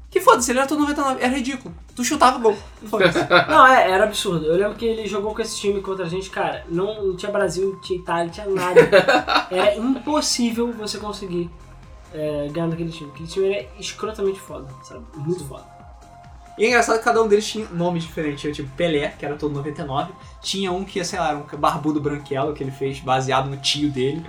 Que foda-se, ele era tudo 99, era ridículo. Tu chutava gol. Foda-se. Não, é, era absurdo. Eu lembro que ele jogou com esse time contra a gente, cara. Não, não tinha Brasil, não tinha Itália, não tinha nada. Era impossível você conseguir é, ganhar daquele time. Aquele time era escrotamente foda, sabe? Muito foda. E é engraçado que cada um deles tinha nomes diferentes. Tinha tipo Pelé, que era todo 99. Tinha um que, sei lá, era um barbudo branquelo que ele fez baseado no tio dele.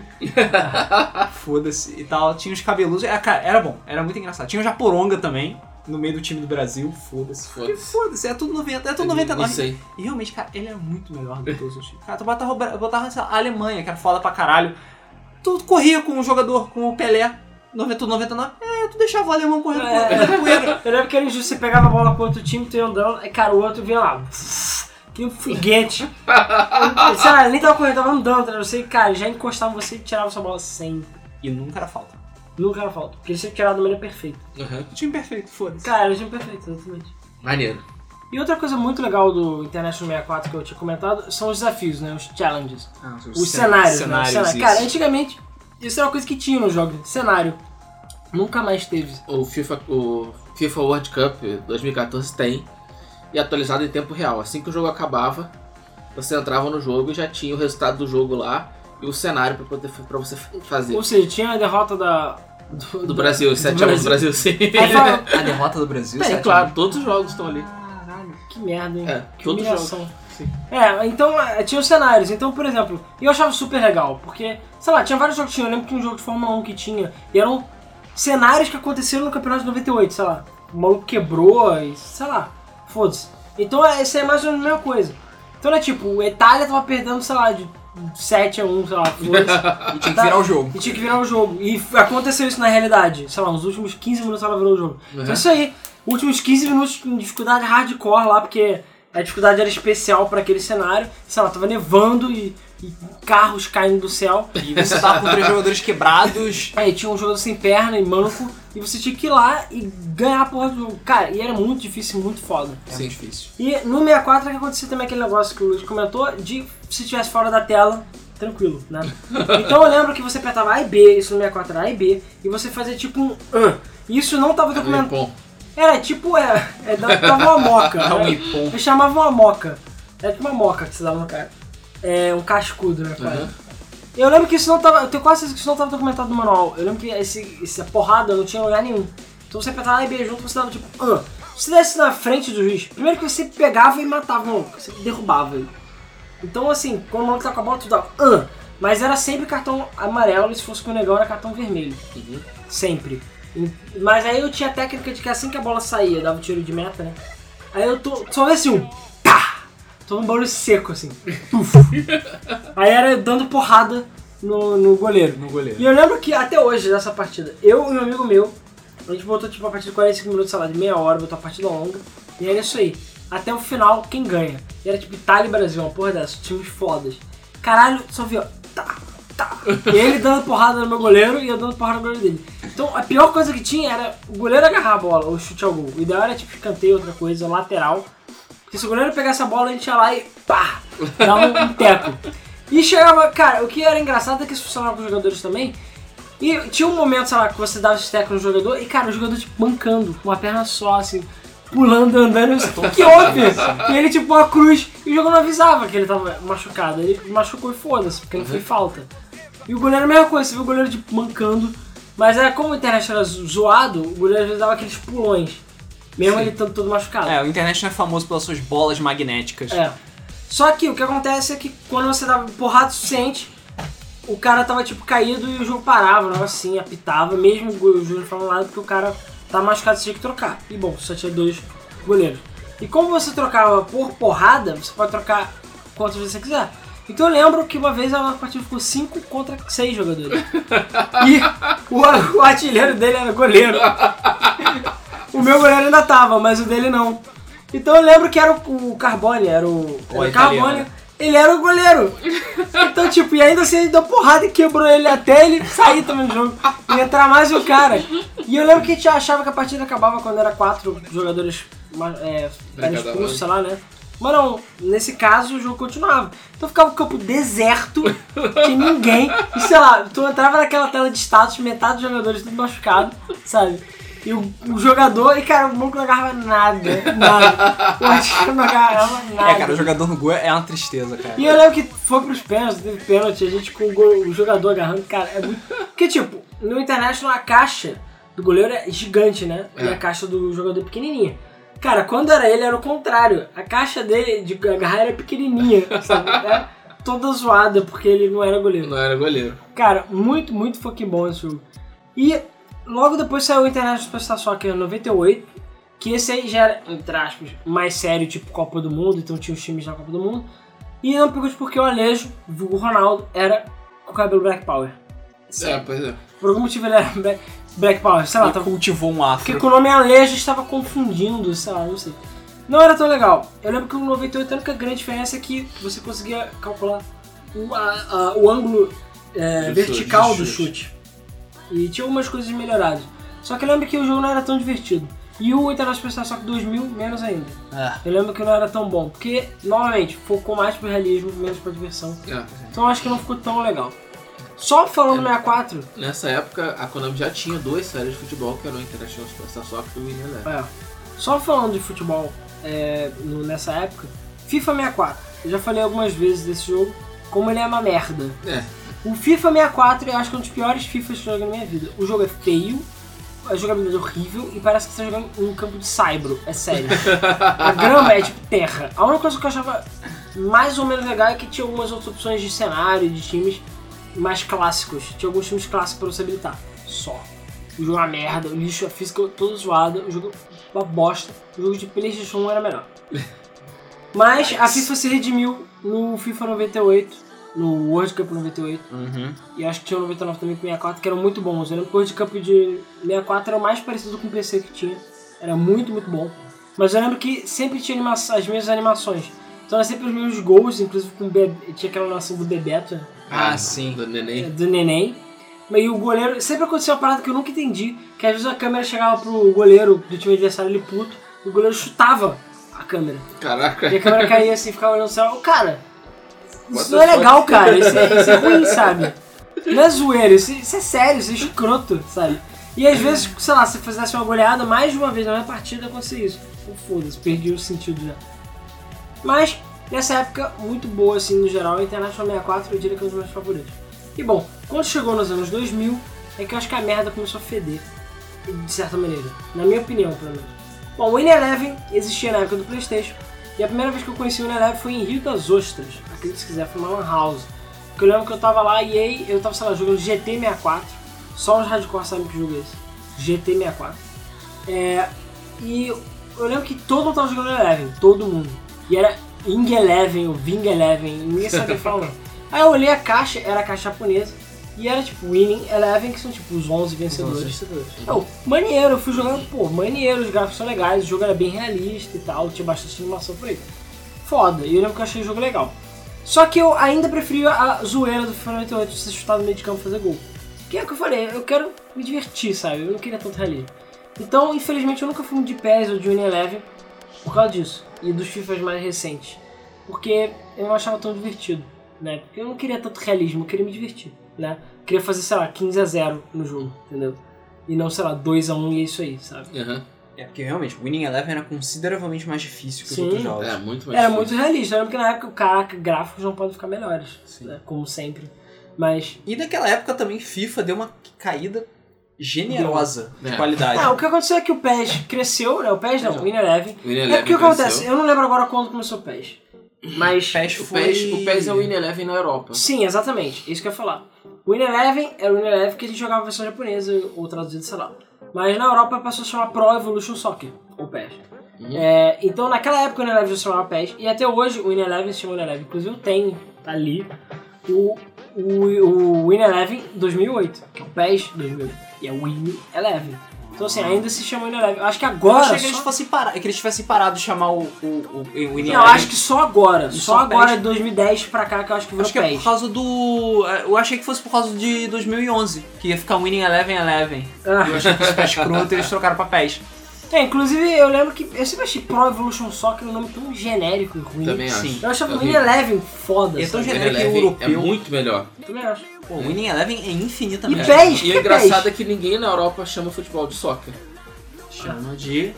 Foda-se e tal. Tinha os cabeludos. Era, cara, era bom, era muito engraçado. Tinha o Japoronga também, no meio do time do Brasil. Foda-se. Foda-se. Que Foda-se, é tudo 90, é tudo Não 99. sei. E realmente, cara, ele era muito melhor do que todos os times. Cara, tu botava, o Bra- botava sei lá, a Alemanha, que era foda pra caralho. Tu corria com o jogador, com o Pelé, 90, 99. É, tu deixava o alemão correndo É. com o poeira. Eu lembro que era injusto, você pegava a bola com outro time, tu ia andando, aí, cara, o outro vinha lá. Que um foguete. Eu, sei lá, ele nem tava correndo, tava andando, eu sei, cara, já encostava em você e tirava sua bola sempre. E nunca era falta. Nunca era falta. Porque ele sempre tirava da maneira perfeita. Uhum. Time perfeito, foda-se. Cara, era o time perfeito, exatamente. Maneiro. E outra coisa muito legal do International 64 que eu tinha comentado são os desafios, né? Os challenges. Ah, Os, cenários, né? Os cenários. Cara, antigamente, isso era uma coisa que tinha nos jogos. Cenário. Nunca mais teve. O FIFA, o FIFA World Cup 2014 tem. E atualizado em tempo real. Assim que o jogo acabava, você entrava no jogo e já tinha o resultado do jogo lá e o cenário pra, poder, pra você fazer. Ou seja, tinha a derrota da... Do Brasil, 7x1 do Brasil, sim. Aí fala, A um. derrota do Brasil, Tem, sete claro, todos os jogos estão ali. Caralho, que merda, hein? É, que todos os jogos. humilhação. Sim. É, então é, tinha os cenários. Então, por exemplo, eu achava super legal, porque, sei lá, tinha vários jogos que tinha. Eu lembro que tinha um jogo de Fórmula 1 que tinha, e eram cenários que aconteceram no campeonato de 98, sei lá. O maluco quebrou, e, sei lá, foda-se. Então, é, isso é mais ou menos a mesma coisa. Então, é tipo, a Itália tava perdendo, sei lá, de 7 a 1, sei lá, foda-se. E tinha que virar o jogo. E tinha que virar o jogo. E f- aconteceu isso na realidade. Sei lá, nos últimos 15 minutos ela virou o jogo. Uhum. Então é isso aí. Últimos 15 minutos com dificuldade hardcore lá, porque a dificuldade era especial pra aquele cenário. Sei lá, tava nevando e, e carros caindo do céu. E você tava com três jogadores quebrados. Aí tinha um jogador sem perna e manco. E você tinha que ir lá e ganhar a porra do jogo. Cara, e era muito difícil, muito foda. É Sim. difícil. E no 64 é que acontecia também aquele negócio que o Luiz comentou de se estivesse fora da tela, tranquilo, né? Então eu lembro que você apertava A e B, isso no 64 era A e B, e você fazia tipo um "Ah". E Isso não É um tava documentado. Bom, Era tipo, é, é da- dava uma moca. É Dá um né? ipom. Eu chamava uma moca. Era tipo uma moca que você dava no cara. É, um cascudo, né, cara? Uhum. Eu lembro que isso não tava. Eu tenho quase certeza que isso não tava documentado no manual. Eu lembro que esse, essa porrada não tinha lugar nenhum. Então você apertava A e B junto, você dava tipo. "Ah". Se desse na frente do juiz, primeiro que você pegava e matava o maluco, você derrubava ele. Então assim, quando o maluco tá com a bola, tu dava. "Ah". Mas era sempre cartão amarelo, e se fosse com o negão era cartão vermelho. Uhum. Sempre. Mas aí eu tinha a técnica de que assim que a bola saía, dava um tiro de meta, né? Aí eu tô, só desse um. Pá! Tô um barulho seco assim. Puf. aí era eu dando porrada no, no goleiro. No E goleiro. eu lembro que até hoje dessa partida, eu e um amigo meu, a gente botou tipo a partida de 45 minutos, sei lá, de meia hora, botou a partida longa. E era isso aí. Até o final, quem ganha? E era tipo Itália e Brasil, uma porra dessa, times fodas. Caralho, só vi, ó. Tá, tá. E ele dando porrada no meu goleiro e eu dando porrada no goleiro dele. Então a pior coisa que tinha era o goleiro agarrar a bola ou chute ao gol. O ideal era tipo escanteio, outra coisa, lateral. Porque se o goleiro pegasse a bola, a gente ia lá e pá! Dava um, um teco. E chegava, cara, o que era engraçado é que isso funcionava com os jogadores também. E tinha um momento, sei lá, que você dava esse teco no jogador e, cara, o jogador, tipo, mancando, com uma perna só, assim, pulando, andando, eu disse, que houve? E ele, tipo, uma cruz, e o jogador não avisava que ele tava machucado. Ele machucou e foda-se, porque não foi falta. E o goleiro, a mesma coisa, você viu o goleiro, tipo, mancando. Mas era como o internet era zo- zoado, o goleiro às vezes dava aqueles pulões, mesmo ele estando todo machucado. É, o internet é famoso pelas suas bolas magnéticas. É. Só que o que acontece é que quando você dava porrada o suficiente, o cara tava tipo caído e o jogo parava, não assim, apitava, mesmo o Júnior falando nada, porque o cara tá machucado, você tinha que trocar. E bom, só tinha dois goleiros. E como você trocava por porrada, você pode trocar quantas vezes você quiser. Então eu lembro que uma vez a nossa partida ficou 5 contra 6 jogadores. E o, o artilheiro dele era goleiro. O meu goleiro ainda tava, mas o dele não. Então eu lembro que era o, o Carbone, era o, O era o italiano. né? Carbone. Ele era o goleiro. Então, tipo, e ainda assim ele deu porrada e quebrou ele até ele sair também do jogo. um E entrar mais o cara. E eu lembro que a gente achava que a partida acabava quando era quatro jogadores uma, é, era Brincada, expulso, né? sei lá, né? Mas não, nesse caso o jogo continuava. Então ficava o campo deserto, tinha ninguém. E sei lá, tu entrava naquela tela de status, metade dos jogadores tudo machucado, sabe? E o, o jogador, e cara, o Monk não agarrava nada, nada. O Atila não agarrava nada. É, cara, o jogador no gol é uma tristeza, cara. E eu lembro que foi pros pênaltis, teve pênalti, a gente com o, gol- o jogador agarrando, cara, é muito... Porque, tipo, no International a caixa do goleiro é gigante, né? E É. a caixa do jogador é pequenininha. Cara, quando era ele, era o contrário. A caixa dele de agarrar era pequenininha, sabe? Era toda zoada, porque ele não era goleiro. Não era goleiro. Cara, muito, muito fucking bom esse jogo. E logo depois saiu o International Superstar Soccer 98, que esse aí já era, entre aspas, mais sério, tipo Copa do Mundo, então tinha os times da Copa do Mundo. E não me pergunte porque o Alejo, o Ronaldo, era com o cabelo Black Power. É, pois é. Por algum motivo ele era Black- Black Power, sei lá, Ele tava cultivou um afro. porque com o nome Alejo estava confundindo, sei lá, não sei. Não era tão legal. Eu lembro que o 98 a única grande diferença é que você conseguia calcular o, a- a- o ângulo é, Do vertical chute, do do chute. E tinha algumas coisas melhoradas. Só que eu lembro que o jogo não era tão divertido. E o International Superstar Soccer 2000, menos ainda. É. Eu lembro que não era tão bom. Porque, novamente, focou mais pro realismo, menos pra diversão. É. Então eu acho que não ficou tão legal. Só falando 64, Nessa época, a Konami já tinha duas séries de futebol, que eram o International Superstar Soccer e o Winning Eleven. É. Só falando de futebol é, no- nessa época, FIFA 64. Eu já falei algumas vezes desse jogo, como ele é uma merda. É, O FIFA 64 eu acho que é um dos piores FIFAs que eu joguei na minha vida. O jogo é feio, a jogabilidade é horrível e parece que você está jogando em um campo de saibro, é sério. a grama é tipo terra. A única coisa que eu achava mais ou menos legal é que tinha algumas outras opções de cenário, de times mais clássicos. Tinha alguns times clássicos pra você habilitar. Só. O jogo é uma merda, o lixo, a física toda zoada, o jogo é uma bosta. O jogo de Playstation 1 era melhor. Mas a FIFA se redimiu no FIFA 98, no World Cup 98. Uhum. E acho que tinha o 99 também com 64, que eram muito bons. Eu lembro que o World Cup de 64 era o mais parecido com o PC que tinha. Era muito, muito bom. Mas eu lembro que sempre tinha anima- as mesmas animações. Então era sempre os mesmos gols, inclusive com o Be- tinha aquela animação do Bebeto, né? Ah, sim. do É, neném. do Neném. Mas E o goleiro, sempre acontecia uma parada que eu nunca entendi, que às vezes a câmera chegava pro goleiro do time adversário, ele puto, e o goleiro chutava a câmera. Caraca. E a câmera caía assim, ficava olhando o céu. Cara, What isso the não é fuck? legal, cara. Isso é, isso é ruim, sabe? Não é zoeiro, isso, isso é sério, isso é escroto, sabe? E às vezes, sei lá, se fizesse uma goleada mais de uma vez na minha partida, acontecia isso. Pô, Foda-se, perdi o sentido já. Mas, nessa época, muito boa, assim, no geral, a International 64 eu diria que é um dos meus favoritos. E bom, quando chegou nos anos 2000, é que eu acho que a merda começou a feder. De certa maneira. Na minha opinião, pelo menos. Bom, o Win Eleven existia na época do Playstation. E a primeira vez que eu conheci o Win Eleven foi em Rio das Ostras. Acredite se quiser, foi uma lan house. Porque eu lembro que eu tava lá e aí eu tava, sei lá, jogando GT 64. Só os hardcore sabem que jogo é esse. GT 64. É, e eu lembro que todo mundo tava jogando Eleven, todo mundo. E era Ing Eleven ou Ving Eleven, ninguém sabia falar. o nome. Aí eu olhei a caixa, era a caixa japonesa, e era tipo Winning Eleven, que são tipo os 11 vencedores. Eu, maneiro, eu fui jogando, pô, maneiro, os gráficos são legais, o jogo era bem realista e tal, tinha bastante animação por aí. Foda, e eu lembro que eu achei o jogo legal. Só que eu ainda preferia a zoeira do FIFA 98 de você chutar no meio de campo e fazer gol. Que é o que eu falei, eu quero me divertir, sabe? Eu não queria tanto realismo. Então, infelizmente, eu nunca fui de PES ou de Unilever por causa disso. E dos FIFAs mais recentes. Porque eu não achava tão divertido, né? Porque eu não queria tanto realismo, eu queria me divertir, né? Eu queria fazer, sei lá, 15 a 0 no jogo, entendeu? E não, sei lá, 2 a 1 e é isso aí, sabe? Aham. É porque realmente, Winning Eleven era consideravelmente mais difícil que os Sim. outros jogos. É, muito mais Era difícil. muito realista, eu lembro que na época, caraca, gráficos não podem ficar melhores, Sim. né? como sempre. Mas E naquela época também FIFA deu uma caída generosa de É. qualidade. Ah, o que aconteceu é que o PES cresceu, né? O PES não, o Wineleven. O Winning É Eleven porque o que cresceu. acontece? Eu não lembro agora quando começou o PES. Mas. PES O foi... PES, o PES é o Winning Eleven na Europa. Sim, exatamente. Isso que eu ia falar. O Wineleven era o Wineleven que a gente jogava a versão japonesa ou traduzida, sei lá. Mas na Europa passou a se chamar Pro Evolution Soccer, ou PES. Uhum. É, então naquela época o Wineleven já se chamava PES. E até hoje o Wineleven se chama Wineleven. Inclusive eu tenho ali o, o, o Wineleven 2008, que é o PES 2008. E é o Wineleven. Então assim, ainda se chama Wineleven. Eu acho que Eu agora... achei que só- eles, fossem parar, que eles tivessem parado de chamar o, o, o, o Winning Não, eu Eleven. acho que só agora. Só, só agora, PES. de 2010 pra cá, que eu acho que virou Acho que é PES. por causa do. é, Eu achei que fosse por causa de 2011, que ia ficar Winning Eleven Eleven. Ah, Eu achei que isso ficar escroto e eles trocaram papéis. É, inclusive eu lembro que eu sempre achei Pro Evolution Soccer um nome tão genérico e ruim. Uhum. Também Sim. acho. Eu achava o horrível. Win Eleven foda. E é tão sabe? Winning genérico Eleven europeu. É muito melhor. Também acho. Pô, o Winning Eleven é E infinitamente. pé- PES, É, e que o engraçado PES? é que ninguém na Europa chama futebol de soccer. Chama de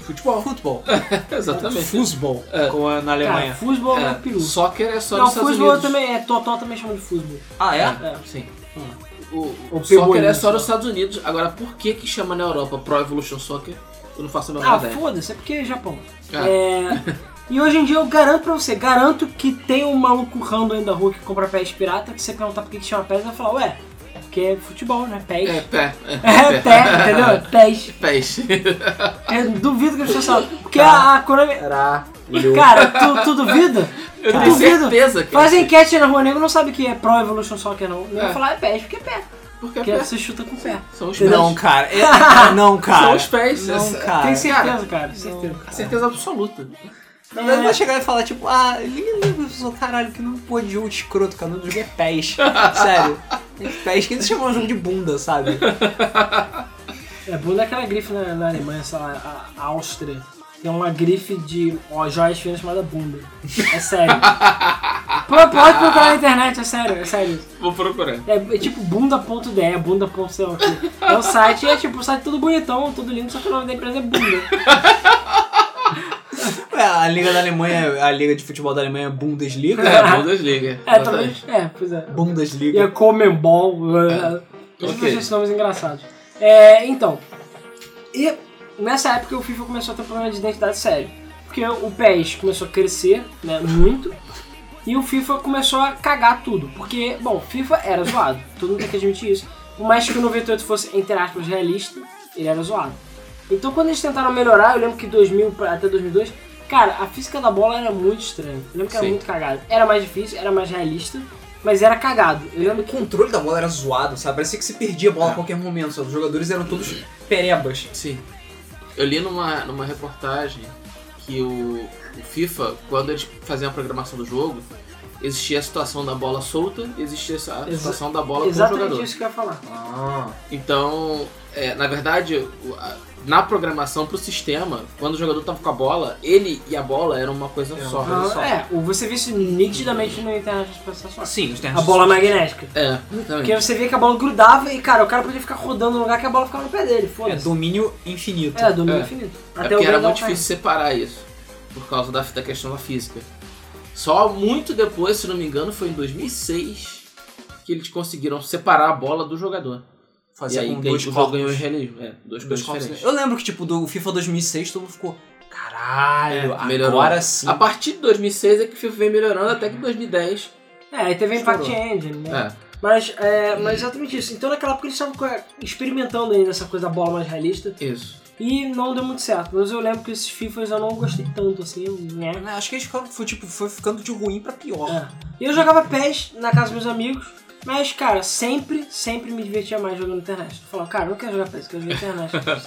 Futebol. futebol. Exatamente. Futebol. É. Como é na Cara, Alemanha. futebol é, É, peru. Soccer é só Não, nos Estados futebol Unidos. eu também é. Totó também chama de futebol. Ah, é? É. Sim. O, O o pegou soccer é isso. só nos Estados Unidos. Agora, por que que chama na Europa Pro Evolution Soccer? Eu não faço a menor Ah, ideia. foda-se, é porque é Japão. Ah. É, e hoje em dia eu garanto pra você, garanto que tem um maluco random aí da rua que compra pés pirata, que você perguntar por que que chama pés, ele vai falar, ué, é porque é futebol, né? Pés. É, É, pé. pé, entendeu? É Pés. Pés. Eu duvido que a pessoa saiba. Porque Tá. a, a Konami. Cara, tu, tu duvida? Eu Tu tenho duvida? certeza que Faz é enquete aí na rua negra, não sabe que é Pro Evolution Soccer, não. Não vai É. falar é pés, porque é pé. Porque é Porque pé. você chuta com o pé. São os Não, pés. cara. É- não, cara. São os pés. Não, Essa- cara. Tem cara, certeza, cara. Certeza. A certeza absoluta. Na verdade, vai chegar e falar, tipo, ah, lindo, pessoal, caralho, que não pôde jogo de escroto, cara, o nome do jogo é pés. Sério. É Pés, que eles chamam de jogo de bunda, sabe? É bunda é aquela grife na, na Alemanha, sei lá, a, a Áustria. Tem uma grife de ó, joias finas chamada bunda. É sério. Pô, pode procurar na internet, é sério, é sério. Vou procurar. É, é tipo bunda.de, bunda. ponto sei lá o quê. É o site, é tipo, o site todo bonitão, todo lindo, só que o nome da empresa é bunda. Ué, a Liga da Alemanha, a Liga de Futebol da Alemanha é Bundesliga. né? É, Bundesliga. É, Exatamente. talvez. É, pois é. E Bundesliga. é Comembol. É. Eu Ok. okay. esses nomes engraçados. É, então. E nessa época o FIFA começou a ter problema de identidade sério. Porque o PES começou a crescer, né, muito. E o FIFA começou a cagar tudo. Porque, bom, FIFA era zoado. Todo mundo tem que admitir isso. Por mais que o 98 fosse, entre aspas, realista, ele era zoado. Então quando eles tentaram melhorar, eu lembro que 2000 pra- até 2002, cara, a física da bola era muito estranha. Eu lembro que era Sim. muito cagado. Era mais difícil, era mais realista, mas era cagado. Eu lembro O controle da bola era zoado, sabe? Parecia que se perdia a bola a qualquer momento, sabe? Os jogadores eram todos perebas. Sim. Eu li numa, numa reportagem que o, o FIFA, quando eles faziam a programação do jogo, existia a situação da bola solta e existia a Exa- situação da bola com o Exatamente jogador. isso que eu ia falar. Ah. Então, é, na verdade, o- a- na programação pro sistema, quando o jogador tava com a bola, ele e a bola eram uma coisa É, só. uma coisa Ah, é, o- você vê isso nitidamente no Internet das Prestações. Sim, Assim, os termos. A bola magnética. É, exatamente. Porque você vê que a bola grudava e, cara, o cara podia ficar rodando no lugar que a bola ficava no pé dele. É Foda-se. domínio infinito. É, domínio É. infinito. É porque era grandão tá muito cair. difícil separar isso, por causa da, da questão da física. Só muito depois, se não me engano, foi em 2006 que eles conseguiram separar a bola do jogador. Fazia e aí com ganhou- dois o corpos. jogo ganhou o realismo. É, Dois dois coisas corpos. diferentes. Eu lembro que, tipo, do FIFA 2006, todo mundo ficou, caralho, É, melhorou. agora sim. Uhum. A partir de 2006 é que o FIFA vem melhorando até que em 2010. É, aí teve a Impact Estourou. Engine, né? É, Mas, é, mas exatamente isso. Então naquela época eles estavam co- experimentando ainda essa coisa da bola mais realista. isso. E não deu muito certo. Mas eu lembro que esses FIFAs eu não gostei tanto, assim, né? Né, Acho que eles ficaram, foi, tipo, foi ficando de ruim pra pior. É. E eu jogava PES na casa dos meus amigos, mas, cara, sempre, sempre me divertia mais jogando internet. Eu falava, cara, eu não quero jogar PES, eu quero jogar internet.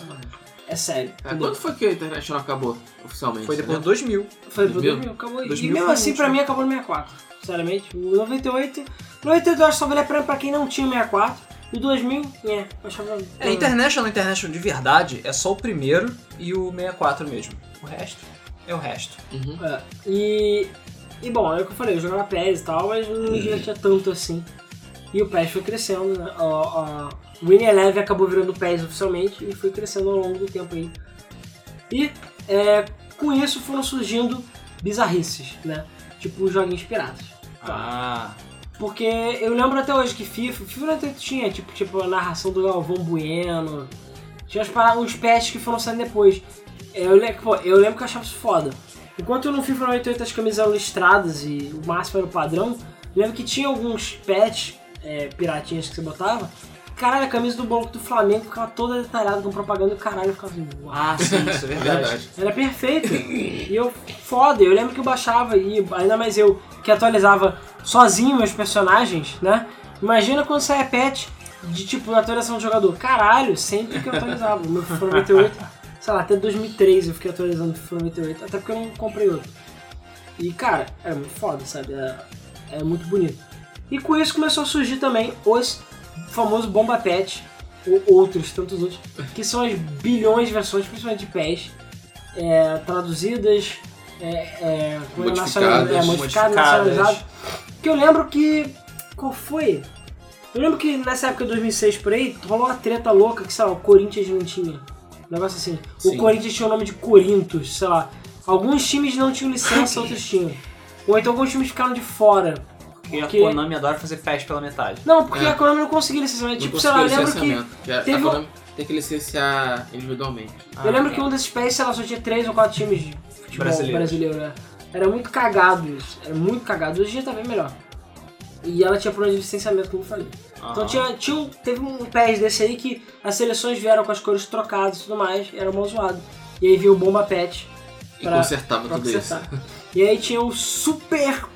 é sério. É, entendeu? quando foi que a internet não acabou oficialmente? Foi depois né? de 2000. Foi pro 2000? 2000, acabou. 2000 e mesmo foi o assim, pra último. mim, acabou no 64. Sinceramente, o 98... 98 eu acho que só valia a pena pra quem não tinha 64. E o 2000, é, eu achava... É, International, International de verdade é só o primeiro e o 64 mesmo. O resto é o resto. Uhum. É. E, e bom, é o que eu falei, eu jogava PES e tal, mas não me divertia tanto assim. E o PES foi crescendo, né? O, o Winning Eleven acabou virando PES oficialmente e foi crescendo ao longo do tempo aí. E é, com isso foram surgindo bizarrices, né? Tipo joguinhos piratas. Ah. Porque eu lembro até hoje que FIFA, FIFA não até tinha, tipo, tipo a narração do Galvão Bueno, tinha uns, para, uns patches que foram saindo depois. É, Eu, le- pô, eu lembro que eu achava isso foda. Enquanto no FIFA 98 as camisas eram listradas e o máximo era o padrão, eu lembro que tinha alguns patches é, piratinhas que você botava. Caralho, a camisa do banco do Flamengo ficava toda detalhada com propaganda e o caralho eu ficava assim, uau. Ah, sim, isso é verdade. Verdade. Era perfeito. E eu, foda, eu lembro que eu baixava e ainda mais eu que atualizava sozinho meus personagens, né? Imagina quando sai a patch de tipo atualização do jogador. Caralho, sempre que eu atualizava. O meu FIFA 98, sei lá, até 2003 eu fiquei atualizando o FIFA 98, até porque eu não comprei outro. E cara, era muito foda, sabe? É, Era, era muito bonito. E com isso começou a surgir também os famosos bomba patch, ou outros, tantos outros, que são as bilhões de versões, principalmente de PES, é, traduzidas, é, é, como é, nacional- é, Modificadas, modificadas, modificadas. nacionalizadas. Que eu lembro que. Qual foi? Eu lembro que nessa época de 2006 por aí, rolou uma treta louca que, sei lá, o Corinthians não tinha. Um negócio assim. Sim. O Corinthians tinha o nome de Corintos, sei lá. Alguns times não tinham licença, outros tinham. Ou então alguns times ficaram de fora. Porque, Porque- a Konami adora fazer fest pela metade. Não, porque É. a Konami não conseguia licenciamento. Não Tipo, sei lá, conseguiu eu lembro que licenciamento. que a- teve a um- Konami tem que licenciar individualmente. Eu Ah, lembro que um desses pés, sei lá, só tinha três ou quatro times de futebol Brasileiros. brasileiro, né? Era muito cagado isso. Era muito cagado. Hoje em dia tá bem melhor. E ela tinha problema de licenciamento, como eu falei. Ah, Então tinha, tinha um- teve um pés desse aí que as seleções vieram com as cores trocadas e tudo mais, era mal zoado. E aí veio o Bomba Pet E pra, consertava pra tudo isso. consertar. E aí tinha o Super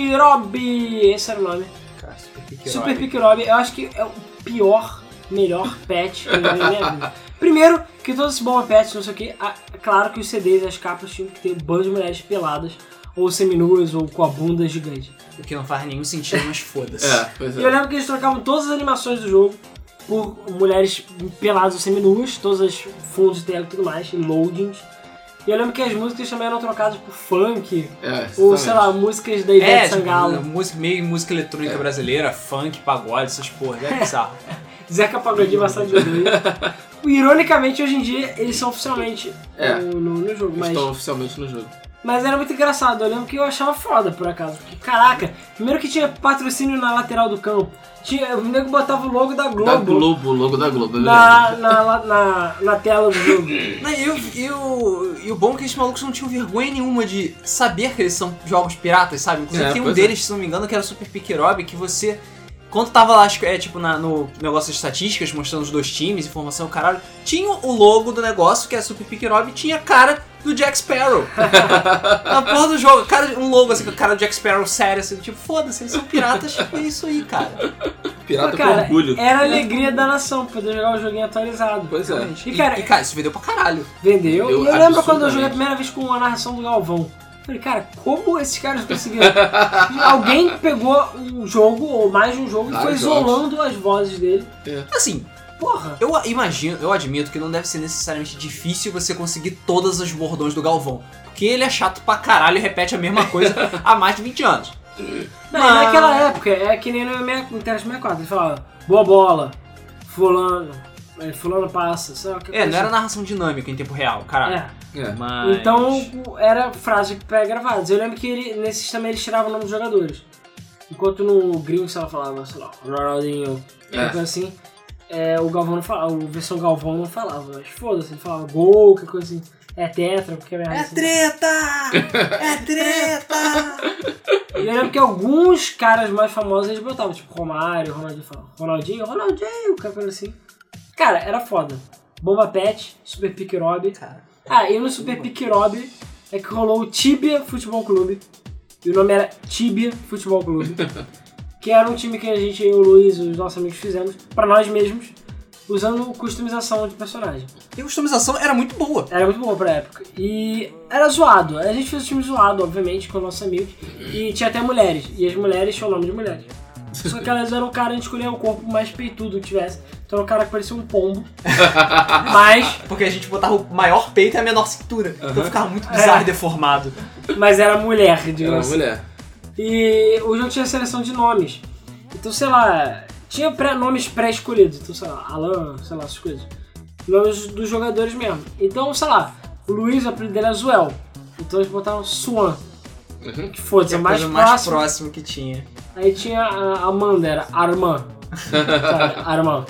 Piquirobi, esse era o nome. Cara, Super Pique Super Piquirob, eu acho que é o pior, melhor pet que eu já vi na minha vida. Primeiro, que todos esses bons pets, não sei o que, a- é claro que os CDs e as capas tinham que ter um bando de mulheres peladas, ou seminuas, ou com a bunda gigante. O que não faz nenhum sentido, mas foda-se. É, pois E eu é. lembro que eles trocavam todas as animações do jogo por mulheres peladas ou seminuas, todas as fundos de tela e tudo mais, e loadings. E eu lembro que as músicas também eram trocadas por funk, é ou exatamente. sei lá, músicas da É, Ivete tipo, Sangalo, música, meio música eletrônica É. brasileira, funk, pagode, essas porra, é bizarro. Zeca Pagodinho bastante doido. Ironicamente, hoje em dia, eles são oficialmente É. no, no- no jogo, mas, Estão oficialmente no jogo. mas era muito engraçado. Eu lembro que eu achava foda, por acaso. Porque, caraca, primeiro que tinha patrocínio na lateral do campo, tinha, o nego botava o logo da Globo, Da Globo, né? o logo da Globo, é eu na, lembro. na, na, na, na tela do jogo. Não, E, eu- e o- e o bom é que esses malucos não tinham vergonha nenhuma de saber que eles são jogos piratas, sabe? Inclusive É, tem um pois é. deles, se não me engano, que era o Super Pick Rob, que você. Quando tava lá, acho que é, tipo, na- no negócio de estatísticas, mostrando os dois times, informação, caralho, tinha o logo do negócio, que é Super Pick Rob, e tinha a cara do Jack Sparrow. na porra do jogo, cara, um logo assim, com a cara do Jack Sparrow sério, assim, tipo, foda-se, eles são piratas, é isso aí, cara. Pirata Mas, com cara, é orgulho. Era a alegria da nação poder jogar o joguinho atualizado. Pois é. E, cara, e, cara, isso vendeu pra caralho. Vendeu. Vendeu e eu lembro quando eu absurdamente. joguei a primeira vez com a narração do Galvão. Falei, cara, como esses caras conseguiram? Alguém pegou um jogo, ou mais de um jogo, e foi Vários isolando as vozes dele. Assim, Porra! Eu imagino, eu admito que não deve ser necessariamente difícil você conseguir todas os bordões do Galvão. Porque ele é chato pra caralho e repete a mesma coisa há mais de 20 anos. Não, Mas- Naquela época, é que nem no minha- no Internet 64. Ele falava, boa bola, fulano, é, fulano passa, sei lá o que É, não coisa. era narração dinâmica em tempo real, caralho. É. É. Mas... Então era frase pré-gravadas. Eu lembro que ele, nesses também eles tiravam o nome dos jogadores. Enquanto no gringo, se ela falava, sei lá, Ronaldinho, É. alguma coisa assim, é, o Galvão não falava, o versão Galvão não falava, mas foda-se, ele falava gol, que coisa assim. É tetra, porque é merda. É assim. treta! É treta! E eu lembro que alguns caras mais famosos eles botavam, tipo Romário, Ronaldinho, falava, Ronaldinho, Ronaldinho, que coisa assim. Cara, era foda. Bomba Pet, Super Pick Rob, Cara, Ah, e no Super Pique Rob é que rolou o Tibia Futebol Clube. E o nome era Tibia Futebol Clube. que era um time que a gente, eu, o Luiz e os nossos amigos fizemos pra nós mesmos, usando customização de personagem. e a customização era muito boa. Era muito boa pra época. E era zoado. A gente fez o time zoado, obviamente, com nossos amigos. E tinha até mulheres. E as mulheres tinham o nome de mulheres. Só que elas eram o cara, a gente escolhia o corpo mais peitudo que tivesse. Então era o cara que parecia um pombo. Mas Porque a gente botava o maior peito e a menor cintura. Então ficava muito bizarro É. e deformado. Mas era mulher, Era digamos uma assim. mulher. E o jogo tinha seleção de nomes. Então, sei lá, tinha pré- nomes pré-escolhidos. Então, sei lá, Alan, sei lá, essas coisas. Nomes dos jogadores mesmo. Então, sei lá, o Luiz, o apelido dele é Zuel. Então eles botaram Swan. Uhum. Que foda-se, Que é a mais coisa próximo. mais próximo que tinha. Aí tinha a Amanda, era Arman. Sabe, Arman.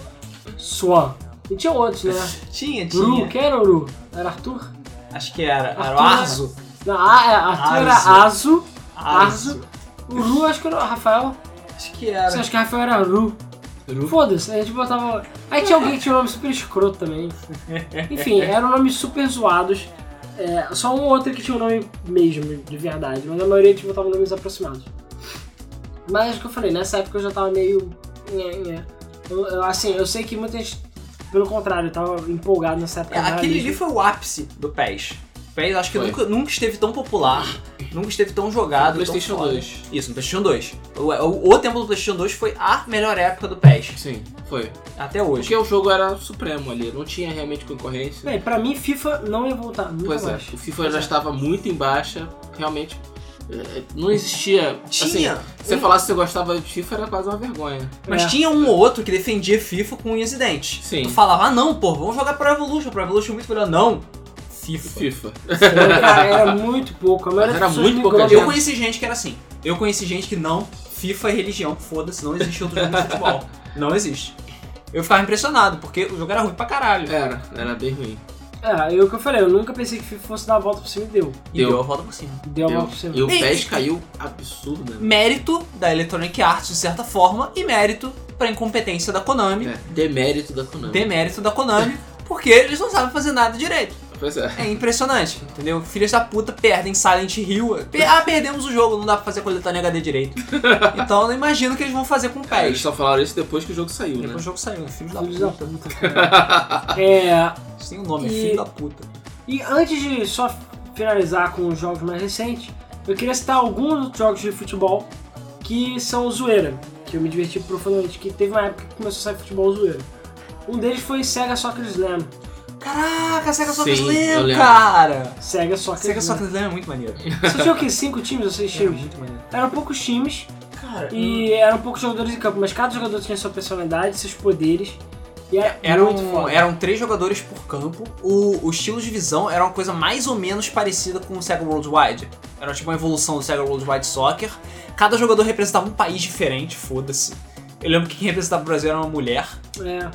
Swan. E tinha outros, né? Tinha, Uru, tinha. quem era o Uru? Era Arthur? Acho que era. Era o Arthur- Arzo. Não, a, é, Arthur era Azu. Arzo. Uru, acho que era o Rafael. Acho que era. Você acha que Rafael era Ru? Ru. Foda-se, é, a gente botava. Aí tinha alguém que tinha um nome super escroto também. Enfim, eram nomes super zoados. É, só um ou outro que tinha um nome mesmo, de verdade, mas a maioria a gente botava nomes aproximados. Mas é o que eu falei, nessa época eu já tava meio. nhe, nhe. Eu- eu, assim, eu sei que muita gente, pelo contrário, tava empolgado nessa época. É, já aquele mesmo. ali foi o ápice do PES. O PES acho que Foi. nunca, nunca esteve tão popular, nunca esteve tão jogado. No tão PlayStation então foda. 2. é, Isso, no PlayStation 2. O, o, o tempo do PlayStation 2 foi a melhor época do PES. Sim. Foi. Até hoje. Porque o jogo era supremo ali, não tinha realmente concorrência. Bem, pra mim, FIFA não ia voltar. É, Nunca pois é, mais. o FIFA já estava muito em baixa, realmente. é, Não existia. Tinha. Assim, se você um- falasse que você gostava de FIFA era quase uma vergonha. Mas É. tinha um ou outro que defendia FIFA com unhas e dentes. Sim. Tu falava, ah não, pô, vamos jogar Pro Evolution. Pro Evolution é muito melhor. Não, FIFA. FIFA. Foi, cara, era muito pouco. A maioria Mas era das pessoas muito me pouca Eu gosta. conheci gente que era assim. Eu conheci gente que não, FIFA é religião, foda-se, não existe outro jogo de futebol. Não existe. Eu ficava impressionado, porque o jogo era ruim pra caralho. Era, era bem ruim. É, eu que eu falei, eu nunca pensei que FIFA fosse dar a volta por cima e deu. E Deu. deu a volta por cima. Deu a Eu- volta por cima. E o E- PES caiu né? absurda. Mérito da Electronic Arts, de certa forma, e mérito pra incompetência da Konami, É, demérito da Konami. demérito da Konami, porque eles não sabem fazer nada direito. Pois é. É impressionante, entendeu? Filhas da puta perdem Silent Hill. Per- Ah, perdemos o jogo, não dá pra fazer coletânea HD direito. Então eu não imagino o que eles vão fazer com o É, Eles PES. só falaram isso depois que o jogo saiu, Depois o né? jogo saiu, filhos da Filhos da puta. puta, cara. É, Isso tem um nome, é E- filho da puta. e antes de só finalizar com os jogos mais recentes, eu queria citar alguns outros jogos de futebol que são zoeira, que eu me diverti profundamente, que teve uma época que começou a sair futebol zoeira. Um deles foi Sega Soccer Slam. Caraca, Sega Soccer Sim, eu Slam, lembro. cara! Sega Soccer Sega Slam. Soccer Slam é muito maneiro. Você tinha o quê? Cinco times ou seis É times? muito maneiro. Eram poucos times Cara, e eram poucos jogadores em campo, mas cada jogador tinha sua personalidade, seus poderes. E era muito eram, foda. um, eram três jogadores por campo. O, o estilo de visão era uma coisa mais ou menos parecida com o Sega Worldwide. Era tipo uma evolução do Sega Worldwide Soccer. Cada jogador representava um país diferente, foda-se. Eu lembro que quem representava o Brasil era uma mulher. É.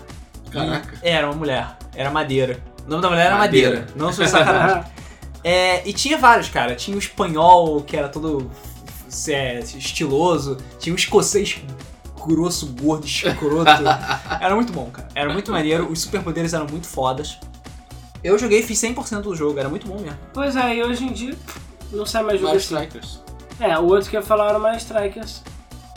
Caraca. É, Era uma mulher. Era madeira. O nome da mulher era madeira. Madeira. Não sou de sacanagem. É, e tinha vários, cara. Tinha o espanhol, que era todo é, estiloso. Tinha o escocês grosso, gordo, escroto. era muito bom, cara. Era muito maneiro. Os superpoderes eram muito fodas. Eu joguei e fiz 100% do jogo. Era muito bom mesmo. Pois é, e hoje em dia não sai mais jogo Mario assim. Strikers. É, o outro que eu ia falar era Mario Strikers.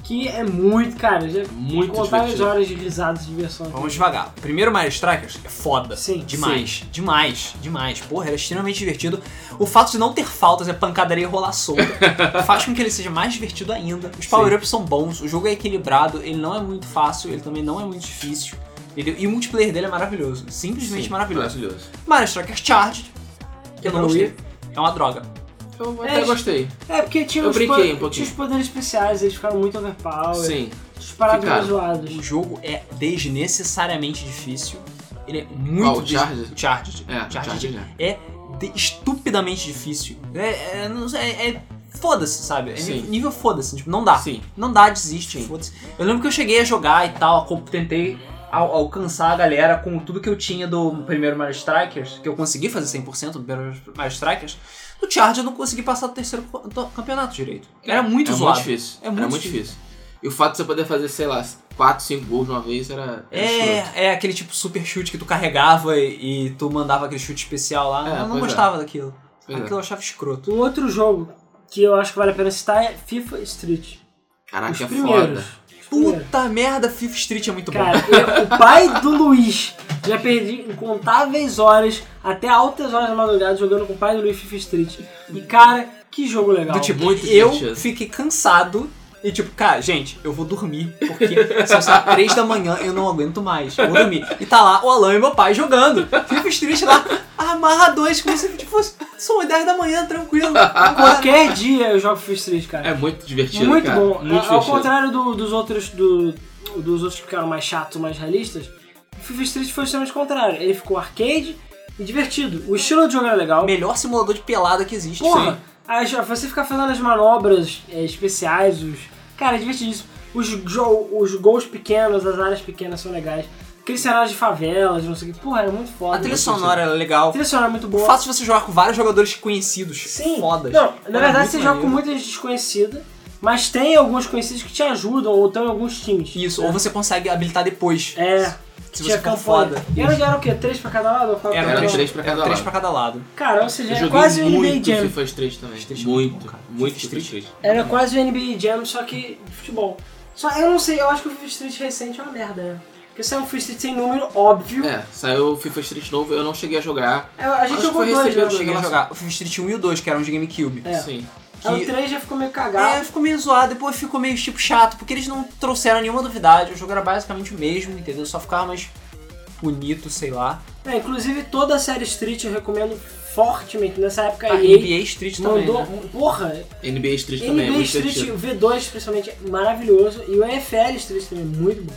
Que é muito, cara, já Muito contar as divertido. horas de risadas de diversão. aqui. Vamos devagar. Primeiro Mario Strikers é foda. Sim, Demais. Demais. Demais. Porra, era extremamente divertido. O fato de não ter faltas é pancadaria e rolar solta. faz com que ele seja mais divertido ainda. Os power-ups são bons, o jogo é equilibrado, ele não é muito fácil, ele também não é muito difícil. Entendeu? E o multiplayer dele é maravilhoso. Simplesmente Sim, maravilhoso. é Maravilhoso. Mario Strikers Charged, que eu não Não gostei. É uma droga. Eu É, até acho- gostei. É, porque tinha Eu os, brinquei po- um pouquinho. tinha os poderes especiais, eles ficaram muito overpower. Sim. Os paradas Ficaram. mais zoados. O jogo é desnecessariamente difícil. Ele é muito Qual, o des- Charged? Charged. É, Charged Charged, né? é de- estupidamente difícil. É, é, não sei, é, é foda-se, sabe? É Sim. nível, nível foda-se, tipo, não dá. Sim. Não dá, desiste, Sim. foda-se. Eu lembro que eu cheguei a jogar e tal, a co- tentei al- alcançar a galera com tudo que eu tinha do primeiro Mario Strikers, que eu consegui fazer 100% do primeiro Mario Strikers. No Charge eu não consegui passar do terceiro co- do campeonato direito. Era muito Era zoado. É, muito difícil. É muito Era muito difícil. E o fato de você poder fazer, sei lá, 4, 5 gols de uma vez era. era escroto. é, é aquele tipo super chute que tu carregava e, e tu mandava aquele chute especial lá. eu É, não pois é. gostava daquilo. Pois é. Aquilo eu achava escroto. Um outro jogo que eu acho que vale a pena citar é FIFA Street. Os Caraca, é primeiros. foda. Os primeiros. Puta merda, Fifth Street é muito bom. Cara, eu- o pai do Luiz já perdi incontáveis horas, até altas horas da madrugada, jogando com o pai do Luiz FIFA Street. E cara, que jogo legal. Do tipo, muito eu divertido. fiquei cansado e tipo, cara, gente, eu vou dormir, porque são só três da manhã, eu não aguento mais, eu vou dormir. E tá lá o Alan e meu pai jogando, Fifa Street lá, amarradões, como se tipo, fosse, são 10 da manhã, tranquilo. Agora, Qualquer dia eu jogo FIFA Street, cara. É muito divertido. muito cara. bom. Muito A- Ao divertido. contrário do- dos outros do- dos outros que ficaram mais chatos, mais realistas, o FIFA Street foi justamente o contrário. Ele ficou arcade e divertido. O estilo de jogo era legal. melhor simulador de pelada que existe. Porra, as- você ficar fazendo as manobras é, especiais, os. Cara, é divertidíssimo. Os, jo- os gols pequenos, as áreas pequenas são legais. Aqueles cenários de favelas, não sei o que. Porra, era muito foda. A trilha Muito sonora era divertido. A legal. trilha sonora é muito O boa. fato de você jogar com vários jogadores conhecidos, Sim. fodas. Não, Era na verdade muito você joga com maneiro. muita gente desconhecida, mas tem alguns conhecidos que te ajudam ou estão em alguns times. Isso, né? ou você consegue habilitar depois, É. se tinha você for campanha. foda. E era, era o quê? Três pra cada lado ou quatro Era pra cada Era três- lado? 3 pra cada Três lado. pra cada lado. Cara, ou seja, Eu era joguei é quase um o NBA muito Jam. FIFA Street também. Street é muito muito, bom, cara. muito FIFA FIFA Street. Era quase um o NBA Jam, só que de futebol. Só, eu não sei, eu acho que o FIFA Street recente é uma merda, né? Porque isso é um FIFA Street sem número, óbvio. É, saiu o FIFA Street novo, eu não cheguei a jogar. É, A gente Acho que jogou foi dois, recebido, né? Cheguei a Nossa. jogar o Fifa Street 1 e o 2, que eram de um GameCube. É. Sim. que. É, o 3 já ficou meio É, cagado. ficou meio zoado, depois ficou meio tipo chato, porque eles não trouxeram nenhuma novidade, o jogo era basicamente o mesmo, entendeu? Só ficava mais bonito, sei lá. É, inclusive, toda a série Street eu recomendo fortemente. Nessa época, Ah, a EA NBA Street também, mandou... um, né? Porra, NBA Street também é NBA muito Street, divertido. o V2 principalmente, é maravilhoso. E o NFL Street também, é muito bom.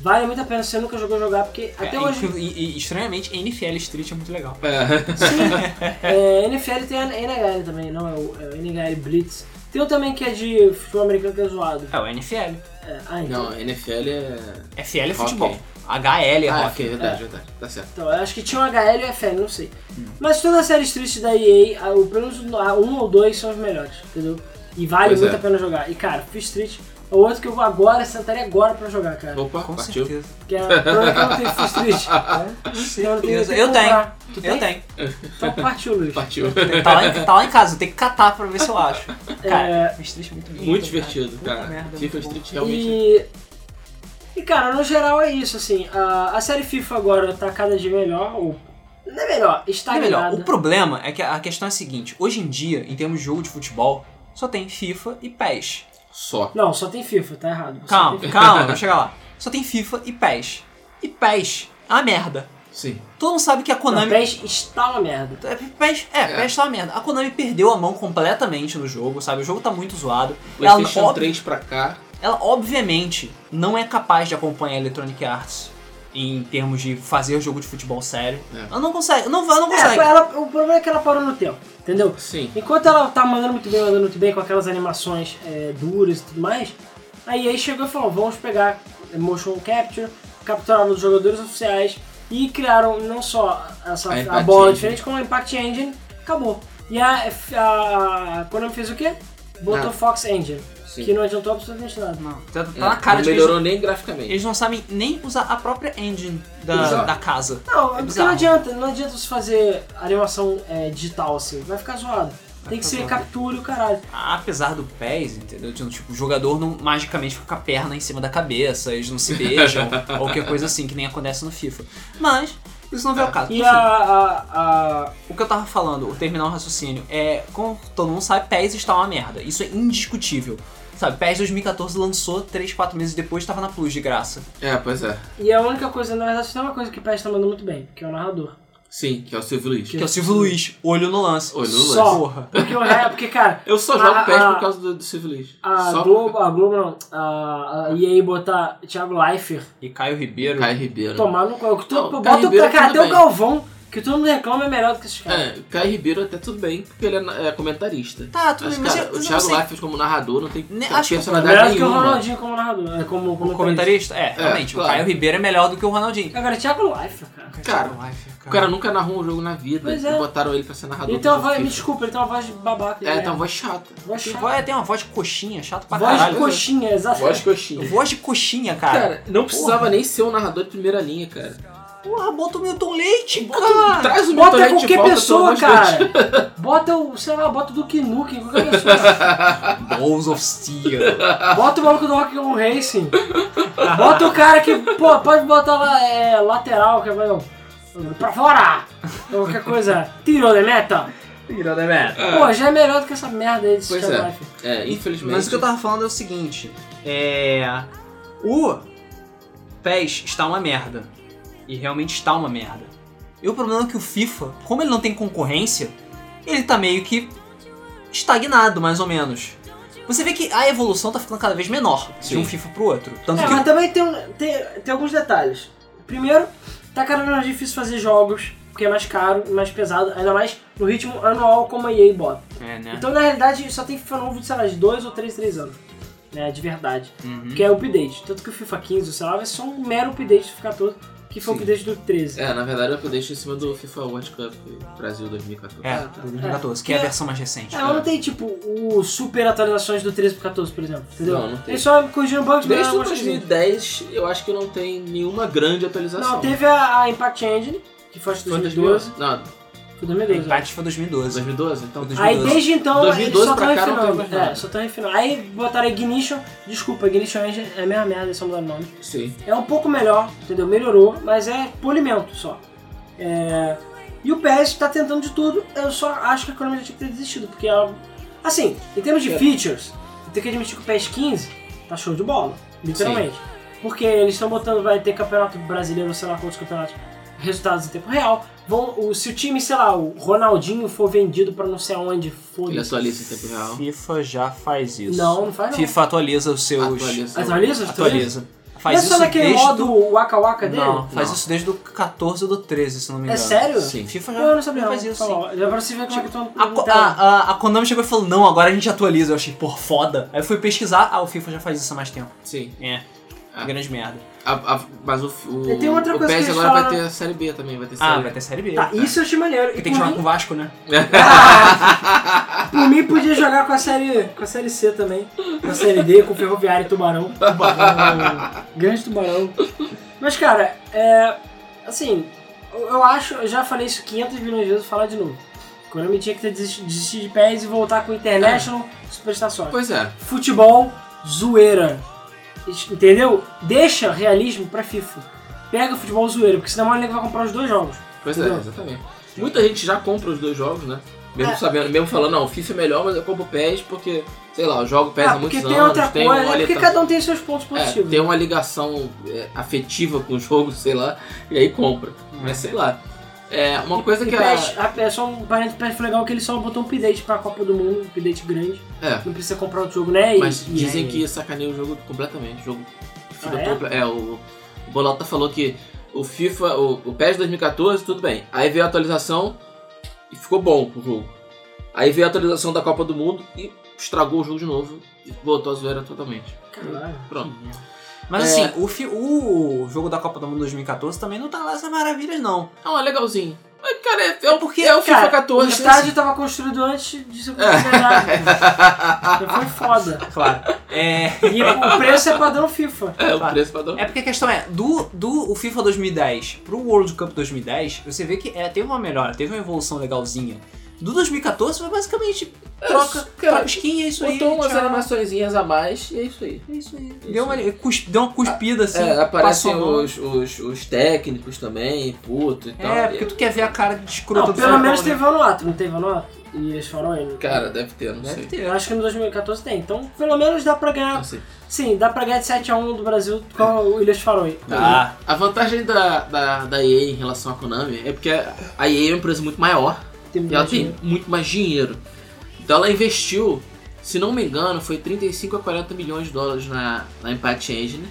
Vale muito a pena se você nunca jogou jogar, porque até É, hoje... e, e- e, estranhamente, NFL Street é muito legal. É. Sim, é, NFL tem a NHL também, não, é o, é o NHL Blitz. Tem um também que é de futebol americano que é zoado. É o NFL. É, ah, então. Não, NFL é. FL é Hockey. futebol. HL é Ah, rock. ok, verdade, verdade. Tá certo. Então, eu acho que tinha um HL e um FL, não sei. Mas toda a série Street da EA, a- o- pelo menos a um ou dois são os melhores, entendeu? E vale Pois muito é. a pena jogar. E cara, Free Street é o outro que eu vou agora, sentaria agora pra jogar, cara. Opa, Tá Com partiu. certeza. Porque é o problema é que eu não tenho Free Street. né? Então não certeza. que Eu tenho. comprar. Tu Eu tem? tenho. Então partiu, Luiz. Partiu. Tá lá, em, tá lá em casa, eu tenho que catar pra ver se eu acho. Cara, É. Free Street é muito lindo, Muito cara. divertido, Puta cara. merda, é FIFA muito bom. Street realmente. E. E cara, no geral é isso, assim. A, a série FIFA agora tá cada dia melhor, ou. Não é melhor, está Não é melhor, o problema é que a a questão é a seguinte: hoje em dia, em termos de jogo de futebol, só tem FIFA e PES. Só. Não, só tem FIFA, tá errado. Só Calma, tem FIFA. calma, vou chegar lá. Só tem FIFA e PES. E PES é uma merda. Sim. Todo mundo sabe que a Não, Konami. PES está uma merda. É, PES, é, É. PES tá uma merda. A Konami perdeu a mão completamente no jogo, sabe? O jogo tá muito zoado. Ela, PlayStation ob- 3 pra cá. ela, obviamente, não é capaz de acompanhar a Electronic Arts em termos de fazer jogo de futebol sério. É. Ela não consegue, não, ela não É, consegue. ela- o problema é que ela parou no tempo, entendeu? Sim. Enquanto ela tá mandando muito bem, mandando muito bem com aquelas animações é, duras e tudo mais, aí aí chegou e falou, vamos pegar motion capture, capturaram os jogadores oficiais e criaram não só essa, A a, Impact bola Engine. diferente, como a Impact Engine, acabou. E a, a, a Konami fez o quê? Botou Nada. Fox Engine, Ah. Sim. que não adiantou absolutamente nada. Não, tá, tá É, na cara não de que melhorou nem graficamente. Eles não sabem nem usar a própria engine da, Exato. da casa. Não, É porque não bizarro. adianta, não adianta você fazer animação é, digital assim, vai ficar zoado. Tem que ficar ser zoado. Tá captura e o caralho. Apesar do PES, entendeu? De, Tipo, o jogador não magicamente fica com a perna em cima da cabeça, eles não se beijam, ou qualquer coisa assim, que nem acontece no FIFA. Mas, isso não vem ao caso. E Enfim, a, a- a- o que eu tava falando, o terminar o raciocínio, é. Como todo mundo sabe, PES está uma merda. Isso é indiscutível. Sabe, PES 2014 lançou 3, 4 meses depois, tava na Plus de graça. É, pois é. e a única coisa, na verdade, tem uma coisa que o PES tá mandando muito bem, que é o narrador. Sim, que é o Silvio Luiz. Que é o Silvio Luiz, olho no lance. Olho no Só. lance. Porra. Porque o resto, porque, cara, Eu só jogo Ah, PES ah, por causa do, do Silvio Luiz. a só Globo, a Globo não, a, a EA botar Thiago Leifert, E Caio Ribeiro. Caio Ribeiro. tomar no cu. Não, Tu- o Bota o Ribeiro cara, tudo até o bem. Galvão, que todo mundo reclama, é melhor do que esses caras. É, Caio Ribeiro até tudo bem, porque ele é, na- é comentarista. Tá, tudo Mas, bem, mas cara, eu- o eu não Thiago sei- Leifert como narrador não tem Nem- acho que é o É melhor do personalidade que o nenhuma. Ronaldinho como narrador, é, como O comentarista. comentarista? É, realmente. claro. O Caio Ribeiro é melhor do que o Ronaldinho. Agora, Thiago Leifert, cara. Cara, Thiago Leifert, O cara nunca narrou um jogo na vida. Pois e é. Botaram ele pra ser narrador. Então Ele tem uma do jogo voz, me FIFA. desculpa, ele tem uma voz de babaca. É, né? tem uma voz né? chata. Voz Que chata. voz- tem uma voz de coxinha, chato pra Voz de caralho. coxinha, exato. coxinha. Voz de coxinha, cara. Cara, não precisava nem ser um narrador de primeira linha, cara. Porra, bota o Milton Leite, Bota- cara. Traz o Milton Ah, Bota Leite de qualquer volta, pelo amor pessoa, de Deus. cara. Bota o, sei lá, bota o Duke Nukem, qualquer pessoa. Balls of Steel. Bota o maluco do Rock on Racing. Bota o cara que, pô, pode botar lá, é, lateral, que vai, não. Pra fora! Ou Qualquer coisa. Tirou de meta. né, Pô, já é melhor do que essa merda aí de Pois Thiago é. Leifert. É, infelizmente. Mas o que eu tava falando é o seguinte. É... O PES está uma merda. E realmente está uma merda. E o problema é que o FIFA, como ele não tem concorrência, ele tá meio que estagnado, mais ou menos. Você vê que a evolução tá ficando cada vez menor de Sim. um FIFA pro outro. Tanto É, que mas também tem, um- tem, tem alguns detalhes. Primeiro, tá cada vez mais difícil fazer jogos, porque é mais caro e mais pesado, ainda mais no ritmo anual como a EA bota. É, né? Então, na realidade, só tem FIFA novo de, sei lá, de 2 ou 3, 3 anos. Né, de verdade. Uhum. Que é update. Tanto que o FIFA 15, sei lá, vai ser um mero update do FIFA todo, que foi o Sim. update do 13. É, na verdade eu deixo em cima do FIFA World Cup Brasil 2014. É, Ah, tá. do 2014, que é a versão mais recente. É, mas não tem, tipo, o super atualizações do 13 pro 14, por exemplo. Entendeu? Não, não tem. Eles só corrigiram bugs, mas Desde não o corrigiram. 2010 eu acho que não tem nenhuma grande atualização. Não, teve a, a Impact Engine, que foi acho que assim. Foi 2012. 2012? Não, Foi É. O 2012. né? empate foi 2012. 2012? Então. Foi Aí 2012. desde então 2012 eles só estão pra cá não tem refinando. mais nada. É, só estão refinando. Aí botaram Ignition. Desculpa, Ignition Engine é a mesma merda, eles só mudaram o nome. Sim. É um pouco melhor, entendeu? Melhorou, mas é polimento só. É, E o PS tá tentando de tudo, eu só acho que a economia já tinha que ter desistido, porque ela. Assim, em termos de É. features, eu tenho que admitir que o PES 15 tá show de bola, literalmente. Porque eles estão botando, vai ter campeonato brasileiro, sei lá quantos campeonatos, resultados em tempo real. Vão, o, se o time, sei lá, o Ronaldinho for vendido pra não sei aonde, Ele foda-se. atualiza em tempo real. FIFA já faz isso. Não, não faz não. FIFA atualiza os seus. Atualiza. Atualiza? Atualiza. Faz Faz não é só isso naquele desde modo do... Waka Waka dele? Não, faz Não. isso desde o 14 do 13, se não me É engano. sério? Sim. FIFA já Eu não sabia. faz não. isso. Tá sim. bom. Agora você vê como é que estão. A, Co- a- a- a Konami chegou e falou, não, agora a gente atualiza. Eu achei, pô, foda. Aí eu fui pesquisar, ah, o FIFA já faz isso há mais tempo. Sim. É, Ah. grande merda. A- a- mas o, o, E tem outra o coisa PES que eles agora vai falaram- ter a série B também, vai ter série Ah, B. vai ter Série B. Tá, isso eu achei maneiro. Porque E uhum. tem que por jogar mim- com o Vasco, né? Por mim podia jogar com a série, com a série C também. Com a série D, com o Ferroviário e Tubarão. Tubarão. Grande Tubarão. Mas, cara, é. Assim, eu eu acho, eu já falei isso 500 milhões de vezes, vou falar de novo. Quando eu tinha que ter desisti- desistido de pés e voltar com o International Superstar Soccer. Pois é. futebol zoeira. Entendeu? Deixa realismo pra FIFA. Pega o futebol zoeira, porque senão a nego vai comprar os dois jogos. Pois Entendeu? é, exatamente. Muita gente já compra os dois jogos, né? Mesmo É. sabendo, mesmo falando, não, o FIFA é melhor, mas eu compro o PES porque, sei lá, eu jogo o PES há ah, porque muitos tem anos, outra tem coisa, uma é porque lita- cada um né? tem seus pontos é, positivos. tem uma ligação é, afetiva com o jogo, sei lá, e aí compra. Mas sei lá. É, uma coisa Hum. E que PES, a PES, só um parênteses PES foi legal que ele só botou um update pra Copa do Mundo, um update grande. a. É. Não precisa comprar outro jogo, né? E- Mas e- dizem e- que sacaneia o jogo completamente. O jogo fica Ah, é? comple- é? o, o Bolota falou que o FIFA, o, o PES 2014, tudo bem. Aí veio a atualização e ficou bom o jogo. Aí veio a atualização da Copa do Mundo e estragou o jogo de novo e botou a zoeira totalmente. Caralho. Pronto. Mas É. assim, o, fi- o jogo da Copa do Mundo 2014 também não tá lá essas maravilhas, não. Ah, legalzinho. Mas, cara, é, é, o- é o Cara, FIFA 14. O estádio tava construído antes de ser É. considerado. Então Foi foda. Claro. É, E o preço é padrão FIFA. É, o preço padrão. é porque a questão é, do, do o FIFA 2010 pro World Cup 2010, você vê que é, teve uma melhora, teve uma evolução legalzinha. Do 2014 foi basicamente troca, É, cara, troca skin, é isso aí. Botou umas tchau. animaçõezinhas a mais e é isso aí. É isso aí. Isso Deu uma, cus- deu uma cuspida assim. é, passou aparecem a mão. os, os, os técnicos também, puto e tal. É, E- porque tu quer ver a cara de escroto Não, do pelo São menos Paulo, né? teve anuato, não teve anuato? E eles foram ele. Cara, deve ter, não Deve sei. ter. né? Eu acho que no 2014 tem, então pelo menos dá pra ganhar. Não sei. Sim, dá pra ganhar de 7x1 do Brasil com o Ilhas Faroe. Tá. A vantagem da, da, da EA em relação à Konami é porque a EA é uma empresa muito maior Tem e ela muito tem dinheiro. muito mais dinheiro. Então ela investiu, se não me engano, foi 35 a 40 milhões de dólares na, na Impact Engine.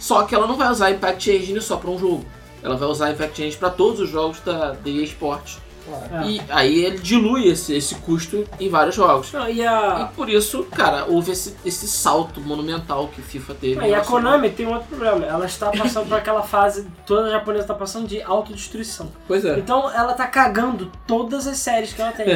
Só que ela não vai usar a Impact Engine só pra um jogo. Ela vai usar a Impact Engine pra todos os jogos da, da EA Sports. É. E aí ele dilui esse, esse custo em vários jogos. Não, e a, E por isso, cara, houve esse, esse salto monumental que FIFA teve. não, em e a relação- Konami tem um outro problema. Ela está passando por aquela fase, toda japonesa está passando de autodestruição. Pois é. Então ela tá cagando todas as séries que ela tem.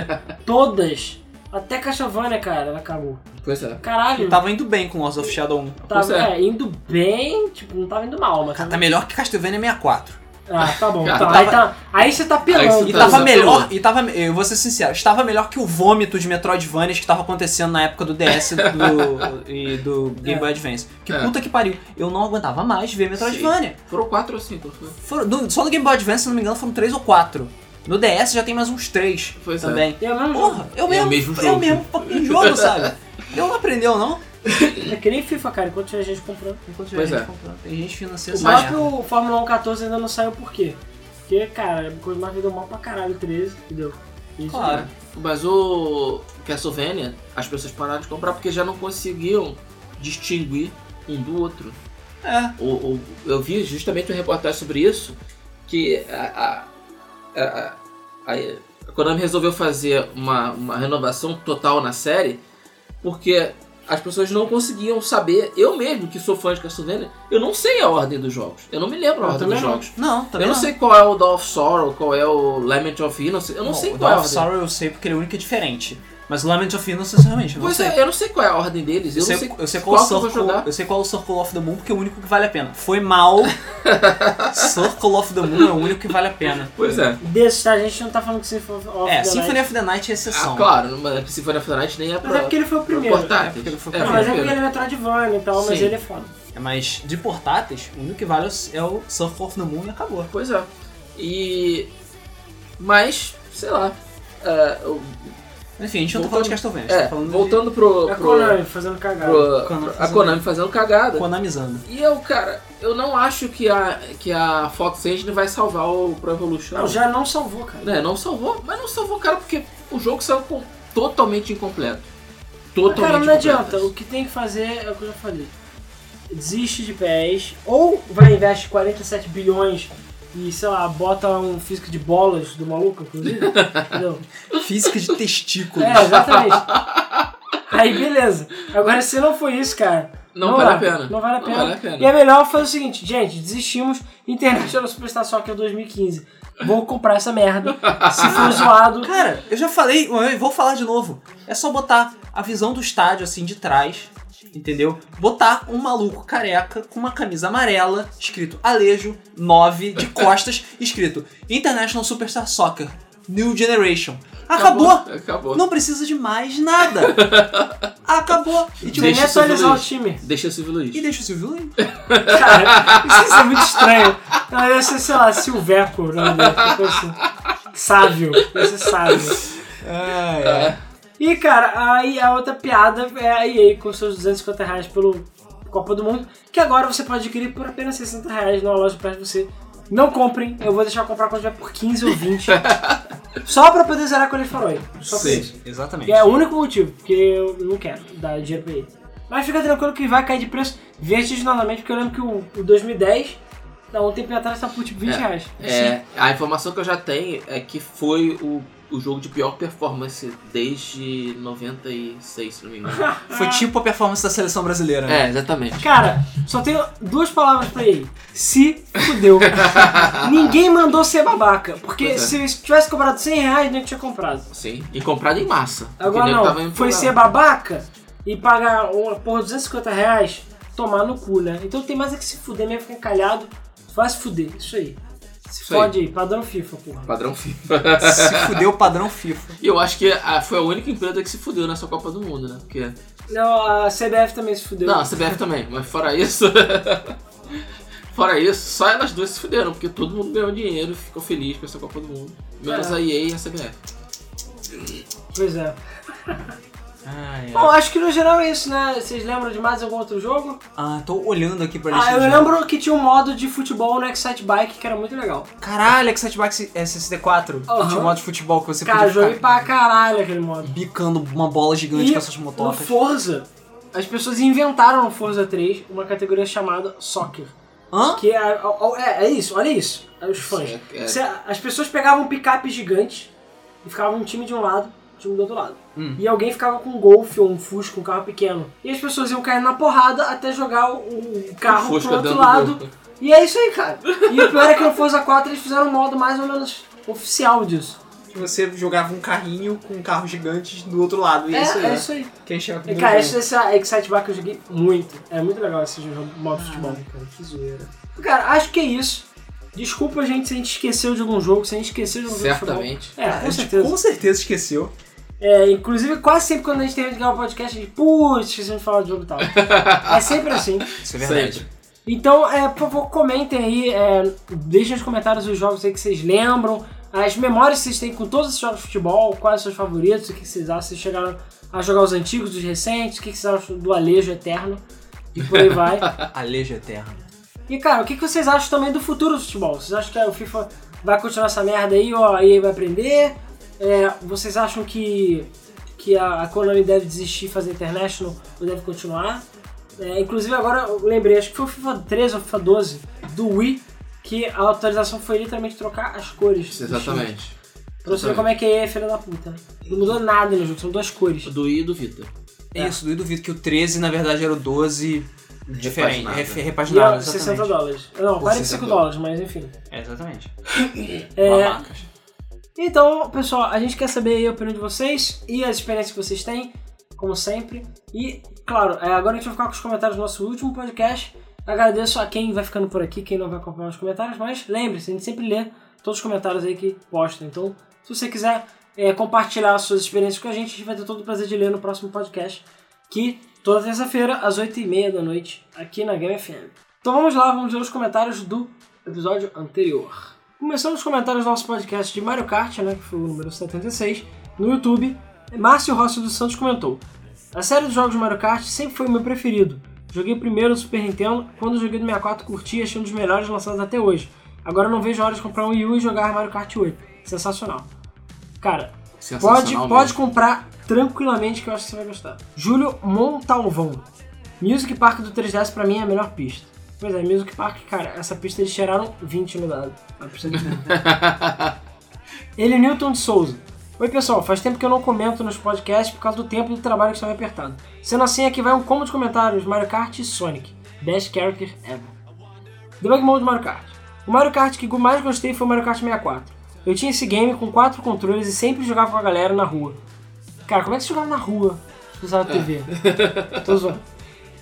todas. Até Castlevania, cara, ela cagou. Pois é. Caralho. Tava indo bem com Lords of Shadow 1. Tava Pois é. é, indo bem, tipo, não tava indo mal, mas. Tá melhor que Castlevania 64. Ah, tá bom. Cara, tá. tava- Aí, tá- aí você tá Aí pelando. você E Tá tava usando melhor, outro. e tava, eu vou ser sincero, estava melhor que o vômito de Metroidvanias que tava acontecendo na época do DS do, e do Game Boy Advance. Que É. puta que pariu, eu não aguentava mais ver Metroidvania. Foram quatro ou cinco, né? foi? Foram- do- só no Game Boy Advance, se não me engano, foram três ou quatro. No DS já tem mais uns três Pois é. também. É o mesmo jogo. Porra, eu É mesmo, o mesmo eu jogo. mesmo fucking jogo, sabe? Eu não aprendeu, não? É que nem FIFA, cara, enquanto tinha gente comprando. Enquanto Pois gente é. comprando. Tem gente financeira. O essa merda. próprio Fórmula 1 14 ainda não saiu por quê? Porque, cara, o Cosmar vendeu mal pra caralho o 13, entendeu? Isso, Claro. né? Mas o Castlevania, as pessoas pararam de comprar porque já não conseguiam distinguir um do outro. É. O- o- eu vi justamente uma reportagem sobre isso, que a, a, a, a, a Konami resolveu fazer uma, uma renovação total na série, porque as pessoas não conseguiam saber, eu mesmo que sou fã de Castlevania, eu não sei a ordem dos jogos. Eu não me lembro a Eu ordem também dos não. jogos. Não, também eu não, sei qual é o Dawn of Sorrow, qual é o Lament of Innocence, eu não Bom, sei o qual é a Dawn of ordem. Sorrow eu sei porque ele é o único que é diferente. Mas o Lament of Innocence realmente eu não Pois sei. é, eu não sei qual é a ordem deles, eu, Eu sei, não sei, eu sei qual, qual, o que eu vou Circle, jogar. eu sei qual é o Circle of the Moon, porque é o único que vale a pena. Foi mal. Circle of the Moon é o único que vale a pena. Pois é. Desses, tá? A gente não tá falando que Symphony of of É, the Symphony Night. of the Night é exceção. Ah, claro, mas Symphony of the Night nem é pra... Mas é porque ele foi o primeiro. Pra portátil. É porque ele foi o É, Não, primeiro. mas é foi o porque ele primeiro. é Metroidvania e tal, mas Sim. ele é foda. É, Mas de portáteis, o único que vale é o- é o Circle of the Moon e acabou. Pois é. E... Mas, sei lá. é, eu- Enfim, a gente não tá Voltando- falando de Castlevania, a gente É, tá falando voltando pro. É a pro- Konami fazendo cagada. pro- Konami a fazendo- Konami fazendo de cagada. Konamizando. E eu, cara, eu não acho que a, que a Fox Engine vai salvar o Pro Evolution. Não, já não salvou, cara. Né, não salvou, mas não salvou, cara, porque o jogo saiu com- totalmente incompleto. Totalmente Cara, não incompleto. adianta. O que tem que fazer é o que eu já falei. Desiste de pés. Ou vai investe 47 bilhões e, sei lá, bota um físico de bolas do maluco, inclusive. Entendeu? Física de testículos. É, exatamente. Aí, beleza. Agora, se não for isso, cara... Não, vale dá. a pena. Não vale a pena. Não vale a pena. E é melhor fazer o seguinte, gente, desistimos. International Superstar Soccer 2015. Vou comprar essa merda. Se for zoado... Cara, eu já falei, eu vou falar de novo. É só botar a visão do estádio assim de trás, entendeu? Botar um maluco careca com uma camisa amarela, escrito Alejo 9 de costas, escrito International Superstar Soccer New Generation. Acabou. Acabou. Não precisa de mais nada. Acabou. E, tipo, Tem que Deixa isso atualizar o evoluir. time. Deixa o Silvio e Luiz. deixa o Silvio aí. Cara, isso é muito estranho. Não, deve ser, sei lá, Silveco, o nome dele, qualquer coisa assim. Sávio, deve ser sávio. É, E, cara, aí a outra piada é a EA com seus 250 reais pelo Copa do Mundo, que agora você pode adquirir por apenas 60 reais numa loja perto de você. Não comprem, eu vou deixar eu comprar quando tiver por 15 ou 20. só pra poder zerar com ele farol. Só por Sim. isso. Exatamente. E é o único motivo, porque eu não quero dar dinheiro pra ele. Mas fica tranquilo que vai cair de preço vertiginosamente, porque eu lembro que o, o 2010, há um tempo atrás, tá por tipo 20 reais. É, a informação que eu já tenho é que foi o, o jogo de pior performance desde 96, se não me engano. Ah. Foi tipo a performance da seleção brasileira. né? é, exatamente. Cara, só tenho duas palavras pra ele. Se fudeu. Ninguém mandou ser babaca, porque Pois é. se eu tivesse cobrado 100 reais, não tinha comprado. Sim. E comprado em massa. porque Agora nego tava não, indo foi pra- ser babaca e pagar uma porra 250 reais, tomar no cu, né? Então tem mais é que se fuder mesmo, ficar encalhado, vai se fuder, isso aí. Se Isso aí. fode aí, padrão FIFA, porra. Padrão FIFA. É. Se fudeu o padrão FIFA. E eu acho que a- foi a única empresa que se fudeu nessa Copa do Mundo, né? Porque. Não, a CBF também se fudeu. Não, a CBF também, mas fora isso. fora isso, só elas duas se fuderam, porque todo mundo ganhou dinheiro, ficou feliz com essa Copa do Mundo. Menos É. a EA e a CBF. Pois é. Ai, Bom, acho que no geral é isso, né? Vocês lembram de mais algum outro jogo? Ah, tô olhando aqui pra lista Ah, eu de jogos. lembro que tinha um modo de futebol no Excite Bike que era muito legal. Caralho, Excite Bike é 64. Aham. Tinha um modo de futebol que você Cara, eu podia joguei ficar pra caralho aquele modo. bicando uma bola gigante E com essas no motocas. Forza, as pessoas inventaram no Forza 3 uma categoria chamada Soccer. Hã? Que é, é, é isso, olha isso, os fãs. É, é. Você- as pessoas pegavam um picape gigante e ficava um time de um lado, um time do outro lado. Hum. E alguém ficava com um golfe ou um fusca, um carro pequeno. E as pessoas iam caindo na porrada até jogar o, o carro Fusca pro outro dando lado. gol. E é isso aí, cara. E o pior é que no Forza 4 eles fizeram um modo mais ou menos oficial disso. Que você jogava um carrinho com um carro gigante do outro lado. E é, é isso aí. é né? isso aí. Quem chega E, primeiro cara, ganha. esse, esse Excite Bar que eu joguei muito. É muito legal esse jogo, modo de futebol. Ai, cara, que zoeira. Cara, acho que é isso. Desculpa, gente, se a gente esqueceu de algum jogo, se a gente esqueceu de algum jogo de futebol. Certamente. É, Ah, com a gente certeza. Com certeza esqueceu. É, inclusive, quase sempre quando a gente termina de gravar o podcast, a gente, putz, esquecemos de falar de jogo e tal. é sempre assim. Isso é verdade. Então, é, por favor, comentem aí, é, deixem nos comentários os jogos aí que vocês lembram, as memórias que vocês têm com todos esses jogos de futebol, quais são os seus favoritos, o que vocês acham, vocês chegaram a jogar os antigos, os recentes, o que vocês acham do Alejo Eterno, e por aí vai. Alejo eterno. E cara, o que que vocês acham também do futuro do futebol? Vocês acham que o FIFA vai continuar essa merda aí, ó, a EA vai aprender? É, vocês acham que, que a, a Konami deve desistir e fazer International ou deve continuar? É, inclusive agora eu lembrei, acho que foi o FIFA 13 ou FIFA 12 do Wii que a autorização foi literalmente trocar as cores. do time. Exatamente. Pra você ver como é que a EA é filha da puta. né? Não mudou nada no jogo, são duas cores. Do I e do Vitor. É isso, eu duvido que o 13 na verdade era o 12 diferente, Repaginado. ref- E repaginado. ó, exatamente. 60 dólares. Não, 45 60 dólares, mas enfim. É, exatamente. É, Babacas. Então, pessoal, a gente quer saber aí a opinião de vocês e as experiências que vocês têm, como sempre. E, claro, é, agora a gente vai ficar com os comentários do nosso último podcast. Agradeço a quem vai ficando por aqui, quem não vai acompanhar os comentários, mas lembre-se, a gente sempre lê todos os comentários aí que postam. Então, se você quiser é, compartilhar suas experiências com a gente, a gente vai ter todo o prazer de ler no próximo podcast, que toda terça-feira, às 8h30 da noite, aqui na Game FM. Então vamos lá, vamos ler os comentários do episódio anterior. Começando os comentários do nosso podcast de Mario Kart, né, que foi o número 76, no YouTube, Márcio Rossi dos Santos comentou: A série dos jogos de Mario Kart sempre foi o meu preferido. Joguei primeiro no Super Nintendo, quando joguei no 64 curti e achei um dos melhores lançados até hoje. Agora não vejo a hora de comprar um Wii U e jogar Mario Kart 8. Sensacional. Cara, Sensacional Pode, mesmo. pode comprar tranquilamente que eu acho que você vai gostar. Júlio Montalvão. Music Park do 3DS pra mim é a melhor pista. Pois é, Music Park, cara, essa pista eles tiraram 20 no dado. A pista de... Ele Newton de Souza. Oi pessoal, faz tempo que eu não comento nos podcasts por causa do tempo e do trabalho que estava apertado. Sendo assim, aqui vai um combo de comentários Mario Kart e Sonic. Best character ever. Debug Mode Mario Kart. O Mario Kart que eu mais gostei foi o Mario Kart 64. Eu tinha esse game com quatro controles e sempre jogava com a galera na rua. Cara, como é que você jogava na rua? Se usava TV. Tô zoando.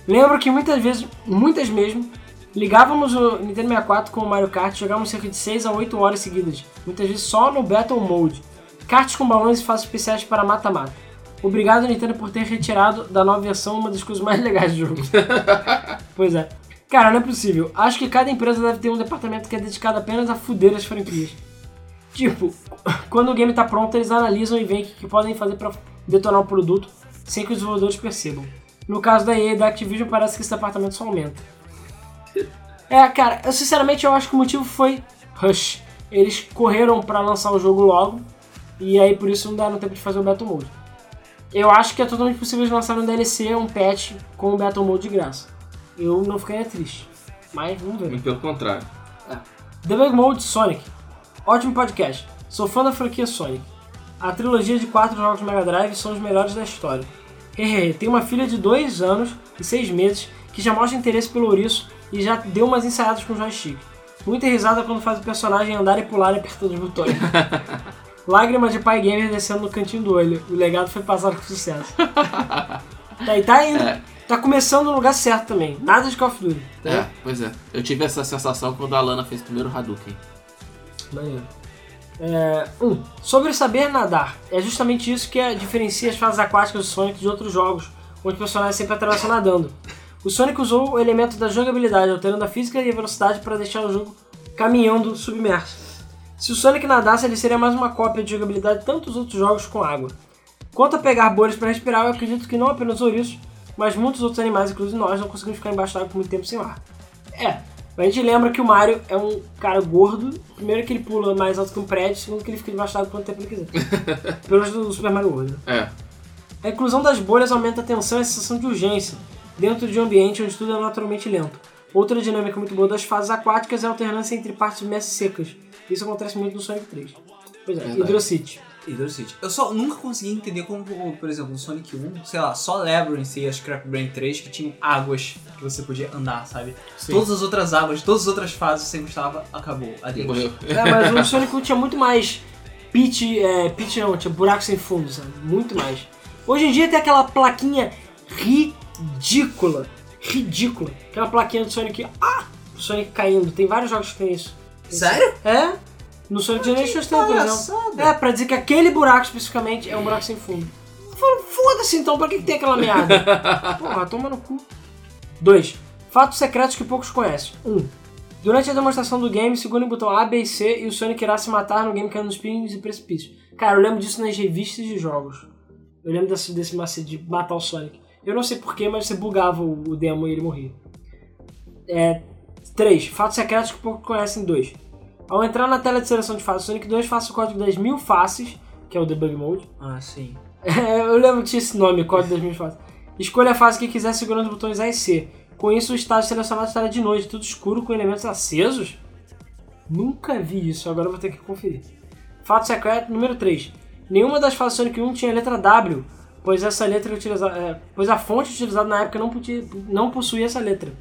Lembro que muitas vezes, muitas mesmo, ligávamos o Nintendo 64 com o Mario Kart e jogávamos cerca de 6 a 8 horas seguidas, muitas vezes só no Battle Mode. Karts com balões e faço especiais para mata-mata. Obrigado, Nintendo, por ter retirado da nova versão uma das coisas mais legais do jogo. pois é. Cara, não é possível. Acho que cada empresa deve ter um departamento que é dedicado apenas a fuder as franquias. Tipo, quando o game tá pronto, eles analisam e veem o que, que podem fazer pra detonar o produto sem que os desenvolvedores percebam. No caso da EA e da Activision, parece que esse departamento só aumenta. É, cara, eu sinceramente eu acho que o motivo foi Rush. Eles correram pra lançar o jogo logo, e aí por isso não deram tempo de fazer o Battle Mode. Eu acho que é totalmente possível eles lançarem um DLC, um patch com o Battle Mode de graça. Eu não ficaria triste, mas vamos ver. Muito Pelo contrário. Debug É. Mode Sonic. Ótimo podcast. Sou fã da franquia Sonic. A trilogia de quatro jogos Mega Drive são os melhores da história. Hehehe, tenho uma filha de dois anos e seis meses que já mostra interesse pelo ouriço e já deu umas ensaiadas com o joystick. Muita risada quando faz o personagem andar e pular apertando os botões. Lágrimas de pai gamer descendo no cantinho do olho. O legado foi passado com sucesso. Tá, e tá indo. Tá começando no lugar certo também. Nada de Call of Duty. Tá? É, pois é. Eu tive essa sensação quando a Lana fez o primeiro Hadouken. Maneiro. né? É, um, sobre saber nadar. É justamente isso que é- diferencia as fases aquáticas do Sonic de outros jogos, onde o personagem é sempre atravessa nadando. O Sonic usou o elemento da jogabilidade, alterando a física e a velocidade para deixar o jogo caminhando submerso. Se o Sonic nadasse, ele seria mais uma cópia de jogabilidade de tantos outros jogos com água. Quanto a pegar bolhas para respirar, eu acredito que não apenas ouriços, mas muitos outros animais, inclusive nós, não conseguimos ficar embaixo da água por muito tempo sem ar. É, mas a gente lembra que o Mario é um cara gordo. Primeiro que ele pula mais alto que um prédio, segundo que ele fica debaixo d'água quanto tempo ele quiser. Pelo menos do Super Mario World. né? É. A inclusão das bolhas aumenta a tensão e a sensação de urgência, dentro de um ambiente onde tudo é naturalmente lento. Outra dinâmica muito boa das fases aquáticas é a alternância entre partes submersas e secas. Isso acontece muito no Sonic 3. Pois é, Verdade. Hydro City. Hydro City. Eu só nunca consegui entender como, por exemplo, no Sonic 1, sei lá, só Labyrinth e a Scrap Brain 3 que tinham águas que você podia andar, sabe? Todas as outras águas, todas as outras fases você gostava, acabou. Adeus. Morreu. É, mas o Sonic 1 tinha muito mais pit, é, pit não, tinha buraco sem fundo, sabe? Muito mais. Hoje em dia tem aquela plaquinha ridícula, ridícula. Aquela plaquinha do Sonic, ah, o Sonic caindo. Tem vários jogos que tem isso. Sério? É? No Sonic Generations tem, por exemplo. Palhaçada. É, pra dizer que aquele buraco especificamente é um buraco sem fundo. Falaram, foda-se então, pra que, que tem aquela meada? Porra, toma no cu. 2. Fatos secretos que poucos conhecem. 1. Um, durante a demonstração do game, segurem o botão A, B e C e o Sonic irá se matar no game caindo nos pingos e precipícios. Cara, eu lembro disso nas revistas de jogos. Eu lembro desse, desse macete de matar o Sonic. Eu não sei porquê, mas você bugava o, o demo e ele morria. 3. Fatos secretos que pouco conhecem. 2. Ao entrar na tela de seleção de faces do Sonic 2, faça o código das mil faces, que é o debug mode. Ah, sim. Eu lembro que tinha esse nome, código das mil faces. Escolha a face que quiser segurando os botões A e C. Com isso, o estágio selecionado estará de noite, tudo escuro, com elementos acesos? Nunca vi isso, agora eu vou ter que conferir. Fato secreto número 3. Nenhuma das fases do Sonic 1 tinha a letra W, pois essa letra utiliza, é, pois a fonte utilizada na época não, podia, não possuía essa letra.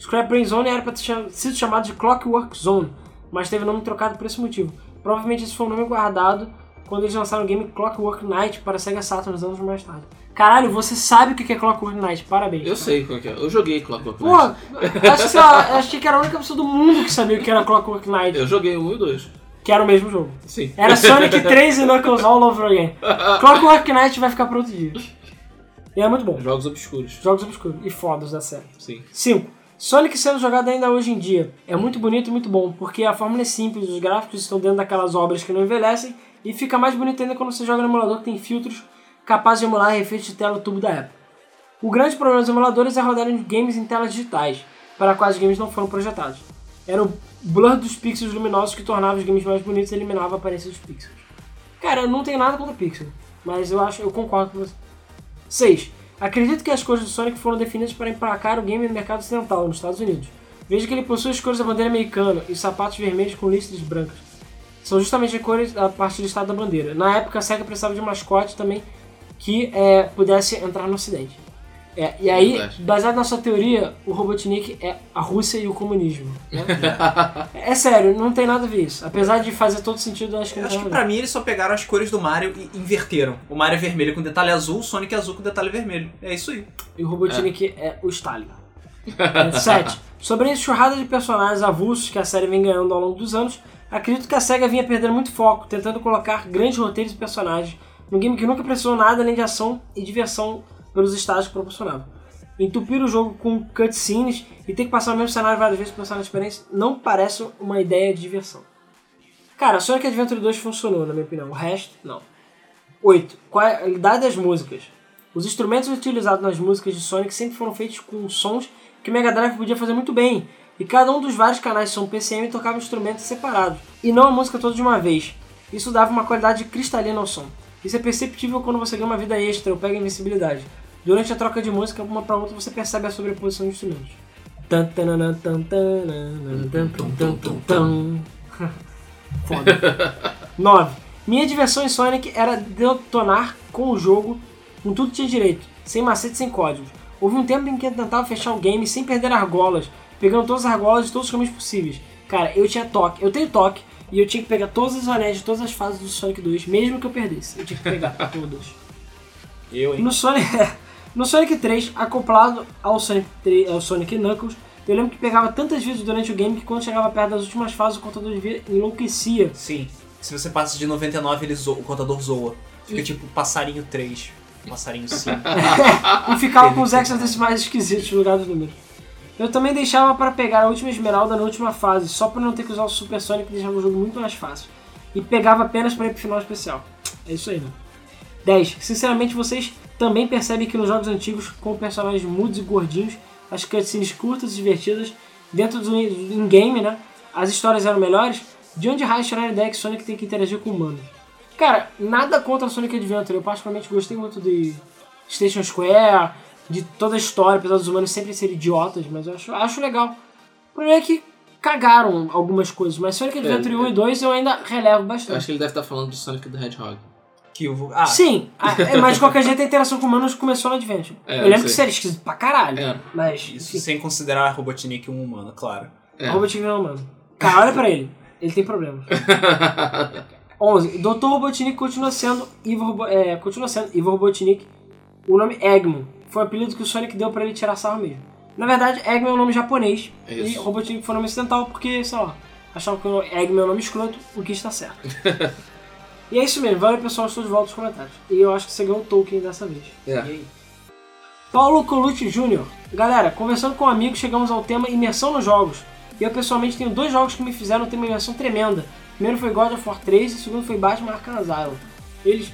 Scrap Brain Zone era para ter cha- sido chamado de Clockwork Zone, mas teve o nome trocado por esse motivo. Provavelmente esse foi um nome guardado quando eles lançaram o game Clockwork Knight para Sega Saturn uns anos mais tarde. Caralho, você sabe o que é Clockwork Knight, parabéns. Eu sei qual que é. Eu joguei Clockwork Pô, Knight. acho que, sei lá, achei que era a única pessoa do mundo que sabia o que era Clockwork Knight, Eu joguei o 1 e o 2. que era o mesmo jogo. Sim. Era Sonic 3 e Knuckles all over again. Clockwork Knight vai ficar pro outro dia. E é muito bom. Jogos obscuros. Jogos obscuros e fodas da série. Sim. 5. Sonic sendo jogado ainda hoje em dia. É muito bonito e muito bom, porque a fórmula é simples, os gráficos estão dentro daquelas obras que não envelhecem, e fica mais bonito ainda quando você joga no emulador que tem filtros capaz de emular efeitos de tela tubo da época. O grande problema dos emuladores é rodarem games em telas digitais, para quais os games não foram projetados. Era o blur dos pixels luminosos que tornava os games mais bonitos e eliminava a aparência dos pixels. Cara, eu não tenho nada contra pixel, mas eu acho, eu concordo com você. 6. Acredito que as cores do Sonic foram definidas para emplacar o game no mercado ocidental, nos Estados Unidos. Veja que ele possui as cores da bandeira americana e sapatos vermelhos com listras brancas. São justamente as cores da parte do estado da bandeira. Na época, a SEGA precisava de um mascote também que é, pudesse entrar no ocidente. É, e aí, Verdade. baseado na sua teoria, o Robotnik é a Rússia e o comunismo. né? é sério, não tem nada a ver isso. Apesar de fazer todo sentido, eu acho que Eu não acho tem que nada a ver. pra mim eles só pegaram as cores do Mario e inverteram. O Mario é vermelho com detalhe azul, o Sonic é azul com detalhe vermelho. É isso aí. E o Robotnik é, o Stalin. 7. Sobre a enxurrada de personagens avulsos que a série vem ganhando ao longo dos anos, acredito que a SEGA vinha perdendo muito foco, tentando colocar grandes roteiros e personagens num game que nunca precisou nada além de ação e diversão pelos estágios que proporcionava. Entupir o jogo com cutscenes e ter que passar o mesmo cenário várias vezes para passar na experiência não parece uma ideia de diversão. Cara, Sonic Adventure 2 funcionou, na minha opinião. O resto, não. 8. Qualidade é das músicas. Os instrumentos utilizados nas músicas de Sonic sempre foram feitos com sons que o Mega Drive podia fazer muito bem, e cada um dos vários canais de som PCM tocava instrumentos separados, e não a música toda de uma vez. Isso dava uma qualidade cristalina ao som. Isso é perceptível quando você ganha uma vida extra ou pega invencibilidade. Durante a troca de música, uma para outra, você percebe a sobreposição de instrumentos. Tan, tananã, tan, tananã, tan, tum, tum, tum, tum. Foda. 9. Minha diversão em Sonic era detonar com o jogo, com tudo que tinha direito, sem macete, sem códigos. Houve um tempo em que eu tentava fechar o game sem perder argolas, pegando todas as argolas de todos os caminhos possíveis. Cara, eu tinha toque, eu tenho toque, e eu tinha que pegar todos os anéis de todas as fases do Sonic 2, mesmo que eu perdesse. Eu tinha que pegar todos. Eu, hein? No Sonic, no Sonic 3, acoplado ao Sonic, 3, ao Sonic Knuckles, eu lembro que pegava tantas vezes durante o game que quando chegava perto das últimas fases o contador de vida enlouquecia. Sim. Se você passa de 99, ele zo- o contador zoa. Fica tipo passarinho 3, passarinho 5. e ficava com os hexadecimais esquisitos no lugar dos números. Eu também deixava para pegar a última esmeralda na última fase, só para não ter que usar o Super Sonic, que deixava o jogo muito mais fácil. E pegava apenas para ir pro final especial. É isso aí, né? 10. Sinceramente, vocês também percebem que nos jogos antigos, com personagens mudos e gordinhos, as cutscenes curtas e divertidas, dentro do in-game, né? As histórias eram melhores? De onde raio tirar a ideia que Sonic tem que interagir com humanos? Cara, nada contra Sonic Adventure. Eu particularmente gostei muito de Station Square, de toda a história, apesar dos humanos sempre serem idiotas, mas eu acho, acho legal. O problema é que cagaram algumas coisas, mas Sonic Adventure é. 1 e 2 eu ainda relevo bastante. Eu acho que ele deve estar falando do Sonic do Hedgehog. que eu vou... Ah, Sim, a- é, mas de qualquer jeito a interação com humanos começou no Adventure. É, eu lembro eu que sei. É. isso era esquisito pra caralho. Era. Mas, isso enfim, sem considerar Robotnik um humano, claro. É. Robotnik não é humano. Cara, olha pra ele. Ele tem problemas. 11. Dr. Robotnik continua sendo Ivo, Robo- é, continua sendo Ivo Robotnik. O nome Eggman foi o apelido que o Sonic deu pra ele tirar sarro mesmo. Na verdade, Eggman é um nome japonês e Isso. Robotnik foi um nome ocidental porque, sei lá, achavam que o Eggman é um nome escroto, o que está certo. e é isso mesmo. Valeu, pessoal. Estou de volta nos comentários. E eu acho que você ganhou o Tolkien dessa vez. É. Paulo Colucci Jr. Galera, conversando com um amigo, chegamos ao tema imersão nos jogos. E eu pessoalmente tenho dois jogos que me fizeram ter uma imersão tremenda. Primeiro foi God of War 3 e o segundo foi Batman Arkham Asylum. Eles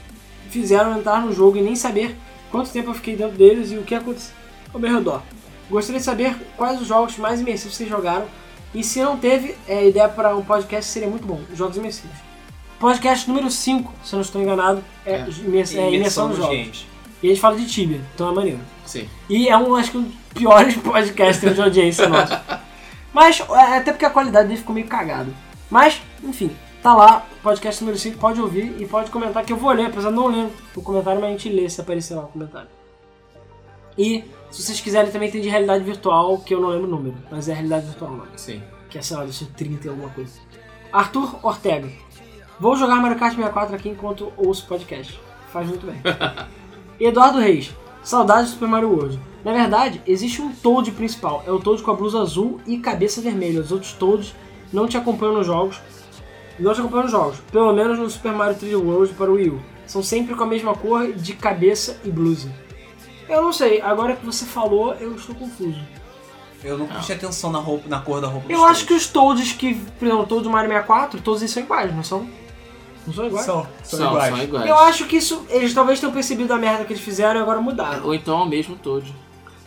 fizeram eu entrar no jogo e nem saber quanto tempo eu fiquei dentro deles e o que aconteceu ao meu redor. Gostaria de saber quais os jogos mais imersivos vocês jogaram e se não teve é, ideia para um podcast seria muito bom, jogos imersivos. Podcast número 5, se eu não estou enganado, é, É, imer- é imersão nos jogos. games. E a gente fala de Tibia, então é maneiro. Sim. E é um, acho que um dos piores podcasts de audiência nossa. Mas, é, até porque a qualidade dele ficou meio cagada. Mas, enfim, tá lá, podcast número 5, pode ouvir e pode comentar, que eu vou ler, apesar de não ler o comentário, mas a gente lê se aparecer lá o comentário. E, se vocês quiserem, também tem de realidade virtual, que eu não lembro o número, mas é realidade virtual, mano Sim. que é, sei lá, deve ser 30 e alguma coisa. Arthur Ortega. Vou jogar Mario Kart 64 aqui enquanto ouço o podcast. Faz muito bem. Eduardo Reis. Saudades do Super Mario World. Na verdade, existe um Toad principal. É o Toad com a blusa azul e cabeça vermelha. Os outros Toads não te acompanham nos jogos. Não te acompanham nos jogos. Pelo menos no Super Mario 3D World para o Wii U. São sempre com a mesma cor de cabeça e blusa. Eu não sei. Agora que você falou, eu estou confuso. Eu não Ah. prestei atenção na, roupa, na cor da roupa Eu dos acho que todos. os Toads que, por exemplo, o Toad do Mario 64, todos eles são iguais, não são? Não são iguais? São, são, São, iguais. são iguais. Eu acho que isso. Eles talvez tenham percebido a merda que eles fizeram e agora mudaram. Ou então é o mesmo Toad.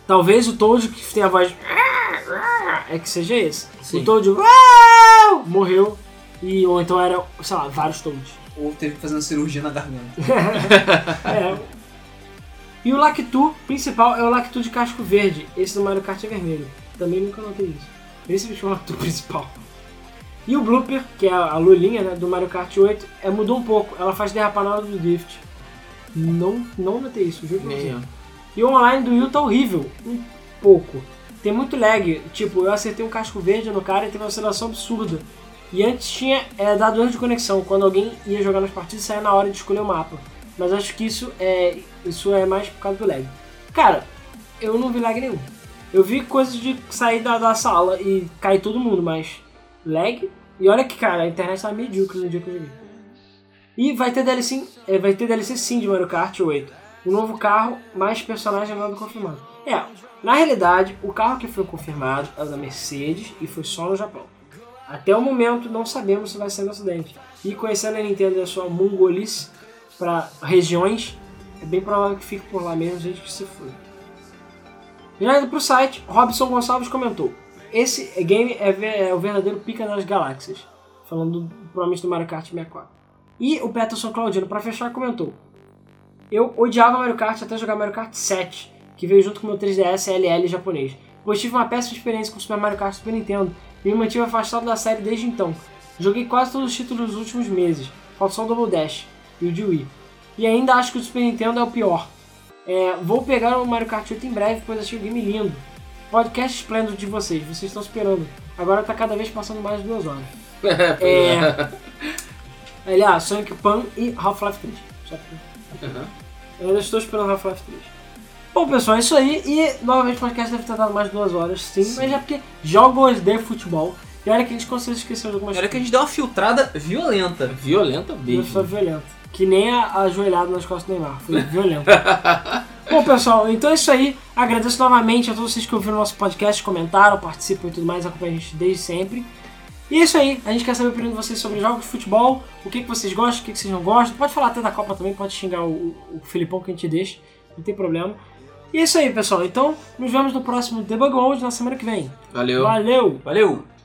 Talvez o Toad que tem a voz. É que seja esse. Sim. O Toad. Morreu. E, ou então era, sei lá, vários Toads. Ou teve que fazer uma cirurgia na garganta. É. E o Lactu principal é o Lactu de casco verde. Esse do Mario Kart é vermelho. Também nunca notei isso. Esse bicho é o Lactu principal. E o Blooper, que é a Lulinha né, do Mario Kart 8, é, mudou um pouco. Ela faz derrapar na hora do drift. Não, não notei isso, juro pra Nem você. eu. E o online do Will tá horrível. Um pouco. Tem muito lag. Tipo, eu acertei um casco verde no cara e teve uma oscilação absurda. E antes tinha é, dado erro de conexão. Quando alguém ia jogar nas partidas, saia na hora de escolher o mapa. Mas acho que isso é, isso é mais por causa do lag. Cara, eu não vi lag nenhum. Eu vi coisas de sair da, da sala e cair todo mundo, mas lag. E olha que, cara, a internet tá medíocre no dia que eu joguei. E vai ter DLC, é, vai ter DLC sim de Mario Kart 8. O novo carro, mais personagem nada confirmado. É, na realidade, o carro que foi confirmado é o da Mercedes e foi só no Japão. Até o momento, não sabemos se vai ser no Ocidente. E conhecendo a Nintendo e a sua mongolice para regiões, é bem provável que fique por lá mesmo, gente que se foi. Já indo pro site, Robson Gonçalves comentou: Esse game é, ve- é o verdadeiro pica das galáxias. Falando do- provavelmente do Mario Kart 64. E o Peterson Claudino, pra fechar, comentou: Eu odiava Mario Kart até jogar Mario Kart 7, que veio junto com meu 3DS LL japonês, pois tive uma péssima experiência com o Super Mario Kart Super Nintendo e me mantive afastado da série desde então. Joguei quase todos os títulos nos últimos meses, falta só o Double Dash e o de Wii. E ainda acho que o Super Nintendo é o pior. É, vou pegar o Mario Kart 8 em breve, pois achei o game lindo. Podcast esplêndido de vocês, vocês estão esperando. Agora tá cada vez passando mais de duas horas. É. Ele, ah, Sonic Pan e Half-Life 3. Só que Aham. eu ainda estou esperando Half-Life 3. Bom, pessoal, é isso aí. E novamente o podcast deve ter dado mais de duas horas, sim, mas é porque jogos de futebol. E olha que a gente conseguiu esquecer de algumas Era que a gente deu uma filtrada violenta. Violenta Não mesmo. foi violento. Que nem a ajoelhada nas costas do Neymar. Foi violento. Bom, pessoal, então é isso aí. Agradeço novamente a todos vocês que ouviram nosso podcast, comentaram, participam e tudo mais, acompanham a gente desde sempre. E é isso aí. A gente quer saber a opinião de vocês sobre jogos de futebol, o que, que vocês gostam, o que, que vocês não gostam. Pode falar até da Copa também, pode xingar o, o Filipão que a gente deixa, não tem problema. E é isso aí, pessoal. Então, nos vemos no próximo Debug World na semana que vem. Valeu. Valeu! Valeu!